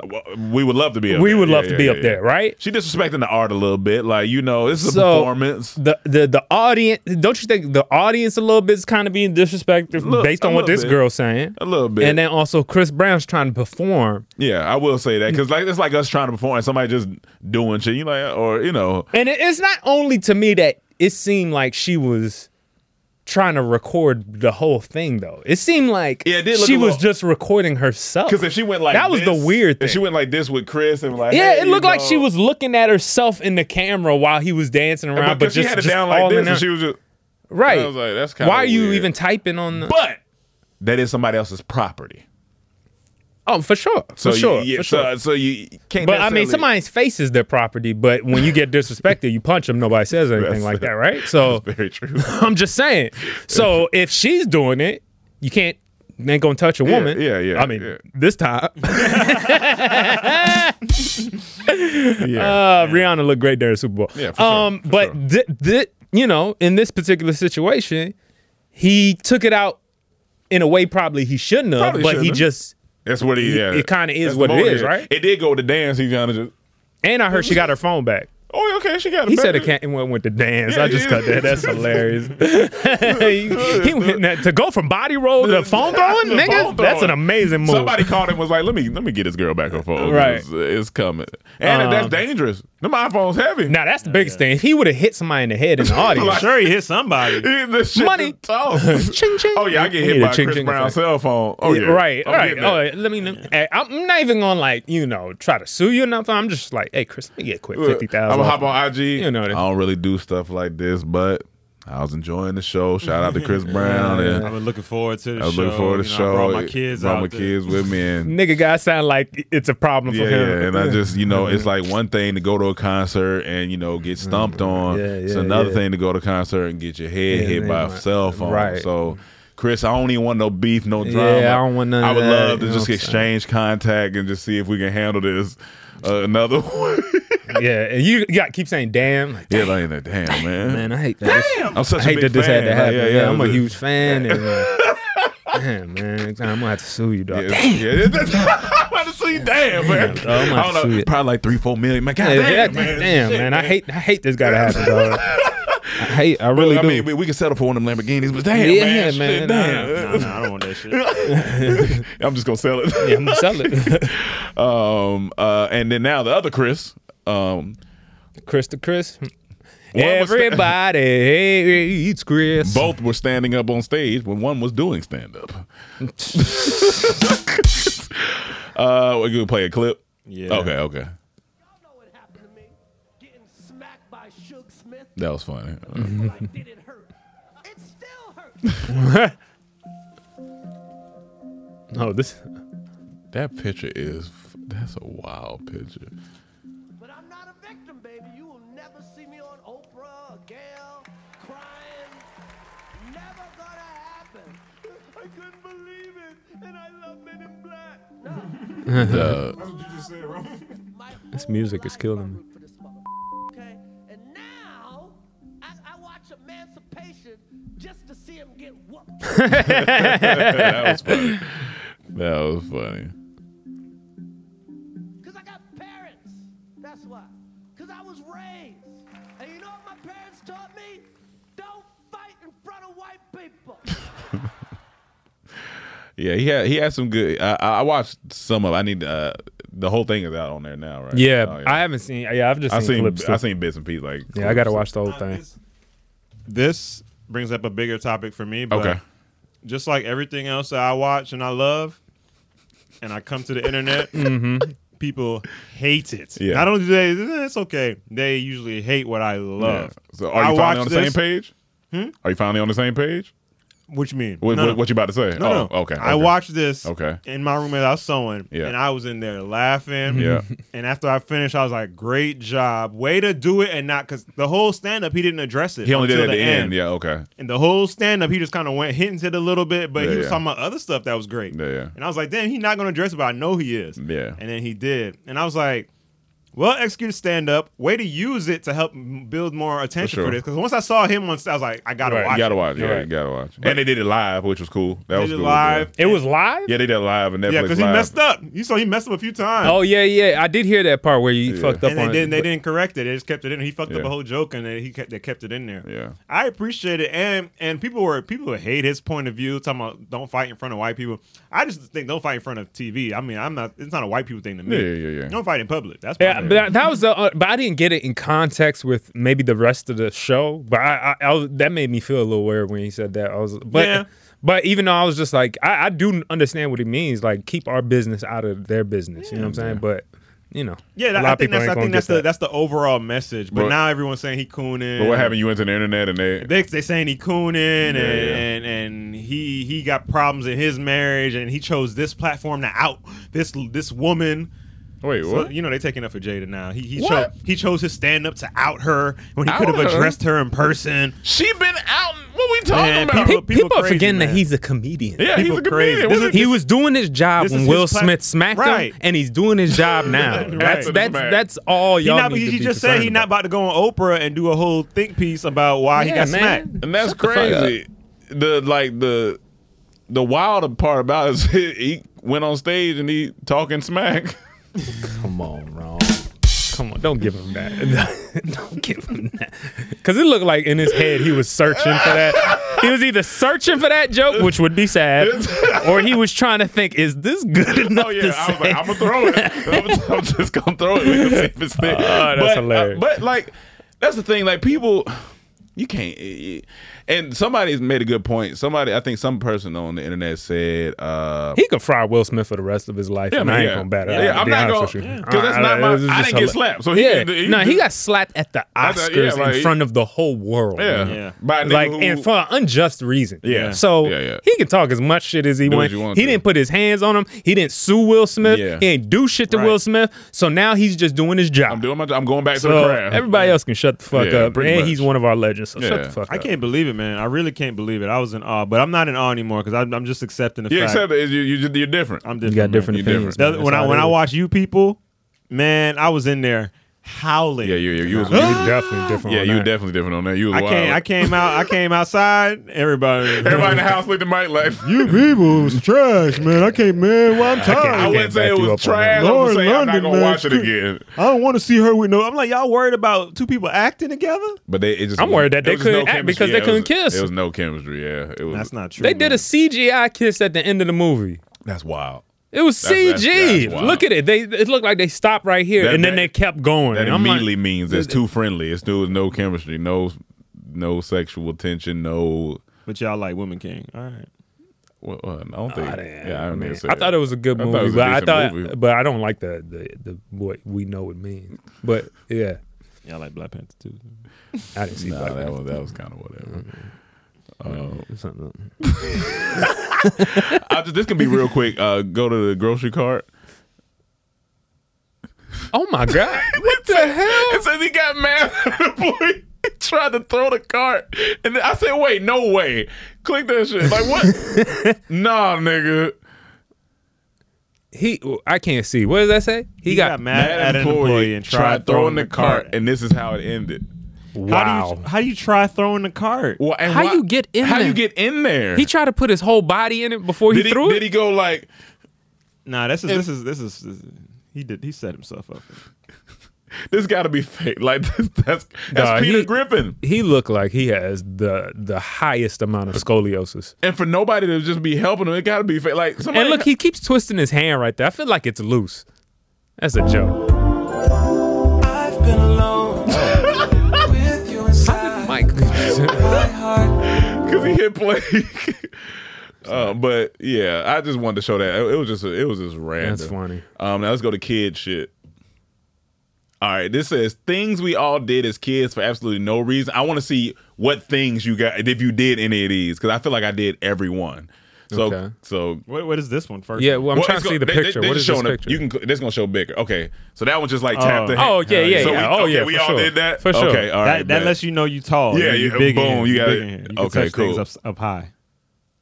Speaker 2: we would love to be. up
Speaker 1: We
Speaker 2: there.
Speaker 1: would
Speaker 2: Yeah,
Speaker 1: love to
Speaker 2: yeah,
Speaker 1: be
Speaker 2: yeah,
Speaker 1: up
Speaker 2: yeah.
Speaker 1: there, right?
Speaker 2: She disrespecting the art a little bit, like you know, this is a
Speaker 1: So,
Speaker 2: performance.
Speaker 1: the, the the audience. Don't you think the audience a little bit is kind of being disrespectful
Speaker 2: Look,
Speaker 1: based
Speaker 2: a
Speaker 1: on what
Speaker 2: little
Speaker 1: this
Speaker 2: bit.
Speaker 1: girl's saying?
Speaker 2: A little bit.
Speaker 1: and then also Chris Brown's trying to perform.
Speaker 2: Yeah, I will say that because like it's like us trying to perform and somebody just doing shit. You like, or you know,
Speaker 1: And it- it's not only to me that it seemed like she was trying to record the whole thing, though. It seemed like
Speaker 2: Yeah, it did look
Speaker 1: she
Speaker 2: a
Speaker 1: was
Speaker 2: little-
Speaker 1: just recording herself.
Speaker 2: because if she went like
Speaker 1: that was the
Speaker 2: this,
Speaker 1: weird thing.
Speaker 2: If she went like this with Chris and like,
Speaker 1: yeah,
Speaker 2: hey,
Speaker 1: it looked
Speaker 2: you
Speaker 1: like
Speaker 2: know,
Speaker 1: she was looking at herself in the camera while he was dancing
Speaker 2: Because
Speaker 1: around, but
Speaker 2: she
Speaker 1: just,
Speaker 2: had it
Speaker 1: just
Speaker 2: down
Speaker 1: all
Speaker 2: like
Speaker 1: in
Speaker 2: this,
Speaker 1: her-
Speaker 2: and she was just
Speaker 1: right.
Speaker 2: I was like, that's kinda
Speaker 1: why are you
Speaker 2: weird.
Speaker 1: even typing on the?
Speaker 2: But that is somebody else's property.
Speaker 1: oh, for sure,
Speaker 2: So
Speaker 1: for
Speaker 2: you-
Speaker 1: sure,
Speaker 2: yeah,
Speaker 1: for sure.
Speaker 2: So, so you can't.
Speaker 1: but I
Speaker 2: necessarily-
Speaker 1: mean, somebody's face is their property. But when
Speaker 2: *laughs*
Speaker 1: you get disrespected, you punch them. Nobody says anything
Speaker 2: That's-
Speaker 1: like
Speaker 2: *laughs*
Speaker 1: that, right? So
Speaker 2: very true.
Speaker 1: *laughs* I'm just saying. So if she's doing it, you can't ain't gonna touch a
Speaker 2: Yeah,
Speaker 1: woman.
Speaker 2: yeah, yeah,
Speaker 1: I mean,
Speaker 2: yeah. *laughs*
Speaker 1: this time. *laughs*
Speaker 2: yeah.
Speaker 1: Uh, Rihanna looked great during the Super Bowl.
Speaker 2: Yeah, for sure,
Speaker 1: um,
Speaker 2: for
Speaker 1: but
Speaker 2: sure.
Speaker 1: thi- thi- you know, in this particular situation, he took it out in a way probably he shouldn't have,
Speaker 2: Probably
Speaker 1: but he
Speaker 2: shouldn't.
Speaker 1: just
Speaker 2: that's what he.
Speaker 1: it-
Speaker 2: Yeah,
Speaker 1: it kinda is
Speaker 2: That's
Speaker 1: what it
Speaker 2: the motive.
Speaker 1: is, right?
Speaker 2: It did go to dance. He kind of just.
Speaker 1: and I heard she got her phone back.
Speaker 2: Oh, okay. She got.
Speaker 1: He
Speaker 2: back.
Speaker 1: said it can't, it went with the dance.
Speaker 2: Yeah,
Speaker 1: I just
Speaker 2: yeah.
Speaker 1: cut that. That's
Speaker 2: *laughs*
Speaker 1: hilarious. *laughs* he, he went that- to go from body roll to phone throwing,
Speaker 2: The
Speaker 1: nigga.
Speaker 2: phone
Speaker 1: That's an
Speaker 2: throwing.
Speaker 1: amazing move.
Speaker 2: Somebody called him was like, "Let me let me get this girl back her phone.
Speaker 1: Right.
Speaker 2: It's, it's coming." And
Speaker 1: Um,
Speaker 2: that's dangerous. Them iPhones heavy.
Speaker 1: Now that's the biggest thing. If he would have hit somebody in the head in the audience,
Speaker 2: *laughs* Like-
Speaker 3: Sure, he
Speaker 2: *laughs*
Speaker 3: hit somebody.
Speaker 2: This shit
Speaker 1: Money.
Speaker 2: is tough.
Speaker 1: *laughs*
Speaker 2: *laughs* Oh yeah, I get
Speaker 1: You
Speaker 2: hit
Speaker 1: need a
Speaker 2: by a
Speaker 1: ching,
Speaker 2: Chris
Speaker 1: ching
Speaker 2: Brown's
Speaker 1: effect.
Speaker 2: cell phone. Oh yeah,
Speaker 1: Right,
Speaker 2: I'm
Speaker 1: right.
Speaker 2: getting that.
Speaker 1: Oh, yeah, let me. know. Hey, I'm not even gonna like you know try to sue you or nothing. I'm just like, hey, Chris, let me get quick fifty
Speaker 2: I'm
Speaker 1: thousand.
Speaker 2: gonna hop on IG.
Speaker 1: You know
Speaker 2: I
Speaker 1: that.
Speaker 2: don't really do stuff like this, but I was enjoying the show. Shout out to
Speaker 1: *laughs*
Speaker 2: Chris Brown. and
Speaker 3: I've been looking forward to the
Speaker 2: I was
Speaker 3: show.
Speaker 2: looking forward to the
Speaker 3: you know,
Speaker 2: show.
Speaker 3: I brought my kids
Speaker 2: Brought
Speaker 3: out
Speaker 2: my
Speaker 3: there.
Speaker 2: kids with me, and
Speaker 1: Nigga, guy sound like it's a problem for
Speaker 2: yeah,
Speaker 1: him.
Speaker 2: yeah. And I just, you know,
Speaker 1: *laughs*
Speaker 2: it's like one thing to go to a concert and you know get stumped on.
Speaker 1: Mm-hmm. Yeah,
Speaker 2: it's
Speaker 1: yeah,
Speaker 2: another
Speaker 1: yeah.
Speaker 2: thing to go to a concert and get your head
Speaker 1: Yeah,
Speaker 2: hit by
Speaker 1: man,
Speaker 2: a cell phone.
Speaker 1: right.
Speaker 2: So. Chris, I don't even want no beef, no
Speaker 1: Yeah,
Speaker 2: drama.
Speaker 1: I don't want none
Speaker 2: I
Speaker 1: of
Speaker 2: would
Speaker 1: that,
Speaker 2: love to
Speaker 1: you know
Speaker 2: just
Speaker 1: what I'm saying?
Speaker 2: exchange contact and just see if we can handle this uh, another *laughs* way.
Speaker 1: yeah, and you, you got keep saying damn. Like,
Speaker 2: Yeah, like that. Damn, man.
Speaker 1: Man, I hate that.
Speaker 2: Damn!
Speaker 1: I'm
Speaker 2: I'm such
Speaker 1: such
Speaker 2: a
Speaker 1: I hate
Speaker 2: big
Speaker 1: that this had
Speaker 2: fan.
Speaker 1: to happen.
Speaker 2: Yeah,
Speaker 1: Yeah,
Speaker 2: yeah, it
Speaker 1: I'm a
Speaker 2: was
Speaker 1: huge
Speaker 2: just-
Speaker 1: fan. and,
Speaker 2: *laughs*
Speaker 1: uh, damn, man, I'm gonna have to sue you, dog.
Speaker 2: Yeah, yeah, that's- *laughs* I'm about to say, damn, man.
Speaker 1: Damn, dog, I'm
Speaker 2: I don't *laughs*
Speaker 1: gonna
Speaker 2: know,
Speaker 1: sue it.
Speaker 2: probably like three, four million. Man, God
Speaker 1: Yeah,
Speaker 2: damn,
Speaker 1: yeah,
Speaker 2: man.
Speaker 1: damn,
Speaker 2: Shit,
Speaker 1: man, I hate, I hate this gotta
Speaker 2: *laughs*
Speaker 1: happen, dog. I hate, I really
Speaker 2: I
Speaker 1: do.
Speaker 2: mean, we, we can settle for one of them Lamborghinis, but damn,
Speaker 1: Yeah,
Speaker 2: man, shit,
Speaker 1: man,
Speaker 2: damn.
Speaker 1: nah, nah,
Speaker 3: nah, I don't want that shit.
Speaker 2: *laughs* I'm just gonna sell it.
Speaker 1: Yeah, I'm gonna sell
Speaker 2: it. *laughs* um, uh, and then now the other Chris, um,
Speaker 1: Chris to Chris.
Speaker 2: One was sta-
Speaker 1: Everybody *laughs* hates Chris.
Speaker 2: Both were standing up on stage when one was doing stand up. *laughs* uh, we're gonna play a clip.
Speaker 3: Yeah.
Speaker 2: Okay. Okay. That was funny.
Speaker 1: *laughs* no, this.
Speaker 2: That picture is. f- That's a wild picture.
Speaker 1: *laughs*
Speaker 2: Uh,
Speaker 1: This music is killing me.
Speaker 2: that was funny. That was funny.
Speaker 4: That's why. Because I was raised. And you know what my parents taught me? Don't fight in front of white people.
Speaker 2: *laughs* Yeah, he had he had some good. I, I I watched some of. I need uh, the whole thing is out on there now, right?
Speaker 1: Yeah,
Speaker 2: Oh,
Speaker 1: I haven't seen. Yeah, I've just
Speaker 2: I
Speaker 1: seen,
Speaker 2: seen
Speaker 1: clips.
Speaker 2: I
Speaker 1: of-
Speaker 2: seen bits and pieces like.
Speaker 1: Yeah, I gotta
Speaker 2: clips.
Speaker 1: watch the whole thing.
Speaker 3: this brings up a bigger topic for me. But
Speaker 2: Okay.
Speaker 3: Just like everything else that I watch and I love, and I come to
Speaker 2: *laughs*
Speaker 3: the internet,
Speaker 1: Mhm.
Speaker 3: people hate it.
Speaker 2: Mm-hmm. Yeah.
Speaker 3: Not only do they, "Eh, it's okay. They usually hate what I love.
Speaker 2: Yeah. So are you
Speaker 3: I watch
Speaker 2: finally on the same
Speaker 3: this-
Speaker 2: page?
Speaker 3: Hmm?
Speaker 2: Are you finally on the same page?
Speaker 3: What you mean?
Speaker 2: What, what,
Speaker 3: No, no.
Speaker 2: what you about to say?
Speaker 3: No,
Speaker 2: oh,
Speaker 3: no.
Speaker 2: okay.
Speaker 3: I
Speaker 2: okay.
Speaker 3: watched this
Speaker 2: Okay.
Speaker 3: in my room without sewing,
Speaker 2: Yeah.
Speaker 3: and I was in there laughing.
Speaker 2: Yeah.
Speaker 3: *laughs* And after I finished, I was like, "Great job, way to do it!" And not because the whole stand up, he didn't address it.
Speaker 2: He only did it
Speaker 3: until
Speaker 2: at the end. Yeah. Okay.
Speaker 3: And the whole stand up, he just kind of went hinting it a little bit, but
Speaker 2: Yeah,
Speaker 3: he was
Speaker 2: yeah.
Speaker 3: talking about other stuff that was great.
Speaker 2: Yeah. yeah.
Speaker 3: And I was like, damn, he's not going to address it, but I know he is.
Speaker 2: Yeah.
Speaker 3: And then he did. And I was like, well executed stand up. Way to use it to help m- build more attention for,
Speaker 2: sure.
Speaker 3: this. Because once I saw him on stage, I was like, I got to
Speaker 2: Right,
Speaker 3: watch
Speaker 2: You gotta
Speaker 3: it.
Speaker 2: watch. Yeah, you gotta watch. and they did it live, which was cool. That
Speaker 3: Did
Speaker 2: was
Speaker 3: it
Speaker 2: cool.
Speaker 3: live?
Speaker 1: It was live.
Speaker 2: Yeah, Yeah, they did it live and Netflix
Speaker 3: Yeah, because he
Speaker 2: live.
Speaker 3: messed up. You saw he messed up a few times.
Speaker 1: Oh yeah, yeah. I did hear that part where you fucked up
Speaker 3: and
Speaker 1: on.
Speaker 3: they
Speaker 1: it.
Speaker 3: didn't. They didn't correct it. They just kept it in. He fucked up
Speaker 1: Yeah.
Speaker 3: a whole joke, and they, he kept, they kept it in there.
Speaker 2: Yeah.
Speaker 3: I appreciate it, and and people were people would hate his point of view, talking about don't fight in front of white people. I just think don't fight in front of TV. I mean, I'm not. It's not a white people thing to me.
Speaker 2: Yeah, yeah, yeah, yeah.
Speaker 3: Don't fight in public. That's
Speaker 1: Yeah,
Speaker 3: my-
Speaker 1: but that, that was the. Uh, but I didn't get it in context with maybe the rest of the show. But I, I, I was, that made me feel a little weird when he said that. I was, but
Speaker 3: Yeah.
Speaker 1: but even though I was just like, I, I do understand what he means. Like, keep our business out of their business. you know what I'm saying? But you know,
Speaker 3: yeah.
Speaker 1: a
Speaker 3: That,
Speaker 1: lot
Speaker 3: I
Speaker 1: of
Speaker 3: think
Speaker 1: people
Speaker 3: that's
Speaker 1: ain't
Speaker 3: I
Speaker 1: gonna
Speaker 3: think
Speaker 1: get
Speaker 3: that's the
Speaker 1: that.
Speaker 3: that's the overall message. But
Speaker 2: But-
Speaker 3: now everyone's saying he cooning.
Speaker 2: But what happened? You went to the internet and they.
Speaker 3: They they saying he cooning and,
Speaker 2: Yeah, yeah.
Speaker 3: and and he he got problems in his marriage and he chose this platform to out this this woman.
Speaker 2: Wait,
Speaker 3: So,
Speaker 2: what?
Speaker 3: you know they taking up for Jada now. He he, chose,
Speaker 2: What?
Speaker 3: he chose his stand up to out her when he
Speaker 2: Out
Speaker 3: could have
Speaker 2: her?
Speaker 3: addressed her in person.
Speaker 2: She been out. What we talking
Speaker 3: Man,
Speaker 2: about?
Speaker 3: people- people
Speaker 1: People are
Speaker 3: crazy,
Speaker 2: *laughs*
Speaker 1: forgetting
Speaker 3: man.
Speaker 1: that he's a comedian.
Speaker 2: Yeah, he's People a comedian. crazy. What
Speaker 1: This
Speaker 2: is
Speaker 1: is- he was doing his job
Speaker 3: this
Speaker 1: when
Speaker 3: is
Speaker 1: Will
Speaker 3: his pla-
Speaker 1: Smith smacked
Speaker 3: Right.
Speaker 1: him, and he's doing his
Speaker 3: *laughs*
Speaker 1: job now.
Speaker 3: Right.
Speaker 1: That's that's that's all
Speaker 3: He
Speaker 1: y'all
Speaker 3: not-
Speaker 1: need to
Speaker 3: he
Speaker 1: be
Speaker 3: just said he
Speaker 1: concerned
Speaker 3: not about to go on Oprah and do a whole think piece about why Ah, he
Speaker 1: Yeah,
Speaker 3: got
Speaker 1: man.
Speaker 3: smacked.
Speaker 2: And that's
Speaker 1: Shut the fuck up.
Speaker 2: crazy. The like the the wild part about it is *laughs* he, he went on stage and he talking
Speaker 3: *laughs*
Speaker 2: smack.
Speaker 1: Come on, Ron. Come on, don't give him
Speaker 3: *laughs*
Speaker 1: that. don't give him that. Because it looked like in his head he was searching for that. He was either searching for that joke, which would be sad, or he was trying to think, is this good enough?
Speaker 2: Oh yeah,
Speaker 1: to
Speaker 2: I was
Speaker 1: say?
Speaker 2: like, I'm gonna throw it.
Speaker 1: *laughs*
Speaker 2: I'm, I'm just gonna throw it. and see if it's there.
Speaker 1: Oh,
Speaker 2: *laughs*
Speaker 1: that's
Speaker 2: but,
Speaker 1: hilarious.
Speaker 2: uh, but like, that's the thing. Like people, you can't. eh, eh. And somebody's made a good point. Somebody, I think, some person on the internet said, uh,
Speaker 1: He could fry Will Smith for the rest of his life,
Speaker 2: Yeah,
Speaker 1: and
Speaker 2: man,
Speaker 1: I ain't
Speaker 2: yeah.
Speaker 1: gonna bat it.
Speaker 2: Yeah, I'm not gonna- yeah, 'cause that's not my- I didn't get slapped, so he
Speaker 1: yeah,
Speaker 2: didn't- he
Speaker 1: no, he
Speaker 2: just-
Speaker 1: got slapped at the
Speaker 2: I
Speaker 1: Oscars
Speaker 2: thought- yeah, like,
Speaker 1: in
Speaker 2: he- *laughs*
Speaker 1: front of the whole world.
Speaker 2: Yeah.
Speaker 1: man.
Speaker 2: Yeah. By a nigga
Speaker 1: like
Speaker 2: who-
Speaker 1: and for an unjust reason.
Speaker 2: Yeah.
Speaker 1: so
Speaker 2: Yeah, yeah.
Speaker 1: he can talk as much shit as he
Speaker 2: Do what
Speaker 1: wants.
Speaker 2: you want
Speaker 1: He
Speaker 2: to.
Speaker 1: didn't put his hands on him. He didn't sue Will Smith.
Speaker 2: Yeah.
Speaker 1: He ain't do shit to Will Smith. So now he's just doing his job.
Speaker 2: "I'm doing my. I'm going back to
Speaker 1: so
Speaker 2: the craft."
Speaker 1: everybody else can shut the fuck
Speaker 2: Yeah,
Speaker 1: up.
Speaker 2: pretty
Speaker 1: And
Speaker 2: much.
Speaker 1: he's one of our legends. So shut
Speaker 2: Yeah.
Speaker 1: the fuck
Speaker 3: I
Speaker 1: up.
Speaker 3: can't believe it, man. I really can't believe it. I was in awe, but I'm not in awe anymore because I'm, I'm just accepting the
Speaker 2: you
Speaker 3: fact.
Speaker 2: accept it. You, you, you're different.
Speaker 3: I'm
Speaker 1: You
Speaker 3: different.
Speaker 1: got different
Speaker 2: You
Speaker 1: opinions.
Speaker 2: different.
Speaker 3: The-
Speaker 1: man.
Speaker 3: when
Speaker 1: That's
Speaker 3: I
Speaker 1: how it
Speaker 3: when I
Speaker 1: is.
Speaker 3: watch you people, man, I was in there. howling.
Speaker 2: Yeah, yeah, yeah. You was
Speaker 1: You were definitely different
Speaker 2: Yeah,
Speaker 1: on
Speaker 2: you were
Speaker 1: that.
Speaker 2: definitely different on that. You was
Speaker 3: I
Speaker 2: wild.
Speaker 3: came. I came out. I came outside.
Speaker 2: *laughs*
Speaker 3: Everybody.
Speaker 2: Everybody in the house looked at Mike like. "Hmm."
Speaker 3: You people was trash, man. I can't, man. Well, I'm
Speaker 2: I can't- I wouldn't say it was trash. I would
Speaker 3: Lauren
Speaker 2: say I'm not
Speaker 3: London,
Speaker 2: gonna
Speaker 3: man,
Speaker 2: watch it
Speaker 3: screw-
Speaker 2: again.
Speaker 3: I don't want to see her with no. I'm like, y'all worried about two people acting together?
Speaker 2: But they, it just
Speaker 1: I'm
Speaker 2: was-
Speaker 1: worried that
Speaker 2: there
Speaker 1: they
Speaker 2: was just
Speaker 1: couldn't act
Speaker 2: chemistry.
Speaker 1: because they
Speaker 2: Yeah, it was-
Speaker 1: couldn't kiss.
Speaker 2: It was no chemistry. Yeah, it was.
Speaker 3: That's not true.
Speaker 1: They did a CGI kiss at the end of the movie.
Speaker 2: That's wild.
Speaker 1: It was
Speaker 2: That's-
Speaker 1: CG.
Speaker 2: that's- that's wild.
Speaker 1: Look at it. They it looked like they stopped right here
Speaker 2: That-
Speaker 1: and then
Speaker 2: that-
Speaker 1: they kept going.
Speaker 2: That
Speaker 1: And I'm like,
Speaker 2: immediately means it's too friendly. It's there was no chemistry, no, no sexual tension, no.
Speaker 3: But y'all like Women King. All right.
Speaker 2: Well, uh, I don't think. yeah, I, don't think it's
Speaker 1: Oh, I thought it was a good
Speaker 2: I
Speaker 1: movie,
Speaker 2: thought it was a
Speaker 1: but I
Speaker 2: decent
Speaker 1: thought,
Speaker 2: movie.
Speaker 1: but I don't like the, the the what we know it means. But yeah,
Speaker 3: Yeah, I like Black Panther too.
Speaker 1: I didn't see
Speaker 2: Nah,
Speaker 1: Black
Speaker 2: that
Speaker 1: Panther.
Speaker 2: was that was kind of whatever.
Speaker 1: Yeah, something else.
Speaker 2: *laughs* I just, this can be real quick. Uh, go to the grocery cart.
Speaker 1: Oh
Speaker 2: *laughs*
Speaker 1: my god! What the hell?
Speaker 2: It says he got mad *laughs* at the employee. Tried to throw the cart, and then I said, "Wait, no way! Click that shit! Like
Speaker 1: *laughs*
Speaker 2: what?
Speaker 3: *laughs*
Speaker 2: nah, nigga.
Speaker 1: He, I can't see. What does that say? He, got,
Speaker 3: mad at an employee and tried throwing the cart.
Speaker 2: and this is how it ended.
Speaker 3: How do you, how do you try throwing the cart?
Speaker 2: Well, and
Speaker 1: How
Speaker 2: why-
Speaker 1: you get in
Speaker 2: How
Speaker 1: there?
Speaker 2: you get in there?
Speaker 1: He tried to put his whole body in it before he
Speaker 2: did
Speaker 1: threw
Speaker 2: he,
Speaker 1: it.
Speaker 2: Did he go like?
Speaker 3: Nah, this is this is this is, this is- he did he set himself up.
Speaker 2: *laughs* This got to be fake. Like *laughs* that's that's,
Speaker 1: Nah,
Speaker 2: that's Peter
Speaker 1: he-
Speaker 2: Griffin.
Speaker 1: He looked like he has the the highest amount of scoliosis.
Speaker 2: And for nobody to just be helping him, it got to be fake. Like somebody.
Speaker 1: and look, he keeps twisting his hand right there. I feel like it's loose. That's a joke.
Speaker 4: I've been alone *laughs* with you
Speaker 1: *laughs*
Speaker 4: inside.
Speaker 1: Mike.
Speaker 4: My heart.
Speaker 2: because he hit play. Uh, but yeah, I just wanted to show that it, it was just it was just random.
Speaker 1: That's funny.
Speaker 2: Um, now let's go to kid shit. All right, this says things we all did as kids for absolutely no reason. I want to see what things you got if you did any of these because I feel like I did every one. So
Speaker 1: Okay.
Speaker 2: so
Speaker 3: What what is this one first?
Speaker 1: Yeah, well, I'm trying
Speaker 2: it's
Speaker 1: to see
Speaker 2: go-
Speaker 1: the
Speaker 2: they-
Speaker 1: picture.
Speaker 2: They, they
Speaker 1: what
Speaker 2: just
Speaker 1: is this
Speaker 2: showing a-
Speaker 1: picture?
Speaker 2: You can. This gonna show bigger. Okay, so that one's just like
Speaker 3: Oh.
Speaker 2: tap the.
Speaker 1: Oh, yeah, yeah,
Speaker 2: So we-
Speaker 1: yeah. Oh,
Speaker 2: okay,
Speaker 1: yeah,
Speaker 2: We
Speaker 1: for
Speaker 2: all
Speaker 1: sure.
Speaker 2: did that.
Speaker 1: For sure.
Speaker 2: Okay, all
Speaker 3: that
Speaker 2: right.
Speaker 3: that
Speaker 2: bet.
Speaker 3: lets you know you tall.
Speaker 2: Yeah,
Speaker 3: you
Speaker 2: yeah,
Speaker 3: big in
Speaker 2: boom,
Speaker 3: here,
Speaker 2: you got
Speaker 3: big
Speaker 2: it.
Speaker 3: in here. You
Speaker 2: Okay,
Speaker 3: can touch things
Speaker 2: cool.
Speaker 3: up, up high.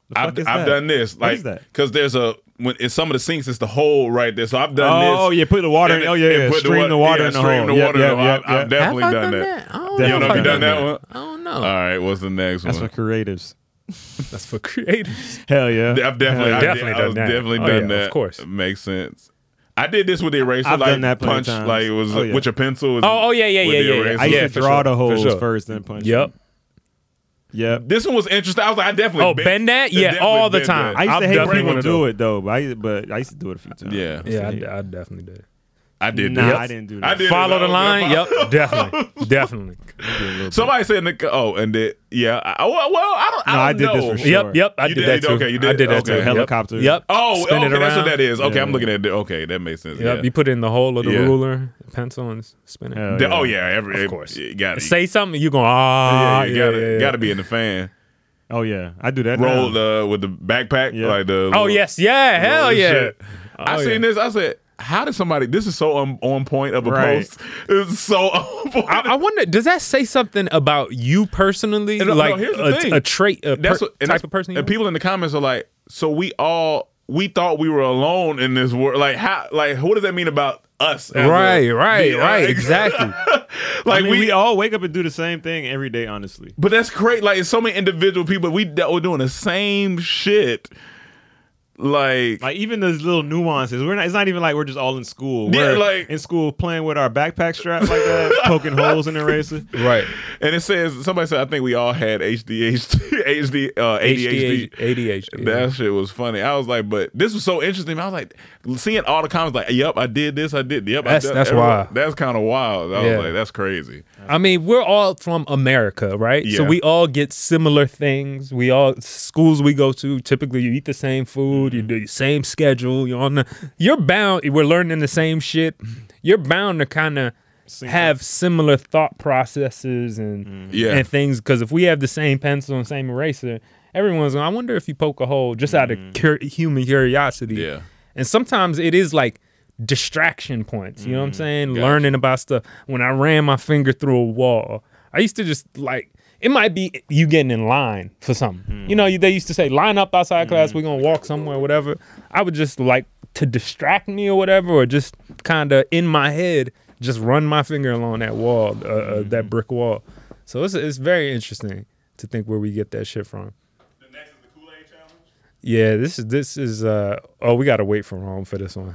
Speaker 3: The
Speaker 2: I've,
Speaker 3: fuck is
Speaker 2: I've
Speaker 3: that?
Speaker 2: done this.
Speaker 3: What
Speaker 2: Like,
Speaker 3: is that?
Speaker 2: Cause there's a when it's some of the sinks, it's the hole right there. So I've done this.
Speaker 3: Oh, yeah, put the water
Speaker 2: and-
Speaker 3: in. Oh, yeah,
Speaker 2: and
Speaker 3: yeah.
Speaker 2: put
Speaker 3: Stream
Speaker 2: wa-
Speaker 3: the water
Speaker 2: yeah,
Speaker 3: in the
Speaker 2: stream
Speaker 3: hole.
Speaker 2: the
Speaker 3: Yep,
Speaker 2: water in the
Speaker 3: yep,
Speaker 2: hole.
Speaker 3: yep,
Speaker 2: I've, I've
Speaker 3: yep.
Speaker 2: definitely
Speaker 1: Have I
Speaker 2: done,
Speaker 1: done
Speaker 2: that.
Speaker 1: that? I don't
Speaker 2: You
Speaker 1: know
Speaker 2: don't know
Speaker 1: if
Speaker 2: if you done
Speaker 1: I've done
Speaker 2: that
Speaker 1: that.
Speaker 2: one.
Speaker 1: I don't know.
Speaker 2: All right, what's the next
Speaker 3: That's for
Speaker 2: one?
Speaker 3: creatives.
Speaker 1: That's for creators.
Speaker 3: Hell yeah.
Speaker 2: I've definitely,
Speaker 1: Yeah,
Speaker 2: I
Speaker 1: definitely
Speaker 2: did- I
Speaker 1: done
Speaker 2: was
Speaker 1: that.
Speaker 2: definitely
Speaker 1: Oh,
Speaker 2: done
Speaker 1: yeah,
Speaker 2: that.
Speaker 1: of course.
Speaker 2: makes sense. I did this with the eraser.
Speaker 3: I've
Speaker 2: like,
Speaker 3: done that plenty
Speaker 2: punch,
Speaker 3: of times.
Speaker 2: Like it was
Speaker 3: Oh, yeah.
Speaker 2: with your pencil. is
Speaker 1: Oh, oh, yeah, yeah,
Speaker 2: with
Speaker 1: yeah,
Speaker 2: the
Speaker 1: yeah, yeah.
Speaker 2: eraser.
Speaker 3: I used to
Speaker 1: for
Speaker 3: draw
Speaker 1: sure,
Speaker 3: the
Speaker 1: for
Speaker 3: holes
Speaker 1: sure.
Speaker 3: first, then punch.
Speaker 1: Yep.
Speaker 3: Yep.
Speaker 2: This one was interesting. I was like, I definitely
Speaker 1: Oh, bend that? Yeah,
Speaker 2: definitely
Speaker 1: all the
Speaker 2: bend
Speaker 1: time.
Speaker 2: that.
Speaker 3: I used
Speaker 1: I'm
Speaker 3: to hate
Speaker 1: definitely
Speaker 3: when
Speaker 1: one
Speaker 3: people
Speaker 1: of
Speaker 3: do it though, but I but I used to do it a few times.
Speaker 2: Yeah.
Speaker 1: Yeah, I, d- I definitely did.
Speaker 2: I did.
Speaker 3: Nah,
Speaker 2: this.
Speaker 3: I didn't do that.
Speaker 2: I did
Speaker 1: Follow
Speaker 2: it.
Speaker 1: the line.
Speaker 2: *laughs*
Speaker 1: Yep, definitely, definitely.
Speaker 2: Somebody said, in the co- "Oh, and it, yeah." I, I- well, I don't. I,
Speaker 3: No,
Speaker 2: don't
Speaker 3: I did this
Speaker 2: know.
Speaker 3: for sure.
Speaker 1: Yep, yep. I
Speaker 2: You
Speaker 1: did,
Speaker 2: did
Speaker 1: that
Speaker 2: it,
Speaker 1: too.
Speaker 2: okay, you
Speaker 1: I
Speaker 2: did-
Speaker 1: did that
Speaker 2: okay.
Speaker 1: too.
Speaker 2: Yep.
Speaker 3: Helicopter.
Speaker 1: Yep.
Speaker 2: Oh,
Speaker 1: Spin
Speaker 2: okay,
Speaker 1: it
Speaker 2: that's what
Speaker 1: around.
Speaker 2: that is. Okay,
Speaker 3: Yeah.
Speaker 2: I'm looking at it. Okay, that makes sense.
Speaker 1: Yep,
Speaker 2: Yeah.
Speaker 1: you put in the hole of the
Speaker 2: Yeah.
Speaker 1: ruler, pencil, and s- spin it.
Speaker 3: Hell
Speaker 2: The-
Speaker 3: yeah.
Speaker 2: oh yeah, every
Speaker 1: Of course.
Speaker 2: got
Speaker 1: Say something, you going
Speaker 2: yeah,
Speaker 1: ah? Yeah,
Speaker 2: you gotta
Speaker 1: yeah, yeah.
Speaker 2: gotta be in the fan.
Speaker 3: Oh yeah. I do that.
Speaker 2: Roll
Speaker 3: now.
Speaker 2: uh, with the backpack
Speaker 3: Yeah.
Speaker 2: like the.
Speaker 1: Oh
Speaker 2: little-
Speaker 1: yes, yeah,
Speaker 2: little
Speaker 1: hell yeah.
Speaker 2: shit. I
Speaker 1: Oh,
Speaker 2: seen
Speaker 1: yeah.
Speaker 2: this. I said, "How did somebody? This is so on, on point of a
Speaker 3: Right.
Speaker 2: post. It's so *laughs* on point."
Speaker 1: I, I wonder, does that say something about you personally,
Speaker 2: And, uh, no,
Speaker 1: like
Speaker 2: here's the
Speaker 1: a,
Speaker 2: thing.
Speaker 1: a trait, a
Speaker 2: that's
Speaker 1: per-
Speaker 2: what, and
Speaker 1: type
Speaker 2: that's-
Speaker 1: of person? You
Speaker 2: And
Speaker 1: are?
Speaker 2: people in the comments are like, "So we all we thought we were alone in this world. Like how? Like what does that mean about us? as a-
Speaker 1: Right, right,
Speaker 2: Yeah,
Speaker 1: right,
Speaker 2: like-
Speaker 1: exactly.
Speaker 2: *laughs* like
Speaker 3: I mean,
Speaker 2: we,
Speaker 3: we, all wake up and do the same thing every day, honestly.
Speaker 2: But that's great. Like so many individual people we that were doing the same shit. Like,
Speaker 3: Like even those little nuances, we're not. It's not even like we're just all in school.
Speaker 2: Yeah,
Speaker 3: we're
Speaker 2: like-
Speaker 3: in school playing with our backpack strap
Speaker 2: *laughs*
Speaker 3: like that, poking holes in the eraser.
Speaker 1: right?
Speaker 2: and it says somebody said I think we all had *laughs* HDHD, HD, uh, ADHD.
Speaker 1: ADHD.
Speaker 2: That shit was funny. I was like, but this was so interesting. I was like, seeing all the comments, like, "Yep, I did this. I did. Yep,
Speaker 1: That's-
Speaker 2: I did.
Speaker 1: that's
Speaker 2: Everyone-
Speaker 1: wild.
Speaker 2: That's kind of wild. I
Speaker 1: Yeah.
Speaker 2: was like, that's crazy.
Speaker 1: I mean, we're all from America, right? So
Speaker 2: Yeah.
Speaker 1: we all get similar things. We all schools we go to. Typically, you eat the same
Speaker 2: Mm-hmm.
Speaker 1: food. You do the same schedule. You're on the. You're bound. We're learning the same shit.
Speaker 2: Mm-hmm.
Speaker 1: You're bound to kind of have similar thought processes and
Speaker 2: Yeah.
Speaker 1: and things. Because if we have the same pencil and same eraser, everyone's. going, I wonder if you poke a hole just out of cur- human curiosity.
Speaker 2: Mm. Yeah.
Speaker 1: And sometimes it is like distraction points. You know what I'm saying?
Speaker 2: Mm. gotcha.
Speaker 1: Learning about stuff. When I ran my finger through a wall, I used to just like it might be you getting in line for something.
Speaker 2: Hmm.
Speaker 1: You know, you- they used to say line up outside
Speaker 2: Mm.
Speaker 1: class. We're gonna walk somewhere, whatever. I would just like to distract me or whatever, or just kind of in my head just run my finger along that wall, uh, uh,
Speaker 2: Mm.
Speaker 1: that brick wall. So it's it's very interesting to think where we get that shit from. Yeah, this is this is uh oh we gotta wait for Rome for this one.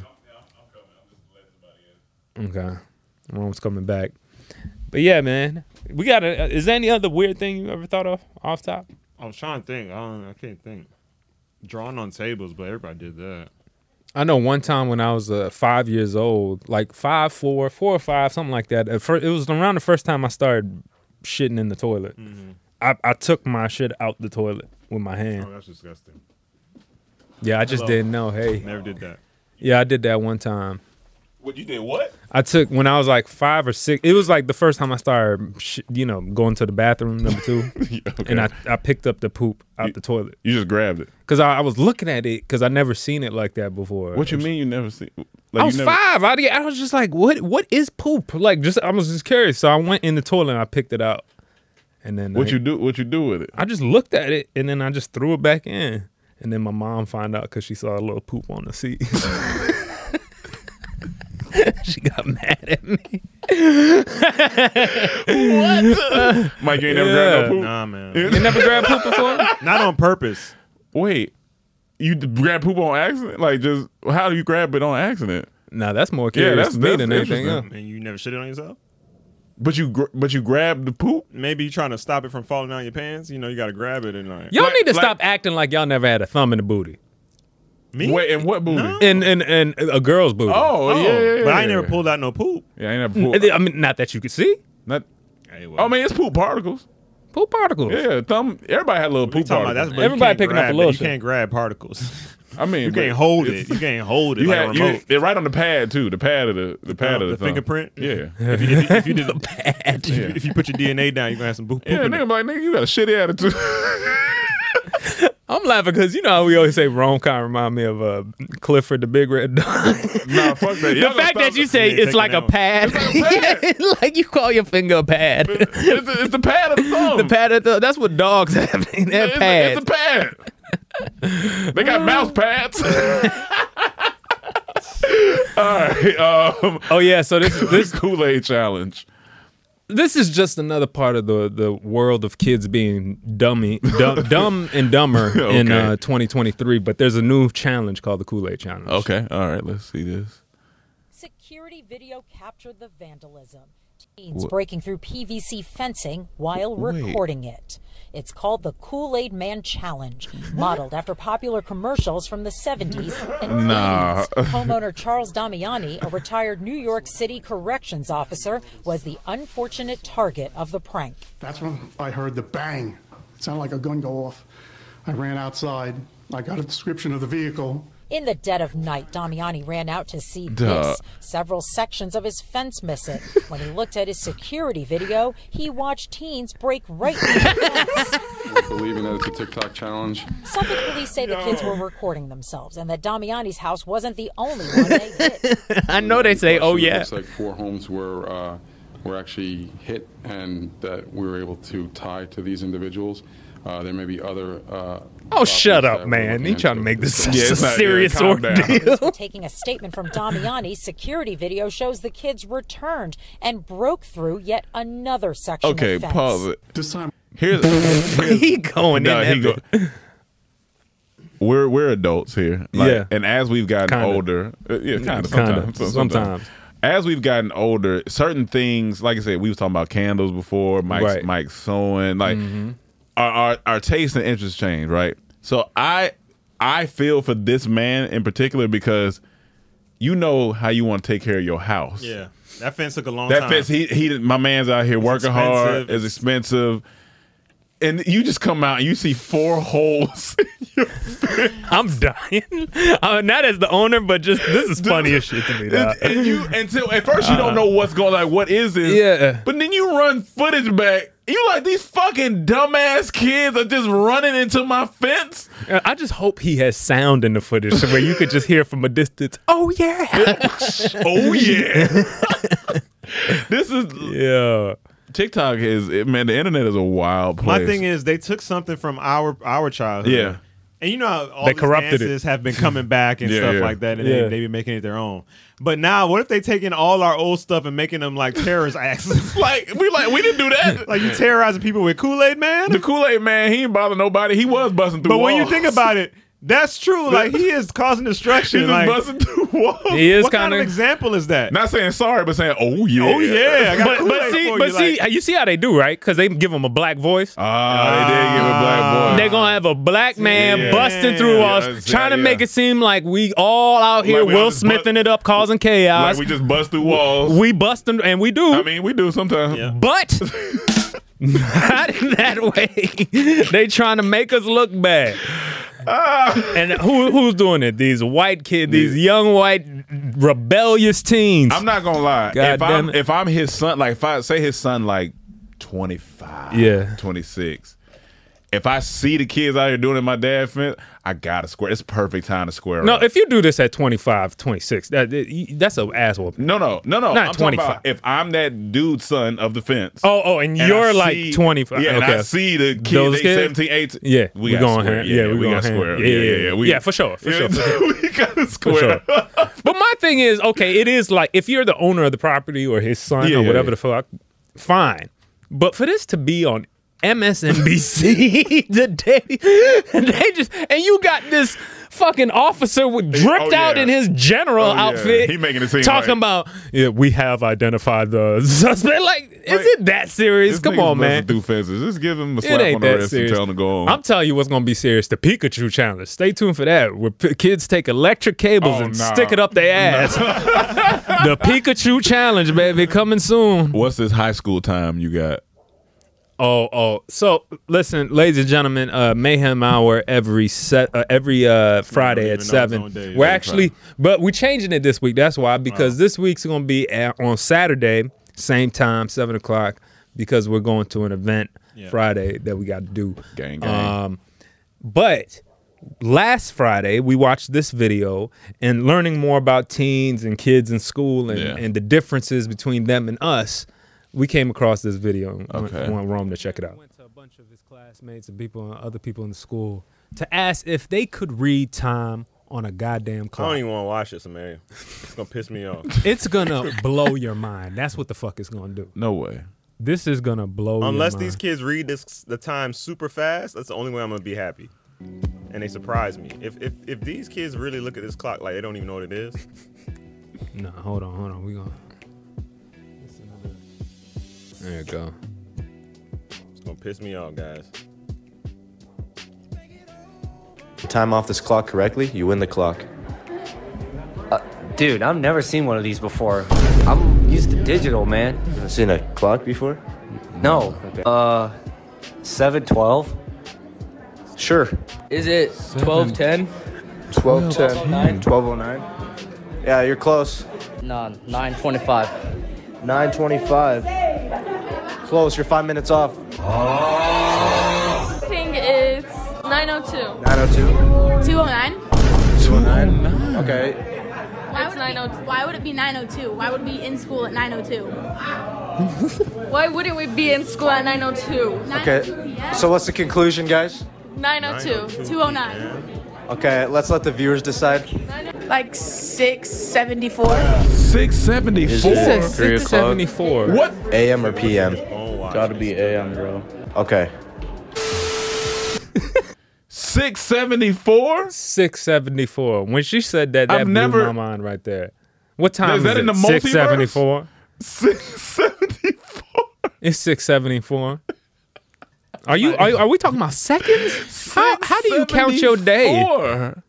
Speaker 1: Okay, Rome's coming back, but yeah, man, we gotta. Is there any other weird thing you ever thought of off top?
Speaker 3: I was trying to think. I don't. I can't think. Drawing on tables, but everybody did that.
Speaker 1: I know one time when I was uh, five years old, like five, four, four or five, something like that. At first, it was around the first time I started shitting in the toilet.
Speaker 3: Mm-hmm.
Speaker 1: I, I took my shit out the toilet with my hand.
Speaker 3: Oh, that's disgusting.
Speaker 1: Yeah, I just
Speaker 3: Hello.
Speaker 1: didn't know. Hey,
Speaker 3: Never did that.
Speaker 1: Yeah, I did that one time.
Speaker 2: What you did?
Speaker 1: *laughs*
Speaker 2: What?
Speaker 1: I took when I was like five or six. It was like the first time I started, sh- you know, going to the bathroom number
Speaker 2: *laughs*
Speaker 1: two, and I, I picked up the poop out the toilet.
Speaker 2: You just grabbed it
Speaker 1: because I, I was looking at it because I never seen it like that before.
Speaker 2: What you mean you never seen? Like
Speaker 1: I
Speaker 2: you
Speaker 1: was
Speaker 2: never-
Speaker 1: five. I, di- I was just like, what? What is poop? Like, just I was just curious. So I went in the toilet and I picked it out, and then
Speaker 2: What
Speaker 1: I-
Speaker 2: you do? What you do with it?
Speaker 1: I just looked at it and then I just threw it back in, and then my mom found out because she saw a little poop on the seat. *laughs* she got mad at me.
Speaker 2: what? Mike, you ain't never grabbed no poop.
Speaker 3: Nah, man.
Speaker 2: You
Speaker 1: never grabbed
Speaker 2: *laughs*
Speaker 1: poop before?
Speaker 3: Not on purpose.
Speaker 2: Wait, you d- grab poop on accident? Like, just how do you grab it on accident?
Speaker 1: Nah, that's more curious to me than anything else.
Speaker 3: And you never shit it on yourself?
Speaker 2: But you gr- but you grab the poop.
Speaker 3: Maybe you're trying to stop it from falling down your pants. You know, you got to grab it and like.
Speaker 1: *laughs* Y'all
Speaker 3: Like-
Speaker 1: need to
Speaker 3: like-
Speaker 1: stop acting like y'all never had a thumb in the booty.
Speaker 3: Me?
Speaker 2: Wait, and what booty?
Speaker 1: And and and a girl's booty.
Speaker 2: Oh, yeah, yeah,
Speaker 3: But I ain't
Speaker 2: yeah.
Speaker 3: never pulled out no poop.
Speaker 2: Yeah, I ain't never
Speaker 1: N-
Speaker 2: poop.
Speaker 1: I mean, not that you could see.
Speaker 2: Not. Oh man, it's poop particles.
Speaker 1: Poop particles.
Speaker 2: Yeah, thumb. Everybody had little poop
Speaker 3: talking
Speaker 2: particles.
Speaker 3: about? That's- but you Everybody can't picking up grab a it. little You shit. can't
Speaker 2: *laughs*
Speaker 3: grab particles.
Speaker 2: I mean,
Speaker 3: You
Speaker 2: but
Speaker 3: can't hold
Speaker 2: it's-
Speaker 3: it. You can't hold it
Speaker 2: You
Speaker 3: like a
Speaker 2: had, you-
Speaker 3: remote.
Speaker 2: they're right on the pad too. The pad of the the pad
Speaker 3: Oh,
Speaker 2: of the,
Speaker 3: the
Speaker 2: thumb.
Speaker 3: fingerprint?
Speaker 2: Yeah.
Speaker 1: *laughs*
Speaker 3: If you, if you, if you did the
Speaker 1: pad,
Speaker 3: if, you-
Speaker 2: Yeah.
Speaker 3: if you put your DNA down, you're gonna have some poop. poop
Speaker 2: Yeah,
Speaker 3: in
Speaker 2: nigga, like nigga, you got a shitty attitude.
Speaker 1: *laughs* I'm laughing because you know how we always say Rome kind of remind me of uh, Clifford the Big Red Dog.
Speaker 2: nah, fuck that.
Speaker 1: the fact that you say it's like a pad, *laughs* Yeah, like you call your finger a pad.
Speaker 2: It's, it's the pad of the thumb.
Speaker 1: the pad of the, that's what dogs have. *laughs* They have
Speaker 2: it's,
Speaker 1: pads.
Speaker 2: it's a pad. they
Speaker 1: *laughs*
Speaker 2: got mouse pads. All right. Um,
Speaker 1: oh yeah.
Speaker 2: *laughs*
Speaker 1: So this this
Speaker 2: Kool Aid challenge.
Speaker 1: this is just another part of the the world of kids being dummy
Speaker 2: *laughs*
Speaker 1: dumb, dumb and dumber in
Speaker 2: Okay.
Speaker 1: uh, 2023 but there's a new challenge called the kool-aid challenge
Speaker 2: Okay. All right. Let's see this.
Speaker 15: Security video captured the vandalism. Teens
Speaker 2: Wha-
Speaker 15: breaking through PVC fencing while
Speaker 2: Wait.
Speaker 15: recording it. It's called the Kool Aid Man Challenge, modeled after popular commercials from the 70s. And
Speaker 2: Nah. *laughs*
Speaker 15: homeowner Charles Damiani, a retired New York City corrections officer, was the unfortunate target of the prank.
Speaker 16: That's when I heard the bang. It sounded like a gun go off. I ran outside. I got a description of the vehicle.
Speaker 15: In the dead of night, Damiani ran out to see
Speaker 16: Duh.
Speaker 15: this. Several sections of his
Speaker 2: *laughs*
Speaker 15: fence missing. When he looked at his security video, he watched teens break right
Speaker 2: *laughs*
Speaker 15: through the fence.
Speaker 17: believing that it's a TikTok challenge.
Speaker 15: Suffolk police say the kids were recording themselves and that Damiani's house wasn't the only one they hit.
Speaker 2: *laughs*
Speaker 1: *laughs* I know they say, "Oh
Speaker 17: Actually, it
Speaker 1: yeah."
Speaker 17: Looks like four homes were uh, were actually hit, and that we were able to tie to these individuals. Uh, there may be other. Uh,
Speaker 1: Oh, shut up, man! He trying to
Speaker 2: *laughs*
Speaker 1: make this a serious ordeal.
Speaker 15: Police were taking a statement from Damiani. Security video shows the kids returned and broke through yet another section
Speaker 2: Okay.
Speaker 15: of fence.
Speaker 2: Pause it.
Speaker 16: This time,
Speaker 2: Here's,
Speaker 1: *laughs*
Speaker 2: he
Speaker 1: going
Speaker 2: no,
Speaker 1: in
Speaker 2: He go, we're we're adults here. Like,
Speaker 1: Yeah.
Speaker 2: And as we've gotten
Speaker 1: Kinda.
Speaker 2: older, uh, yeah,
Speaker 1: Kinda,
Speaker 2: kind of sometimes,
Speaker 1: sometimes.
Speaker 2: As we've gotten older, certain things, like I said, we was talking about candles before. Mike's
Speaker 1: Right. Mm-hmm.
Speaker 2: Mike's sewing, like our, our our taste and interests change, right? So I I feel for this man in particular because you know how you want to take care of your house.
Speaker 3: it. Yeah, that fence took a long
Speaker 2: That
Speaker 3: time.
Speaker 2: fits. He he. My man's out here working hard.
Speaker 3: expensive.
Speaker 2: It's expensive, and you just come out and you see four *laughs* holes.
Speaker 1: *laughs* I'm dying. *laughs* Uh, not as the owner, but just
Speaker 2: *laughs*
Speaker 1: this is funny as shit to me. dog.
Speaker 2: and you until at first you don't know what's going. Like what is this?
Speaker 1: Yeah.
Speaker 2: But then you run footage back. You like these fucking dumbass kids are just running into my fence.
Speaker 1: Uh, I just hope he has sound in the footage so where you could just hear from a distance. Oh yeah.
Speaker 2: *laughs* oh yeah. this is
Speaker 1: yeah.
Speaker 2: TikTok is man. The internet is a wild place.
Speaker 3: My thing is, they took something from our our childhood.
Speaker 2: Yeah.
Speaker 3: And you know how all
Speaker 1: They
Speaker 3: these
Speaker 1: corrupted it.
Speaker 3: dances have been coming back and
Speaker 1: Yeah,
Speaker 3: stuff
Speaker 1: yeah.
Speaker 3: like that, and
Speaker 1: Yeah.
Speaker 3: they, they be making it their own. But now, what if they taking all our old stuff and making them like terrorist acts? *laughs*
Speaker 2: like *laughs* we like we didn't do that.
Speaker 3: like you terrorizing people with Kool Aid Man. The
Speaker 2: Kool Aid Man, he ain't bother nobody. He was busting through.
Speaker 3: But when you
Speaker 2: walls.
Speaker 3: think about it, that's true. Like he is causing destruction.
Speaker 2: He was
Speaker 3: like,
Speaker 2: busting through walls.
Speaker 3: He is *laughs* What kind kinda- of example is that?
Speaker 2: Not saying sorry, but saying oh yeah,
Speaker 3: Oh, yeah, I got
Speaker 1: but, but
Speaker 2: *laughs*
Speaker 3: Kool-Aid
Speaker 1: see,
Speaker 3: for
Speaker 1: but
Speaker 3: you,
Speaker 1: see, you see how they do, right? Because they give him a black voice.
Speaker 2: Ah, they did give him a black voice.
Speaker 1: They're gonna have a black man
Speaker 2: Yeah.
Speaker 1: busting through
Speaker 2: Yeah,
Speaker 1: us,
Speaker 2: that's-
Speaker 1: trying to
Speaker 2: yeah.
Speaker 1: make it seem like we all out here
Speaker 2: Like we all
Speaker 1: Will
Speaker 2: just bu-
Speaker 1: Smithing it up, causing chaos.
Speaker 2: Like we just bust through walls.
Speaker 1: We bust them, and we do.
Speaker 2: I mean, we do sometimes. *laughs*
Speaker 1: But not in that way. they trying to make us look bad.
Speaker 2: Ah.
Speaker 1: and who who's doing it? These white kids, these young white rebellious teens.
Speaker 2: I'm not gonna lie.
Speaker 1: God
Speaker 2: if
Speaker 1: damn
Speaker 2: I'm
Speaker 1: it.
Speaker 2: if I'm his son, like if I say his son like 25,
Speaker 1: Yeah.
Speaker 2: 26. If I see the kids out here doing it, in my dad fence, I gotta square. It's perfect time to square
Speaker 1: No,
Speaker 2: up.
Speaker 1: if you do this at 25, 26, that, that- that's an ass whooping.
Speaker 2: No, no, no, no.
Speaker 1: Not
Speaker 2: I'm talking
Speaker 1: 25.
Speaker 2: about if I'm that dude son of the fence.
Speaker 1: Oh, oh, and,
Speaker 2: I
Speaker 1: you're like
Speaker 2: see-
Speaker 1: 25.
Speaker 2: Yeah, and
Speaker 1: okay.
Speaker 2: I see the kid,
Speaker 1: Those
Speaker 2: they
Speaker 1: kids?
Speaker 2: 17, 18.
Speaker 1: Yeah,
Speaker 2: we,
Speaker 1: we
Speaker 2: gotta
Speaker 1: going
Speaker 2: square.
Speaker 1: hand- yeah, we
Speaker 2: we
Speaker 1: going
Speaker 2: gotta
Speaker 1: hand-
Speaker 2: square.
Speaker 1: yeah, yeah, yeah. Yeah, for
Speaker 2: *laughs*
Speaker 1: sure, for sure, for sure.
Speaker 2: we gotta
Speaker 1: *laughs* For
Speaker 2: square.
Speaker 1: sure. *laughs* but my thing is, okay, it is like if you're the owner of the property or his son
Speaker 2: Yeah,
Speaker 1: or
Speaker 2: yeah,
Speaker 1: whatever
Speaker 2: yeah.
Speaker 1: the fuck, fine. But for this to be on
Speaker 2: *laughs*
Speaker 1: MSNBC today, *laughs* and they just and you got this fucking officer with dripped
Speaker 2: Oh,
Speaker 1: out
Speaker 2: yeah.
Speaker 1: in his general
Speaker 2: Oh, yeah.
Speaker 1: outfit.
Speaker 2: He making it seem
Speaker 1: talking
Speaker 2: like-
Speaker 1: about yeah, we have identified the *laughs* suspect. Like, is it that serious?
Speaker 2: This
Speaker 1: Come
Speaker 2: nigga's
Speaker 1: on, man.
Speaker 2: busting Through fences. Just give him a
Speaker 1: It
Speaker 2: slap
Speaker 1: ain't
Speaker 2: on the
Speaker 1: that
Speaker 2: wrist
Speaker 1: serious.
Speaker 2: and tell him to go home.
Speaker 1: I'm telling you what's gonna be serious. The Pikachu challenge. Stay tuned for that. Where p- kids take electric cables
Speaker 2: Oh,
Speaker 1: and
Speaker 2: nah.
Speaker 1: stick it up their
Speaker 2: *laughs*
Speaker 1: ass. the Pikachu challenge, baby, coming soon.
Speaker 2: What's this high school time you got?
Speaker 1: Oh, oh. So listen, ladies and gentlemen, uh, Mayhem Hour every set, uh, every uh, Friday at
Speaker 3: even know
Speaker 1: seven.
Speaker 3: its own day.
Speaker 1: We're
Speaker 3: Every
Speaker 1: actually, but we're changing it this week. That's why because
Speaker 3: Oh.
Speaker 1: this week's gonna be at, on Saturday, same time, seven o'clock, because we're going to an event
Speaker 2: Yeah.
Speaker 1: Friday that we got to do.
Speaker 2: Gang, gang.
Speaker 1: Um, but last Friday we watched this video and learning more about teens and kids in school and,
Speaker 2: Yeah.
Speaker 1: and the differences between them and us. We came across this video. and went-
Speaker 2: Okay.
Speaker 1: went Rome to check it out. Went to a bunch of his classmates and people, other people in the school, to ask if they could read time on a goddamn
Speaker 3: I don't
Speaker 1: clock.
Speaker 3: even want to watch this, man. It's gonna piss me off.
Speaker 1: It's gonna
Speaker 3: *laughs*
Speaker 1: blow your mind. That's what the fuck it's gonna do.
Speaker 2: No way.
Speaker 1: This is gonna blow. your
Speaker 3: Unless
Speaker 1: mind.
Speaker 3: these kids read this the time super fast, that's the only way I'm gonna be happy. And they surprise me. If if if these kids really look at this clock like they don't even know what it is,
Speaker 1: No, hold on, hold on. We gonna. There you go.
Speaker 3: it's gonna piss me off, guys.
Speaker 5: time off this clock correctly, you win the clock.
Speaker 18: Uh, Dude, I've never seen one of these before. I'm used to digital, man.
Speaker 5: I've seen a clock before?
Speaker 18: No. Uh, 712?
Speaker 5: Sure.
Speaker 19: Is it 1210?
Speaker 5: 1210.
Speaker 19: 1209?
Speaker 5: 1209. Yeah, you're close.
Speaker 19: No, 925.
Speaker 5: 925. Close, you're five minutes off.
Speaker 20: I think it's 902.
Speaker 5: 902.
Speaker 20: 209?
Speaker 5: 209. Okay.
Speaker 20: Why would, it be, oh why would it be 902? Why would we be in school at 902? why wouldn't we be in school at 902?
Speaker 5: Okay. So what's the conclusion, guys?
Speaker 20: 902. 209.
Speaker 5: Okay, let's let the viewers decide.
Speaker 20: Like 674.
Speaker 2: 674.
Speaker 5: She said
Speaker 1: 674.
Speaker 5: What? AM or PM?
Speaker 19: Gotta be AM, bro.
Speaker 5: Okay.
Speaker 2: 674?
Speaker 1: 674. When she said that, that
Speaker 2: I've
Speaker 1: blew
Speaker 2: never-
Speaker 1: my mind right there. What time
Speaker 2: Is that
Speaker 1: it?
Speaker 2: in the multiverse?
Speaker 1: 674.
Speaker 2: 674.
Speaker 1: It's 674. Are you are, are we talking about seconds? How how do you count your day?
Speaker 2: 674.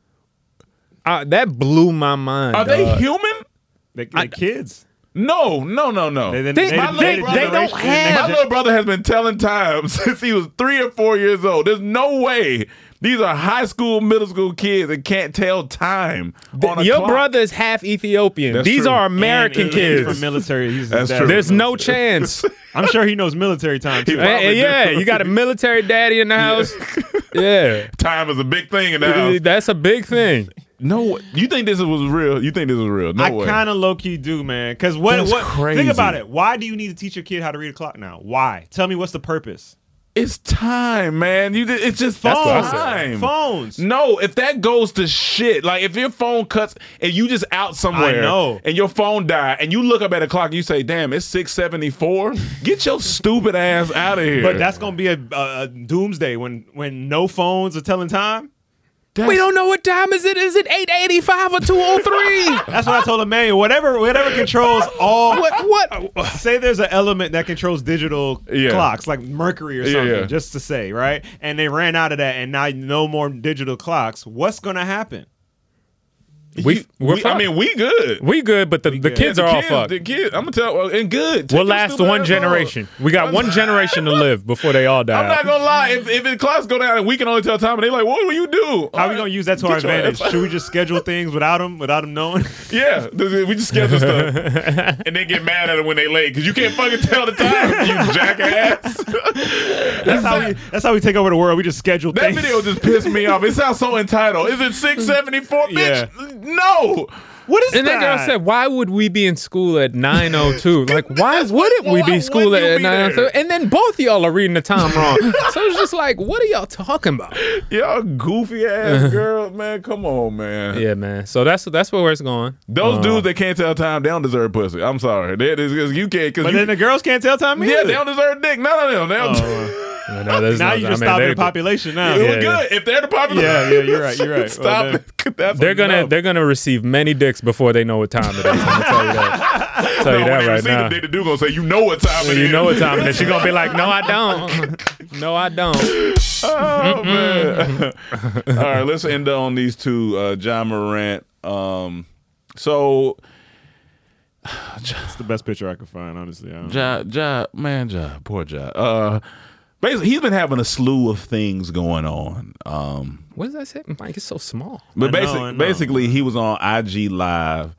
Speaker 1: Uh, that blew my mind.
Speaker 2: Are they
Speaker 1: dog.
Speaker 2: human?
Speaker 3: They, kids.
Speaker 2: No, no, no, no.
Speaker 1: they- they- they- they don't have-
Speaker 2: My little brother has been telling time *laughs* since he was three or four years old. There's no way these are high school, middle school kids that can't tell time. on a
Speaker 1: Your
Speaker 2: clock.
Speaker 1: brother is half Ethiopian.
Speaker 2: That's
Speaker 1: These
Speaker 2: true.
Speaker 1: are
Speaker 2: And
Speaker 1: American
Speaker 3: And he's
Speaker 1: kids.
Speaker 3: from military. He's
Speaker 2: That's
Speaker 3: dad
Speaker 2: true.
Speaker 3: was
Speaker 1: There's no
Speaker 3: military.
Speaker 1: chance.
Speaker 3: *laughs* I'm sure he knows military time too.
Speaker 1: Hey, yeah, you
Speaker 2: *laughs*
Speaker 1: got a military daddy in the house. Yeah.
Speaker 2: Time is a big thing in the house.
Speaker 1: *laughs* That's a big thing.
Speaker 2: No, you think this was real? You think this was real? No
Speaker 3: I
Speaker 2: way.
Speaker 3: kind of low key do, man. Because what?
Speaker 2: That's
Speaker 3: what?
Speaker 2: crazy.
Speaker 3: Think about it. Why do you need to teach your kid how to read a clock now? Why? Tell me what's the purpose?
Speaker 2: It's time, man. You did, it's just
Speaker 3: That's what I
Speaker 2: phone
Speaker 3: said.
Speaker 2: time.
Speaker 3: Phones.
Speaker 2: No, if that goes to shit, like if your phone cuts and you just out somewhere,
Speaker 3: I know.
Speaker 2: and your phone die, and you look up at the clock and you say, "Damn, it's six seventy four. Get your stupid ass out of here."
Speaker 3: But that's gonna be a, a, a doomsday when when no phones are telling time.
Speaker 14: we don't know what time is it. Is it eight eighty five or two
Speaker 1: oh
Speaker 14: o
Speaker 2: *laughs*
Speaker 14: three?
Speaker 3: That's what I told Emmanuel. Whatever, whatever controls all.
Speaker 14: What? What?
Speaker 3: Say there's an element that controls digital
Speaker 2: Yeah.
Speaker 3: clocks, like mercury or
Speaker 2: Yeah,
Speaker 3: something,
Speaker 2: yeah.
Speaker 3: just to say, right? And they ran out of that, and now no more digital clocks. What's gonna happen?
Speaker 1: We, we're
Speaker 2: We- I
Speaker 1: fucked.
Speaker 2: mean, we good.
Speaker 1: we good, but the, the
Speaker 2: Yeah,
Speaker 1: kids
Speaker 2: the
Speaker 1: are all
Speaker 2: kids,
Speaker 1: fucked.
Speaker 2: The kid, I'm gonna tell. well, And good. Take
Speaker 1: we'll
Speaker 2: your
Speaker 1: last
Speaker 2: stupid
Speaker 1: one
Speaker 2: ass home.
Speaker 1: generation. We got one generation to live before they all
Speaker 2: *laughs*
Speaker 1: die.
Speaker 2: I'm not gonna lie. If, if the clocks go down and we can only tell time, and they like, "What will you do?"
Speaker 3: How are we gonna use that to our advantage? Should we just schedule things without them, without them knowing?
Speaker 2: *laughs* Yeah,
Speaker 1: *laughs*
Speaker 2: th- th-
Speaker 3: *laughs*
Speaker 2: we just schedule stuff and then get mad at them when they late because you can't fucking tell the time, you
Speaker 1: *laughs*
Speaker 2: jackass.
Speaker 3: That's how we. That's how we take over the world. We just schedule
Speaker 2: That
Speaker 3: things.
Speaker 2: video just pissed me off. It sounds so entitled. Is it six seventy four, bitch? No.
Speaker 3: What is
Speaker 1: Mm. and that? girl said, "Why would we be in school at *laughs* 9:02? Like, why wouldn't we be school at 9:02?" And then both y'all are reading the time wrong. *laughs* so it's just like, what are y'all talking about?
Speaker 2: Y'all goofy ass
Speaker 1: *laughs*
Speaker 2: girl, man. Come on, man.
Speaker 1: Yeah, man. So that's that's where it's going.
Speaker 2: Those
Speaker 1: Uh,
Speaker 2: dudes that can't tell time, they don't deserve pussy. I'm sorry. They, they, you can't. 'cause
Speaker 3: But
Speaker 2: you,
Speaker 3: then the girls can't tell time either.
Speaker 2: yeah, they don't deserve dick. None of them. They *laughs* don't.
Speaker 1: no, Oh. no, there's
Speaker 3: now
Speaker 1: no-
Speaker 3: you
Speaker 1: I
Speaker 3: just
Speaker 1: mean,
Speaker 3: stopping
Speaker 1: they-
Speaker 3: the population. Now
Speaker 2: It was good. If they're the popular,
Speaker 3: Yeah, yeah, you're right, you're right.
Speaker 2: *laughs*
Speaker 3: Well,
Speaker 2: Stop
Speaker 3: then-
Speaker 2: it. That's
Speaker 1: They're gonna
Speaker 2: enough.
Speaker 1: they're gonna receive many dicks before they know what time it is.
Speaker 2: *laughs*
Speaker 1: I'm gonna tell you that. Tell
Speaker 2: No,
Speaker 1: you
Speaker 2: when
Speaker 1: that
Speaker 2: they
Speaker 1: right
Speaker 2: receive
Speaker 1: now.
Speaker 2: The dick, the dude gonna say, "You know what time
Speaker 1: Well,
Speaker 2: it is."
Speaker 1: you know what time it is. She's gonna be like, "No,
Speaker 2: *laughs*
Speaker 1: I don't. No, I don't."
Speaker 2: Oh man! *laughs* All
Speaker 1: *laughs*
Speaker 2: right, let's end on these two. Uh, John Morant. Um, so
Speaker 3: That's the best picture I could find, honestly. I don't know.
Speaker 2: Ja, ja, man, Ja, poor Ja. Uh, basically, he's been having a slew of things going on. Um,
Speaker 1: What does that say? Mike is so small.
Speaker 2: but
Speaker 1: I know,
Speaker 2: basically,
Speaker 1: I know.
Speaker 2: basically, he was on IG Live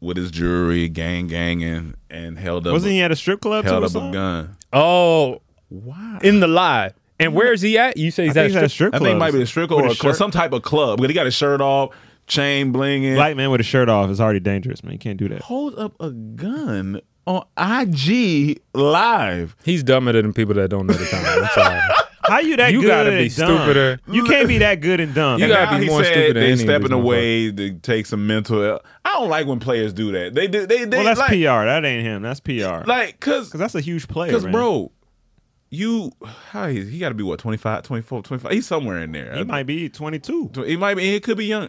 Speaker 2: with his jury, gang ganging, and held up.
Speaker 3: Wasn't he at a strip club?
Speaker 2: Held
Speaker 3: too or
Speaker 2: up a
Speaker 3: something?
Speaker 2: gun.
Speaker 1: Oh, wow! In the live, and where is he at? You say he's
Speaker 3: I
Speaker 1: at,
Speaker 3: think he's at a strip
Speaker 2: I
Speaker 3: club.
Speaker 2: think it might be a strip club
Speaker 3: With
Speaker 2: or
Speaker 3: a
Speaker 2: a club,
Speaker 3: shirt?
Speaker 2: some type of club. But he got his shirt off, chain blinging.
Speaker 3: Black man with a shirt off is already dangerous, man. You can't do that.
Speaker 2: hold up a gun Oh, on IG live.
Speaker 1: He's dumber than people that don't know the
Speaker 2: *laughs*
Speaker 1: time. I'm sorry.
Speaker 3: How you that
Speaker 1: You
Speaker 3: good
Speaker 1: gotta
Speaker 3: and
Speaker 1: be
Speaker 3: dumb?
Speaker 1: stupider.
Speaker 3: You can't be that good and dumb.
Speaker 1: You
Speaker 2: And
Speaker 1: gotta
Speaker 2: now
Speaker 1: be
Speaker 2: he
Speaker 1: more
Speaker 2: said
Speaker 1: stupid than any
Speaker 2: They
Speaker 1: of these
Speaker 2: stepping
Speaker 1: motherfuckers.
Speaker 2: away to take some mental. I don't like when players do that. They do. They they
Speaker 3: well, that's
Speaker 2: like
Speaker 3: PR. That ain't him. That's PR.
Speaker 2: like cause
Speaker 3: Because that's a huge player,
Speaker 2: cause
Speaker 3: man.
Speaker 2: bro, you how he, he got to be what 25, 24, 25. He's somewhere in there.
Speaker 3: he might be 22.
Speaker 2: He might be. He could be young.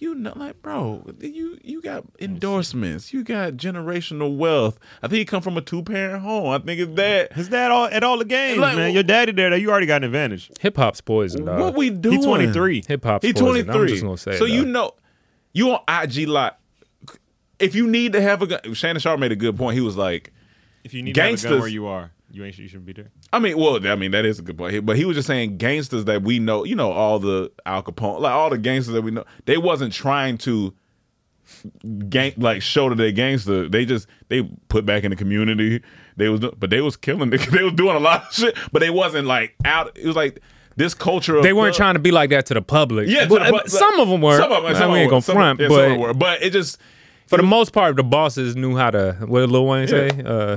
Speaker 2: You know, like bro, you you got endorsements. You got generational wealth. I think he come from a two parent home. I think his dad.
Speaker 3: His dad all at all the games,
Speaker 2: Like,
Speaker 3: man. Your daddy there, that you already got an advantage.
Speaker 1: Hip hop's poison, dog.
Speaker 2: What we doing?
Speaker 3: He 23.
Speaker 1: Uh, Hip hop's
Speaker 2: He
Speaker 1: poison.
Speaker 2: twenty
Speaker 1: I'm
Speaker 2: three.
Speaker 1: just gonna say
Speaker 2: so
Speaker 1: it,
Speaker 2: you
Speaker 1: dog.
Speaker 2: know, you on IG lot. If you need to have a gun, Shannon Sharp made a good point. He was like,
Speaker 3: If you need to have a gun
Speaker 2: Gangsters-
Speaker 3: where you are, you ain't you shouldn't be there.
Speaker 2: I mean, well, I mean that is a good point. But he was just saying gangsters that we know, you know, all the Al Capone, like all the gangsters that we know, they wasn't trying to gang like show that they gangster. They just they put back in the community. They was do- but they was killing. *laughs* They was doing a lot of shit, but they wasn't like out. It was like this culture. Of
Speaker 1: They weren't
Speaker 2: club-
Speaker 1: trying to be like that to the public.
Speaker 2: Yeah, to
Speaker 1: But- uh,
Speaker 2: the bu-
Speaker 1: but some of them were.
Speaker 2: Some of them,
Speaker 1: I
Speaker 2: some
Speaker 1: we
Speaker 2: of
Speaker 1: ain't
Speaker 2: them-
Speaker 1: gonna
Speaker 2: some-
Speaker 1: front,
Speaker 2: yeah, some of
Speaker 1: but
Speaker 2: them were. But it just
Speaker 1: for the most part, the bosses knew how to. What did Lil Wayne say?
Speaker 2: uh,
Speaker 1: Uh,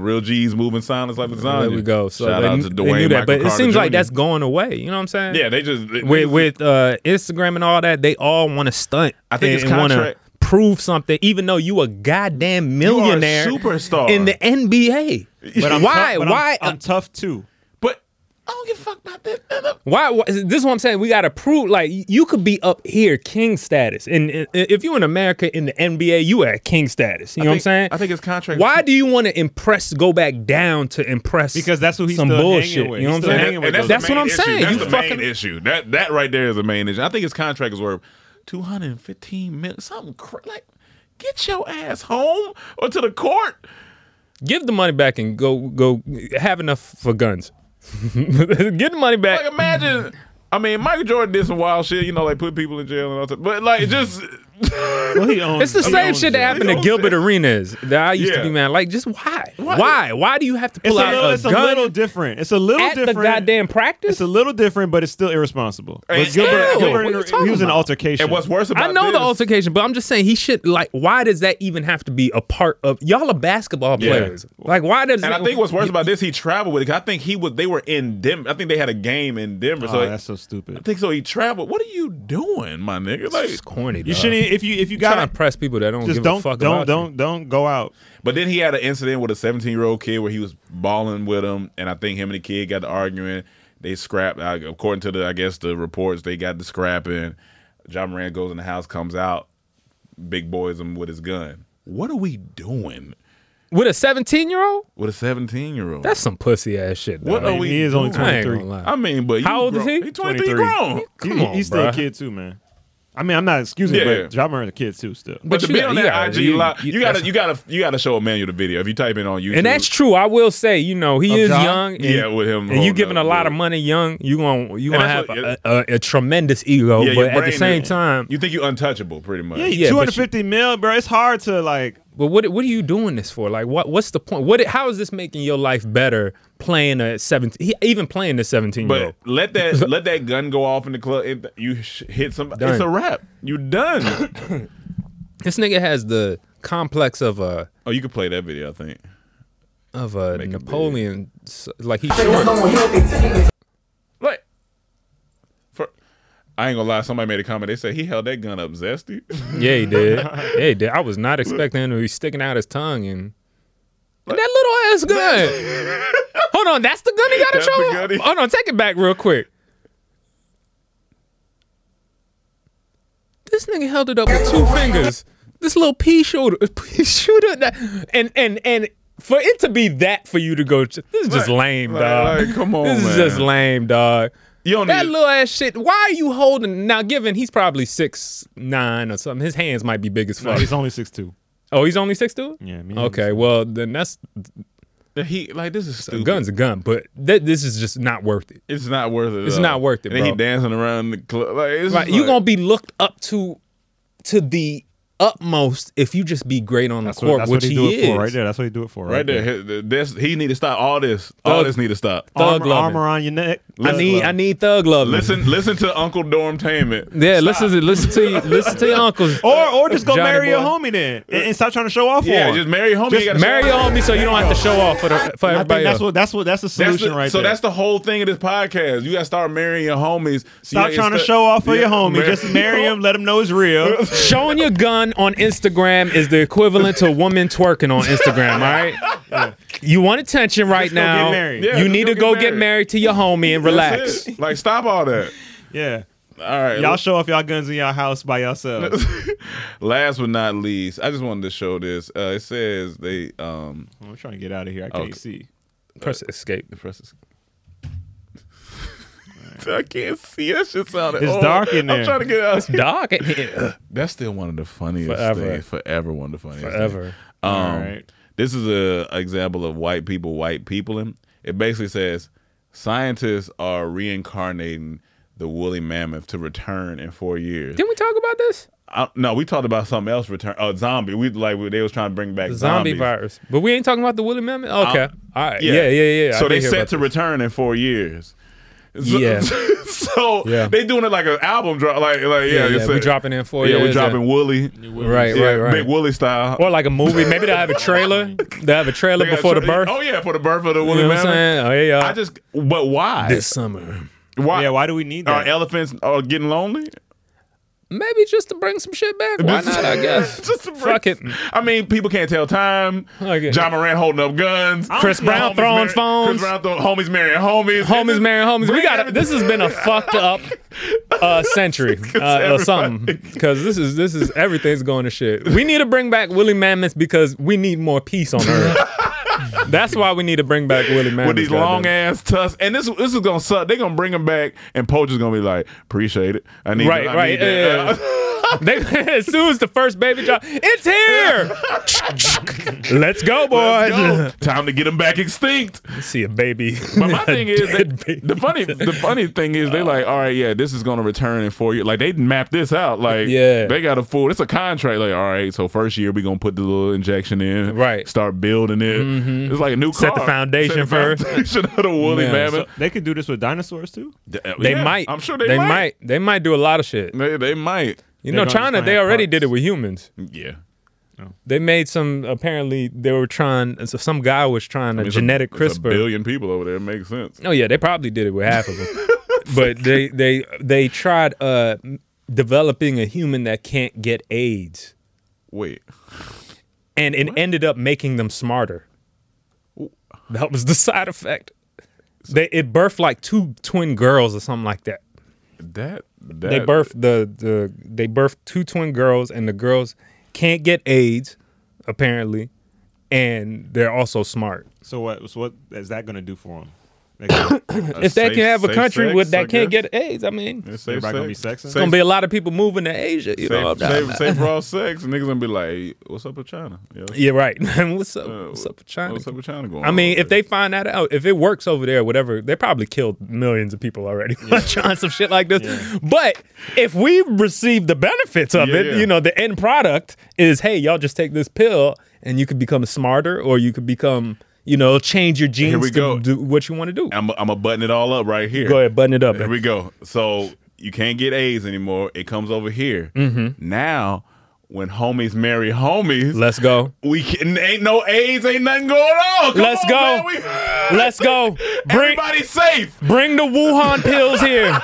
Speaker 2: real G's moving silence like lasagna.
Speaker 1: there we go. So
Speaker 2: shout
Speaker 1: they,
Speaker 2: out to
Speaker 1: they
Speaker 2: Dwayne
Speaker 1: knew that,
Speaker 2: Michael
Speaker 1: but it
Speaker 2: Carter
Speaker 1: seems like
Speaker 2: Jr..
Speaker 1: that's going away. You know what I'm saying?
Speaker 2: yeah. They just they-
Speaker 1: with with uh, Instagram and all that, they all want to stunt.
Speaker 2: I think his
Speaker 1: and wanna
Speaker 2: contract-
Speaker 1: prove something, even though you a goddamn
Speaker 2: You are a
Speaker 1: millionaire
Speaker 2: superstar
Speaker 1: in the
Speaker 2: *laughs*
Speaker 1: NBA.
Speaker 3: But I'm
Speaker 1: why?
Speaker 3: tough- but I'm-
Speaker 1: why?
Speaker 3: I'm, tough too.
Speaker 2: But I don't give a fuck about that.
Speaker 1: Why, why? This is what I'm saying. We gotta prove. Like you could be up here, king status, and, and if you in America in the NBA, you at king status. You
Speaker 2: I think-
Speaker 1: know what I'm saying?
Speaker 2: I think his contract-
Speaker 1: Why do you want to impress? Go back down to impress?
Speaker 3: Because that's who he's
Speaker 1: some
Speaker 3: still hanging
Speaker 1: bullshit.
Speaker 3: with.
Speaker 1: You know
Speaker 3: He's
Speaker 1: what I'm
Speaker 3: still
Speaker 1: saying?
Speaker 3: hanging with
Speaker 1: that's,
Speaker 3: those
Speaker 1: what
Speaker 2: main
Speaker 1: I'm
Speaker 2: issue.
Speaker 1: saying.
Speaker 2: That's
Speaker 1: You
Speaker 2: the
Speaker 1: fucking
Speaker 2: main issue. That that right there is the main issue. I think his contract is worth two hundred and fifteen million. Something cra- like get your ass home or to the court.
Speaker 1: give the money back and go go have enough for guns. *laughs* Get the money back.
Speaker 2: Like imagine. I mean, Michael Jordan did some wild shit. You know, like put people in jail and all that. But like just
Speaker 3: Well, he owns,
Speaker 1: It's the
Speaker 2: *laughs*
Speaker 3: he
Speaker 1: same
Speaker 3: owns
Speaker 1: shit that
Speaker 3: it.
Speaker 1: happened to
Speaker 2: owns
Speaker 1: Gilbert Arenas that I used
Speaker 2: Yeah.
Speaker 1: to be mad. Like, just why? Why? Why do you have to
Speaker 3: It's
Speaker 1: pull
Speaker 3: a
Speaker 1: out
Speaker 3: little,
Speaker 1: a
Speaker 3: it's
Speaker 1: gun?
Speaker 3: a little different. It's a little
Speaker 1: at the
Speaker 3: different.
Speaker 1: goddamn practice.
Speaker 3: It's a little different, but it's still irresponsible. But
Speaker 1: It's
Speaker 3: Gilbert,
Speaker 1: ew.
Speaker 3: Gilbert
Speaker 1: What are you
Speaker 3: he
Speaker 1: talking
Speaker 3: was in an
Speaker 1: about?
Speaker 3: altercation.
Speaker 1: I know the altercation, but I'm just saying he should like. Why does that even have to be a part of? Y'all are basketball
Speaker 2: Yeah.
Speaker 1: players. Like, why does?
Speaker 2: And I think what's worse about this, he traveled with it. 'cause I think he was. They were in Denver. I think they had a game in Denver. so
Speaker 3: Oh,
Speaker 2: it-
Speaker 3: that's so stupid.
Speaker 2: I think so. He traveled. What are you doing, my nigga? Like
Speaker 3: just
Speaker 1: corny.
Speaker 3: You shouldn't. If you if you got
Speaker 1: to press people that don't
Speaker 3: just don't don't don't don't go out.
Speaker 2: But then he had an incident with a 17 year old kid where he was balling with him, and I think him and the kid got to arguing. They scrapped. I- According to the, I guess the reports, they got to scrapping. John Moran goes in the house, comes out, big boys him with his gun. What are we doing
Speaker 1: with a 17 year old?
Speaker 2: with a 17 year old?
Speaker 1: That's some pussy ass shit.
Speaker 2: What
Speaker 1: dog.
Speaker 2: are we? doing?
Speaker 1: I ain't gonna lie.
Speaker 2: I mean, but you
Speaker 1: how old
Speaker 2: grown-
Speaker 1: is he?
Speaker 2: He 23. Grown.
Speaker 1: Come
Speaker 3: He-
Speaker 1: on,
Speaker 3: he's still a
Speaker 1: bruh.
Speaker 3: kid too, man. I mean, I'm not excusing,
Speaker 2: Yeah.
Speaker 3: but John Murray's a kid too still.
Speaker 2: But, to be on
Speaker 1: you
Speaker 2: that
Speaker 1: gotta-
Speaker 2: IG
Speaker 1: you-
Speaker 2: live,
Speaker 1: you-
Speaker 2: you, gotta
Speaker 1: that's-
Speaker 2: you gotta you gotta show Emmanuel the video. If you type it on YouTube,
Speaker 1: And that's true. I will say, you know, he
Speaker 2: Of
Speaker 1: is
Speaker 2: John?
Speaker 1: young. And,
Speaker 2: Yeah, with him
Speaker 1: And you
Speaker 2: holding
Speaker 1: giving a
Speaker 2: up,
Speaker 1: lot of money young, you gonna you
Speaker 2: And
Speaker 1: gonna
Speaker 2: that's
Speaker 1: have
Speaker 2: what-
Speaker 1: a, a, a tremendous ego.
Speaker 2: Yeah, your
Speaker 1: but at the
Speaker 2: brain
Speaker 1: same
Speaker 2: is-
Speaker 1: time,
Speaker 2: you think you're untouchable, pretty much.
Speaker 3: yeah, two hundred fifty mil, bro. It's hard to like.
Speaker 1: But what what are you doing this for? Like, what what's the point? What how is this making your life better? Playing a seventeen, he- even playing the seventeen year old.
Speaker 2: But let that
Speaker 1: *laughs*
Speaker 2: let that gun go off in the club. It, you sh- hit somebody. It's
Speaker 1: Done.
Speaker 2: a wrap. You done.
Speaker 1: *coughs* This nigga has the complex of a
Speaker 2: oh, you could play that video. I think
Speaker 1: of a Napoleon. s- Like he's
Speaker 2: Sure.
Speaker 1: short.
Speaker 2: Like, for, I ain't gonna lie. Somebody made a comment. They said he held that gun up zesty.
Speaker 1: yeah,
Speaker 2: *laughs*
Speaker 1: he did. Yeah, he did. I was not expecting him to be sticking out his tongue and. and that little ass gun. *laughs* Hold on, that's the gun he got in
Speaker 2: That's the gun
Speaker 1: trouble.
Speaker 2: he-
Speaker 1: Hold on, take it back real quick. This nigga held it up with two fingers. This little pea shooter, *laughs* pea shooter, that, and and and for it to be that for you to go, to, this is just lame,
Speaker 2: like-
Speaker 1: dog.
Speaker 2: like, come on,
Speaker 1: this
Speaker 2: man.
Speaker 1: is just lame, dog.
Speaker 2: You don't
Speaker 1: that
Speaker 2: need-
Speaker 1: little ass shit. Why are you holding? Now, given he's probably six nine or something, his hands might be big as fuck.
Speaker 3: No, he's only six two.
Speaker 1: Oh, he's only six two.
Speaker 3: Yeah, me and him
Speaker 1: Okay, well then that's
Speaker 2: he like this is
Speaker 1: a
Speaker 2: stupid.
Speaker 1: gun's a gun, but th- this is just not worth it.
Speaker 2: It's not worth it. at
Speaker 1: It's
Speaker 2: all.
Speaker 1: not worth it,
Speaker 2: And then he
Speaker 1: bro.
Speaker 2: dancing around the club. Like, it's
Speaker 1: Like,
Speaker 2: just
Speaker 1: you
Speaker 2: like-
Speaker 1: gonna be looked up to to the utmost if you just be great on
Speaker 3: That's
Speaker 1: the
Speaker 3: what,
Speaker 1: court,
Speaker 3: that's what
Speaker 1: which
Speaker 3: he,
Speaker 1: he,
Speaker 3: do it
Speaker 1: is.
Speaker 3: for right there. That's what he do it for
Speaker 2: right there. He- This he need to stop. All this. All
Speaker 1: Thug-
Speaker 2: this need to stop.
Speaker 1: Thug
Speaker 3: armor,
Speaker 1: loving.
Speaker 3: armor on your neck.
Speaker 1: I need I need thug love.
Speaker 2: Listen, listen to Uncle Dormtainment.
Speaker 1: Yeah, listen to listen to you- listen to your uncles.
Speaker 3: Or or just go
Speaker 1: Johnny
Speaker 3: marry
Speaker 1: boy.
Speaker 3: your homie then, and, and stop trying to show off.
Speaker 2: Yeah,
Speaker 3: for him.
Speaker 2: just marry your homie. You gotta
Speaker 1: Marry
Speaker 2: show
Speaker 1: your
Speaker 2: off.
Speaker 1: homie so you don't have to show off for the, for
Speaker 3: I think
Speaker 1: everybody
Speaker 3: that's
Speaker 1: else.
Speaker 3: what that's what that's the
Speaker 2: That's
Speaker 3: solution
Speaker 2: the-
Speaker 3: right
Speaker 2: so
Speaker 3: there.
Speaker 2: that's the whole thing of this podcast. You got to start marrying your homies. So
Speaker 3: Stop
Speaker 2: you
Speaker 3: trying to
Speaker 2: sta-
Speaker 3: show off for
Speaker 2: yeah,
Speaker 3: your homie. Just
Speaker 2: *laughs*
Speaker 3: marry him. Let him know it's
Speaker 1: *laughs*
Speaker 3: real.
Speaker 1: Showing your gun on Instagram is the equivalent to a woman twerking on Instagram, all right? You want attention right
Speaker 3: Just go get
Speaker 1: now.
Speaker 3: married.
Speaker 2: Yeah,
Speaker 1: you
Speaker 2: just
Speaker 1: need
Speaker 2: go
Speaker 1: to go
Speaker 2: get
Speaker 1: get
Speaker 2: married.
Speaker 1: married to your homie and relax.
Speaker 2: That's it. Like stop all that.
Speaker 3: Yeah.
Speaker 2: All right.
Speaker 3: Y'all show off y'all guns in y'all house by yourselves.
Speaker 2: *laughs* Last but not least, I just wanted to show this. Uh, it says they. um
Speaker 3: I'm trying to get out of here. I can't
Speaker 2: Okay.
Speaker 3: see.
Speaker 1: Press escape.
Speaker 2: Press escape. I can't see. That shit sounded.
Speaker 3: It's
Speaker 2: oh,
Speaker 3: dark in
Speaker 2: I'm
Speaker 3: there.
Speaker 2: trying to get out.
Speaker 1: It's dark in here.
Speaker 2: *laughs* That's still one of the funniest
Speaker 1: Forever.
Speaker 2: things. Forever one of the funniest.
Speaker 1: Forever.
Speaker 2: things. Um,
Speaker 1: All right.
Speaker 2: This is a example of white people white peopling. It basically says scientists are reincarnating the woolly mammoth to return in four years.
Speaker 1: Didn't we talk about this?
Speaker 2: I, no, we talked about something else. Return. Oh, zombie. We like we, they was trying to bring back
Speaker 1: The zombie
Speaker 2: zombies.
Speaker 1: virus. But we ain't talking about the Willie Mammoth? Okay.
Speaker 2: Um,
Speaker 1: All right. Yeah, yeah, yeah. I
Speaker 2: So
Speaker 1: did
Speaker 2: they
Speaker 1: hear
Speaker 2: set
Speaker 1: about
Speaker 2: to return in four years. *laughs* So,
Speaker 1: Yeah.
Speaker 2: so
Speaker 1: Yeah.
Speaker 2: they doing it like an album drop. Like, like yeah,
Speaker 1: Yeah, yeah,
Speaker 2: it's
Speaker 1: we
Speaker 2: a-
Speaker 1: dropping in four
Speaker 2: yeah,
Speaker 1: years,
Speaker 2: we
Speaker 1: yeah.
Speaker 2: dropping Woolly.
Speaker 1: Right,
Speaker 2: Yeah,
Speaker 1: right, right.
Speaker 2: Big Woolly style.
Speaker 1: Or like a movie. Maybe they'll have a
Speaker 2: *laughs*
Speaker 1: trailer. They'll have a trailer
Speaker 2: They got
Speaker 1: before the
Speaker 2: tr-
Speaker 1: birth.
Speaker 2: Oh yeah, for the birth of the woolly
Speaker 1: know what I'm
Speaker 2: mammoth.
Speaker 1: saying? Oh, yeah, yeah.
Speaker 2: I just, but why?
Speaker 1: This summer.
Speaker 2: Why?
Speaker 3: Yeah, why do we need
Speaker 2: Are
Speaker 3: that?
Speaker 2: elephants are getting lonely?
Speaker 1: Maybe just to bring some shit back. Why not, I
Speaker 2: *laughs*
Speaker 1: guess.
Speaker 2: Just to
Speaker 1: Fuck it.
Speaker 2: I mean, people can't tell time.
Speaker 1: Okay.
Speaker 2: John Moran holding up guns.
Speaker 1: Chris
Speaker 2: Homies
Speaker 1: Brown throwing
Speaker 2: marrying-
Speaker 1: phones.
Speaker 2: Chris Brown throwing homies marrying homies.
Speaker 1: Homies marrying homies. We got this
Speaker 2: *laughs*
Speaker 1: has been a fucked up uh, century uh, or
Speaker 2: everybody-
Speaker 1: something because this is this is everything's going to shit. We need to bring back Willie Mammoth because we need more peace on earth.
Speaker 2: *laughs*
Speaker 1: That's why we need to bring back Willie Mammoth
Speaker 2: with these
Speaker 1: goddamn.
Speaker 2: long ass tusks, and this this is gonna suck. They're gonna bring them back, and Poacher's gonna be like, "Appreciate it. I need,
Speaker 1: Right,
Speaker 2: I *laughs*
Speaker 1: right,
Speaker 2: need that."
Speaker 1: yeah, They, *laughs* as soon as the first baby drop, it's *laughs* here. Let's go, boys.
Speaker 2: Time to get them back extinct.
Speaker 1: See a baby. *laughs*
Speaker 2: But my thing is, they, the funny, the funny thing is, they like, all right, yeah, this is gonna return in four years. Like they mapped this out. Like,
Speaker 1: Yeah.
Speaker 2: they got a full. It's a contract. Like, all right, so first year we gonna put the little injection in. Right. Start building it.
Speaker 1: Mhm.
Speaker 2: It's like *laughs* a new
Speaker 1: Set the
Speaker 2: car.
Speaker 1: foundation
Speaker 2: Set the
Speaker 1: first. *laughs*
Speaker 2: foundation uh, of the woolly
Speaker 1: Yeah.
Speaker 2: mammoth.
Speaker 1: So
Speaker 3: they could do this with dinosaurs too.
Speaker 1: They might.
Speaker 2: I'm sure they,
Speaker 1: they
Speaker 2: might.
Speaker 1: They might do a lot of shit.
Speaker 2: They, they might. They
Speaker 1: You know,
Speaker 2: gonna
Speaker 1: China.
Speaker 2: just
Speaker 1: They
Speaker 2: plant
Speaker 1: already
Speaker 2: parts.
Speaker 1: did it with humans.
Speaker 2: Yeah.
Speaker 1: They made some. Apparently, they were trying. So some guy was trying
Speaker 2: I
Speaker 1: a
Speaker 2: mean, it's
Speaker 1: genetic
Speaker 2: it's
Speaker 1: CRISPR.
Speaker 2: A billion people over there. It makes sense.
Speaker 1: Oh yeah, they probably did it with half of them. *laughs* but they they they tried uh developing a human that can't get AIDS.
Speaker 2: Wait.
Speaker 1: And it ended up making them smarter. That was the *laughs* side effect. They it birthed like two twin girls or something like that.
Speaker 2: That, that
Speaker 1: They birthed the the they birthed two twin girls and the girls can't get AIDS apparently and they're also smart.
Speaker 3: So what? So what is that going to do for them?
Speaker 1: *coughs* if they can have a country with that can't get AIDS, I mean,
Speaker 2: It's safe
Speaker 3: everybody gonna be
Speaker 2: sex.
Speaker 3: sexing.
Speaker 1: it's gonna be a lot of people moving to Asia. You
Speaker 2: Safe,
Speaker 1: know, what I'm talking
Speaker 2: safe,
Speaker 1: about?
Speaker 2: safe for all sex. Niggas gonna be like, "What's up with China?" Yo?
Speaker 1: Yeah, right. *laughs* what's up?
Speaker 2: Uh,
Speaker 1: what's up with China?
Speaker 2: What's up with China going?
Speaker 1: I mean, if they find that out, if it works over there, whatever, they probably killed millions of people already *laughs* by trying some shit like this. But if we receive the benefits of
Speaker 2: Yeah,
Speaker 1: it,
Speaker 2: yeah.
Speaker 1: you know, the end product is, hey, y'all just take this pill and you could become smarter, or you could become, you know, change your genes.
Speaker 2: Here we
Speaker 1: to
Speaker 2: go.
Speaker 1: Do what you want to do.
Speaker 2: I'm I'm gonna button it all up right here.
Speaker 1: Go ahead, button it up.
Speaker 2: Here we go. So you can't get AIDS anymore. It comes over here.
Speaker 1: Mhm.
Speaker 2: Now, when homies marry homies,
Speaker 1: let's go.
Speaker 2: We can, ain't no AIDS, ain't nothing going on. Come
Speaker 1: Let's
Speaker 2: on,
Speaker 1: go.
Speaker 2: man, we- *laughs*
Speaker 1: Let's go. Bring,
Speaker 2: Everybody's safe.
Speaker 1: Bring the Wuhan pills
Speaker 2: *laughs*
Speaker 1: here.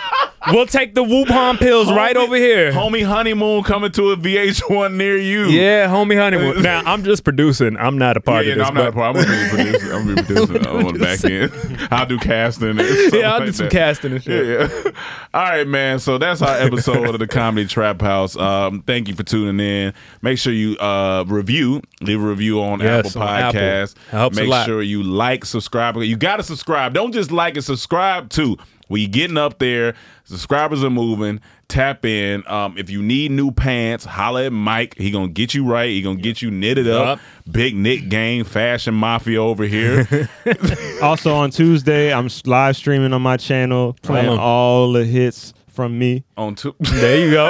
Speaker 1: We'll take the Wuhan pills right
Speaker 2: Homie-
Speaker 1: over here.
Speaker 2: Homie honeymoon coming to a VH1 near you.
Speaker 1: Yeah, homie
Speaker 2: *laughs*
Speaker 1: honeymoon. now I'm just producing. I'm not a
Speaker 2: Yeah,
Speaker 1: part
Speaker 2: yeah,
Speaker 1: of this.
Speaker 2: no, I'm not a
Speaker 1: but-
Speaker 2: part. I'm gonna be producing. I'm gonna be producing.
Speaker 1: *laughs*
Speaker 2: I'm on the back end. I'll do casting. and something
Speaker 1: I'll do
Speaker 2: like
Speaker 1: some
Speaker 2: that.
Speaker 1: casting and shit.
Speaker 2: Yeah, yeah. *laughs* All right, man. So that's our episode of the Comedy Trap House. Um, thank you for tuning in. Make sure you uh review, leave a review on
Speaker 1: Yes,
Speaker 2: Apple
Speaker 1: on Apple.
Speaker 2: Podcasts.
Speaker 1: Helps a
Speaker 2: Make
Speaker 1: lot.
Speaker 2: sure you like, subscribe. You gotta subscribe. Don't just like and subscribe too. We getting up there. Subscribers are moving. Tap in. Um, if you need new pants, holla at Mike. He gonna get you right. He gonna get you knitted up. Big Nick Gang, Fashion Mafia over
Speaker 1: *laughs*
Speaker 2: here.
Speaker 3: *laughs* also on Tuesday, I'm s- live streaming on my channel, playing
Speaker 2: Hello.
Speaker 3: all the hits from me.
Speaker 2: on
Speaker 3: *laughs*
Speaker 2: two.
Speaker 1: There you go.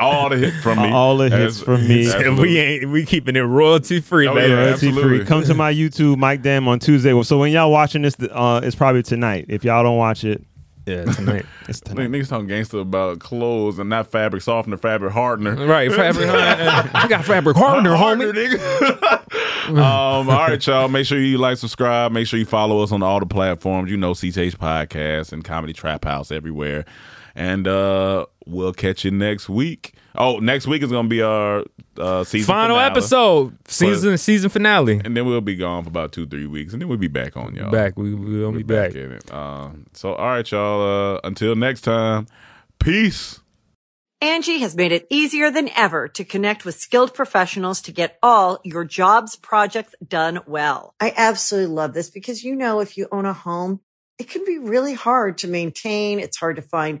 Speaker 2: all the hits from me.
Speaker 3: All the
Speaker 2: That's-
Speaker 3: hits from me.
Speaker 2: absolutely.
Speaker 1: *laughs*
Speaker 3: *laughs*
Speaker 1: we ain't we keeping it royalty free,
Speaker 2: Oh,
Speaker 1: baby.
Speaker 2: yeah,
Speaker 3: Royalty
Speaker 2: absolutely.
Speaker 3: free. Come
Speaker 2: *laughs*
Speaker 3: to my YouTube, Mike Dam, on Tuesday. Well, So when y'all watching this, uh, it's probably tonight. If y'all don't watch it,
Speaker 2: *laughs*
Speaker 1: yeah, tonight.
Speaker 3: it's
Speaker 2: Nigg-
Speaker 3: tonight.
Speaker 2: Niggas talking gangster about clothes and not fabric softener, fabric hardener.
Speaker 1: *laughs* Right, fabric. I got fabric hardener, homie.
Speaker 2: *laughs* um, all right, y'all. Make sure you like, subscribe. Make sure you follow us on all the platforms. You know, CTH Podcast and Comedy Trap House everywhere. And uh, we'll catch you next week. Oh, next week is going to be our uh, season
Speaker 1: Final
Speaker 2: finale.
Speaker 1: episode, season season finale.
Speaker 2: And then we'll be gone for about two, three weeks. And then we'll be back on y'all.
Speaker 1: Back, we we'll be back.
Speaker 2: in it. Um, so, all right, y'all. Uh, until next time, peace.
Speaker 6: Angie has made it easier than ever to connect with skilled professionals to get all your jobs projects done well.
Speaker 9: I absolutely love this because you know if you own a home,
Speaker 6: It can be really hard to maintain. It's hard to find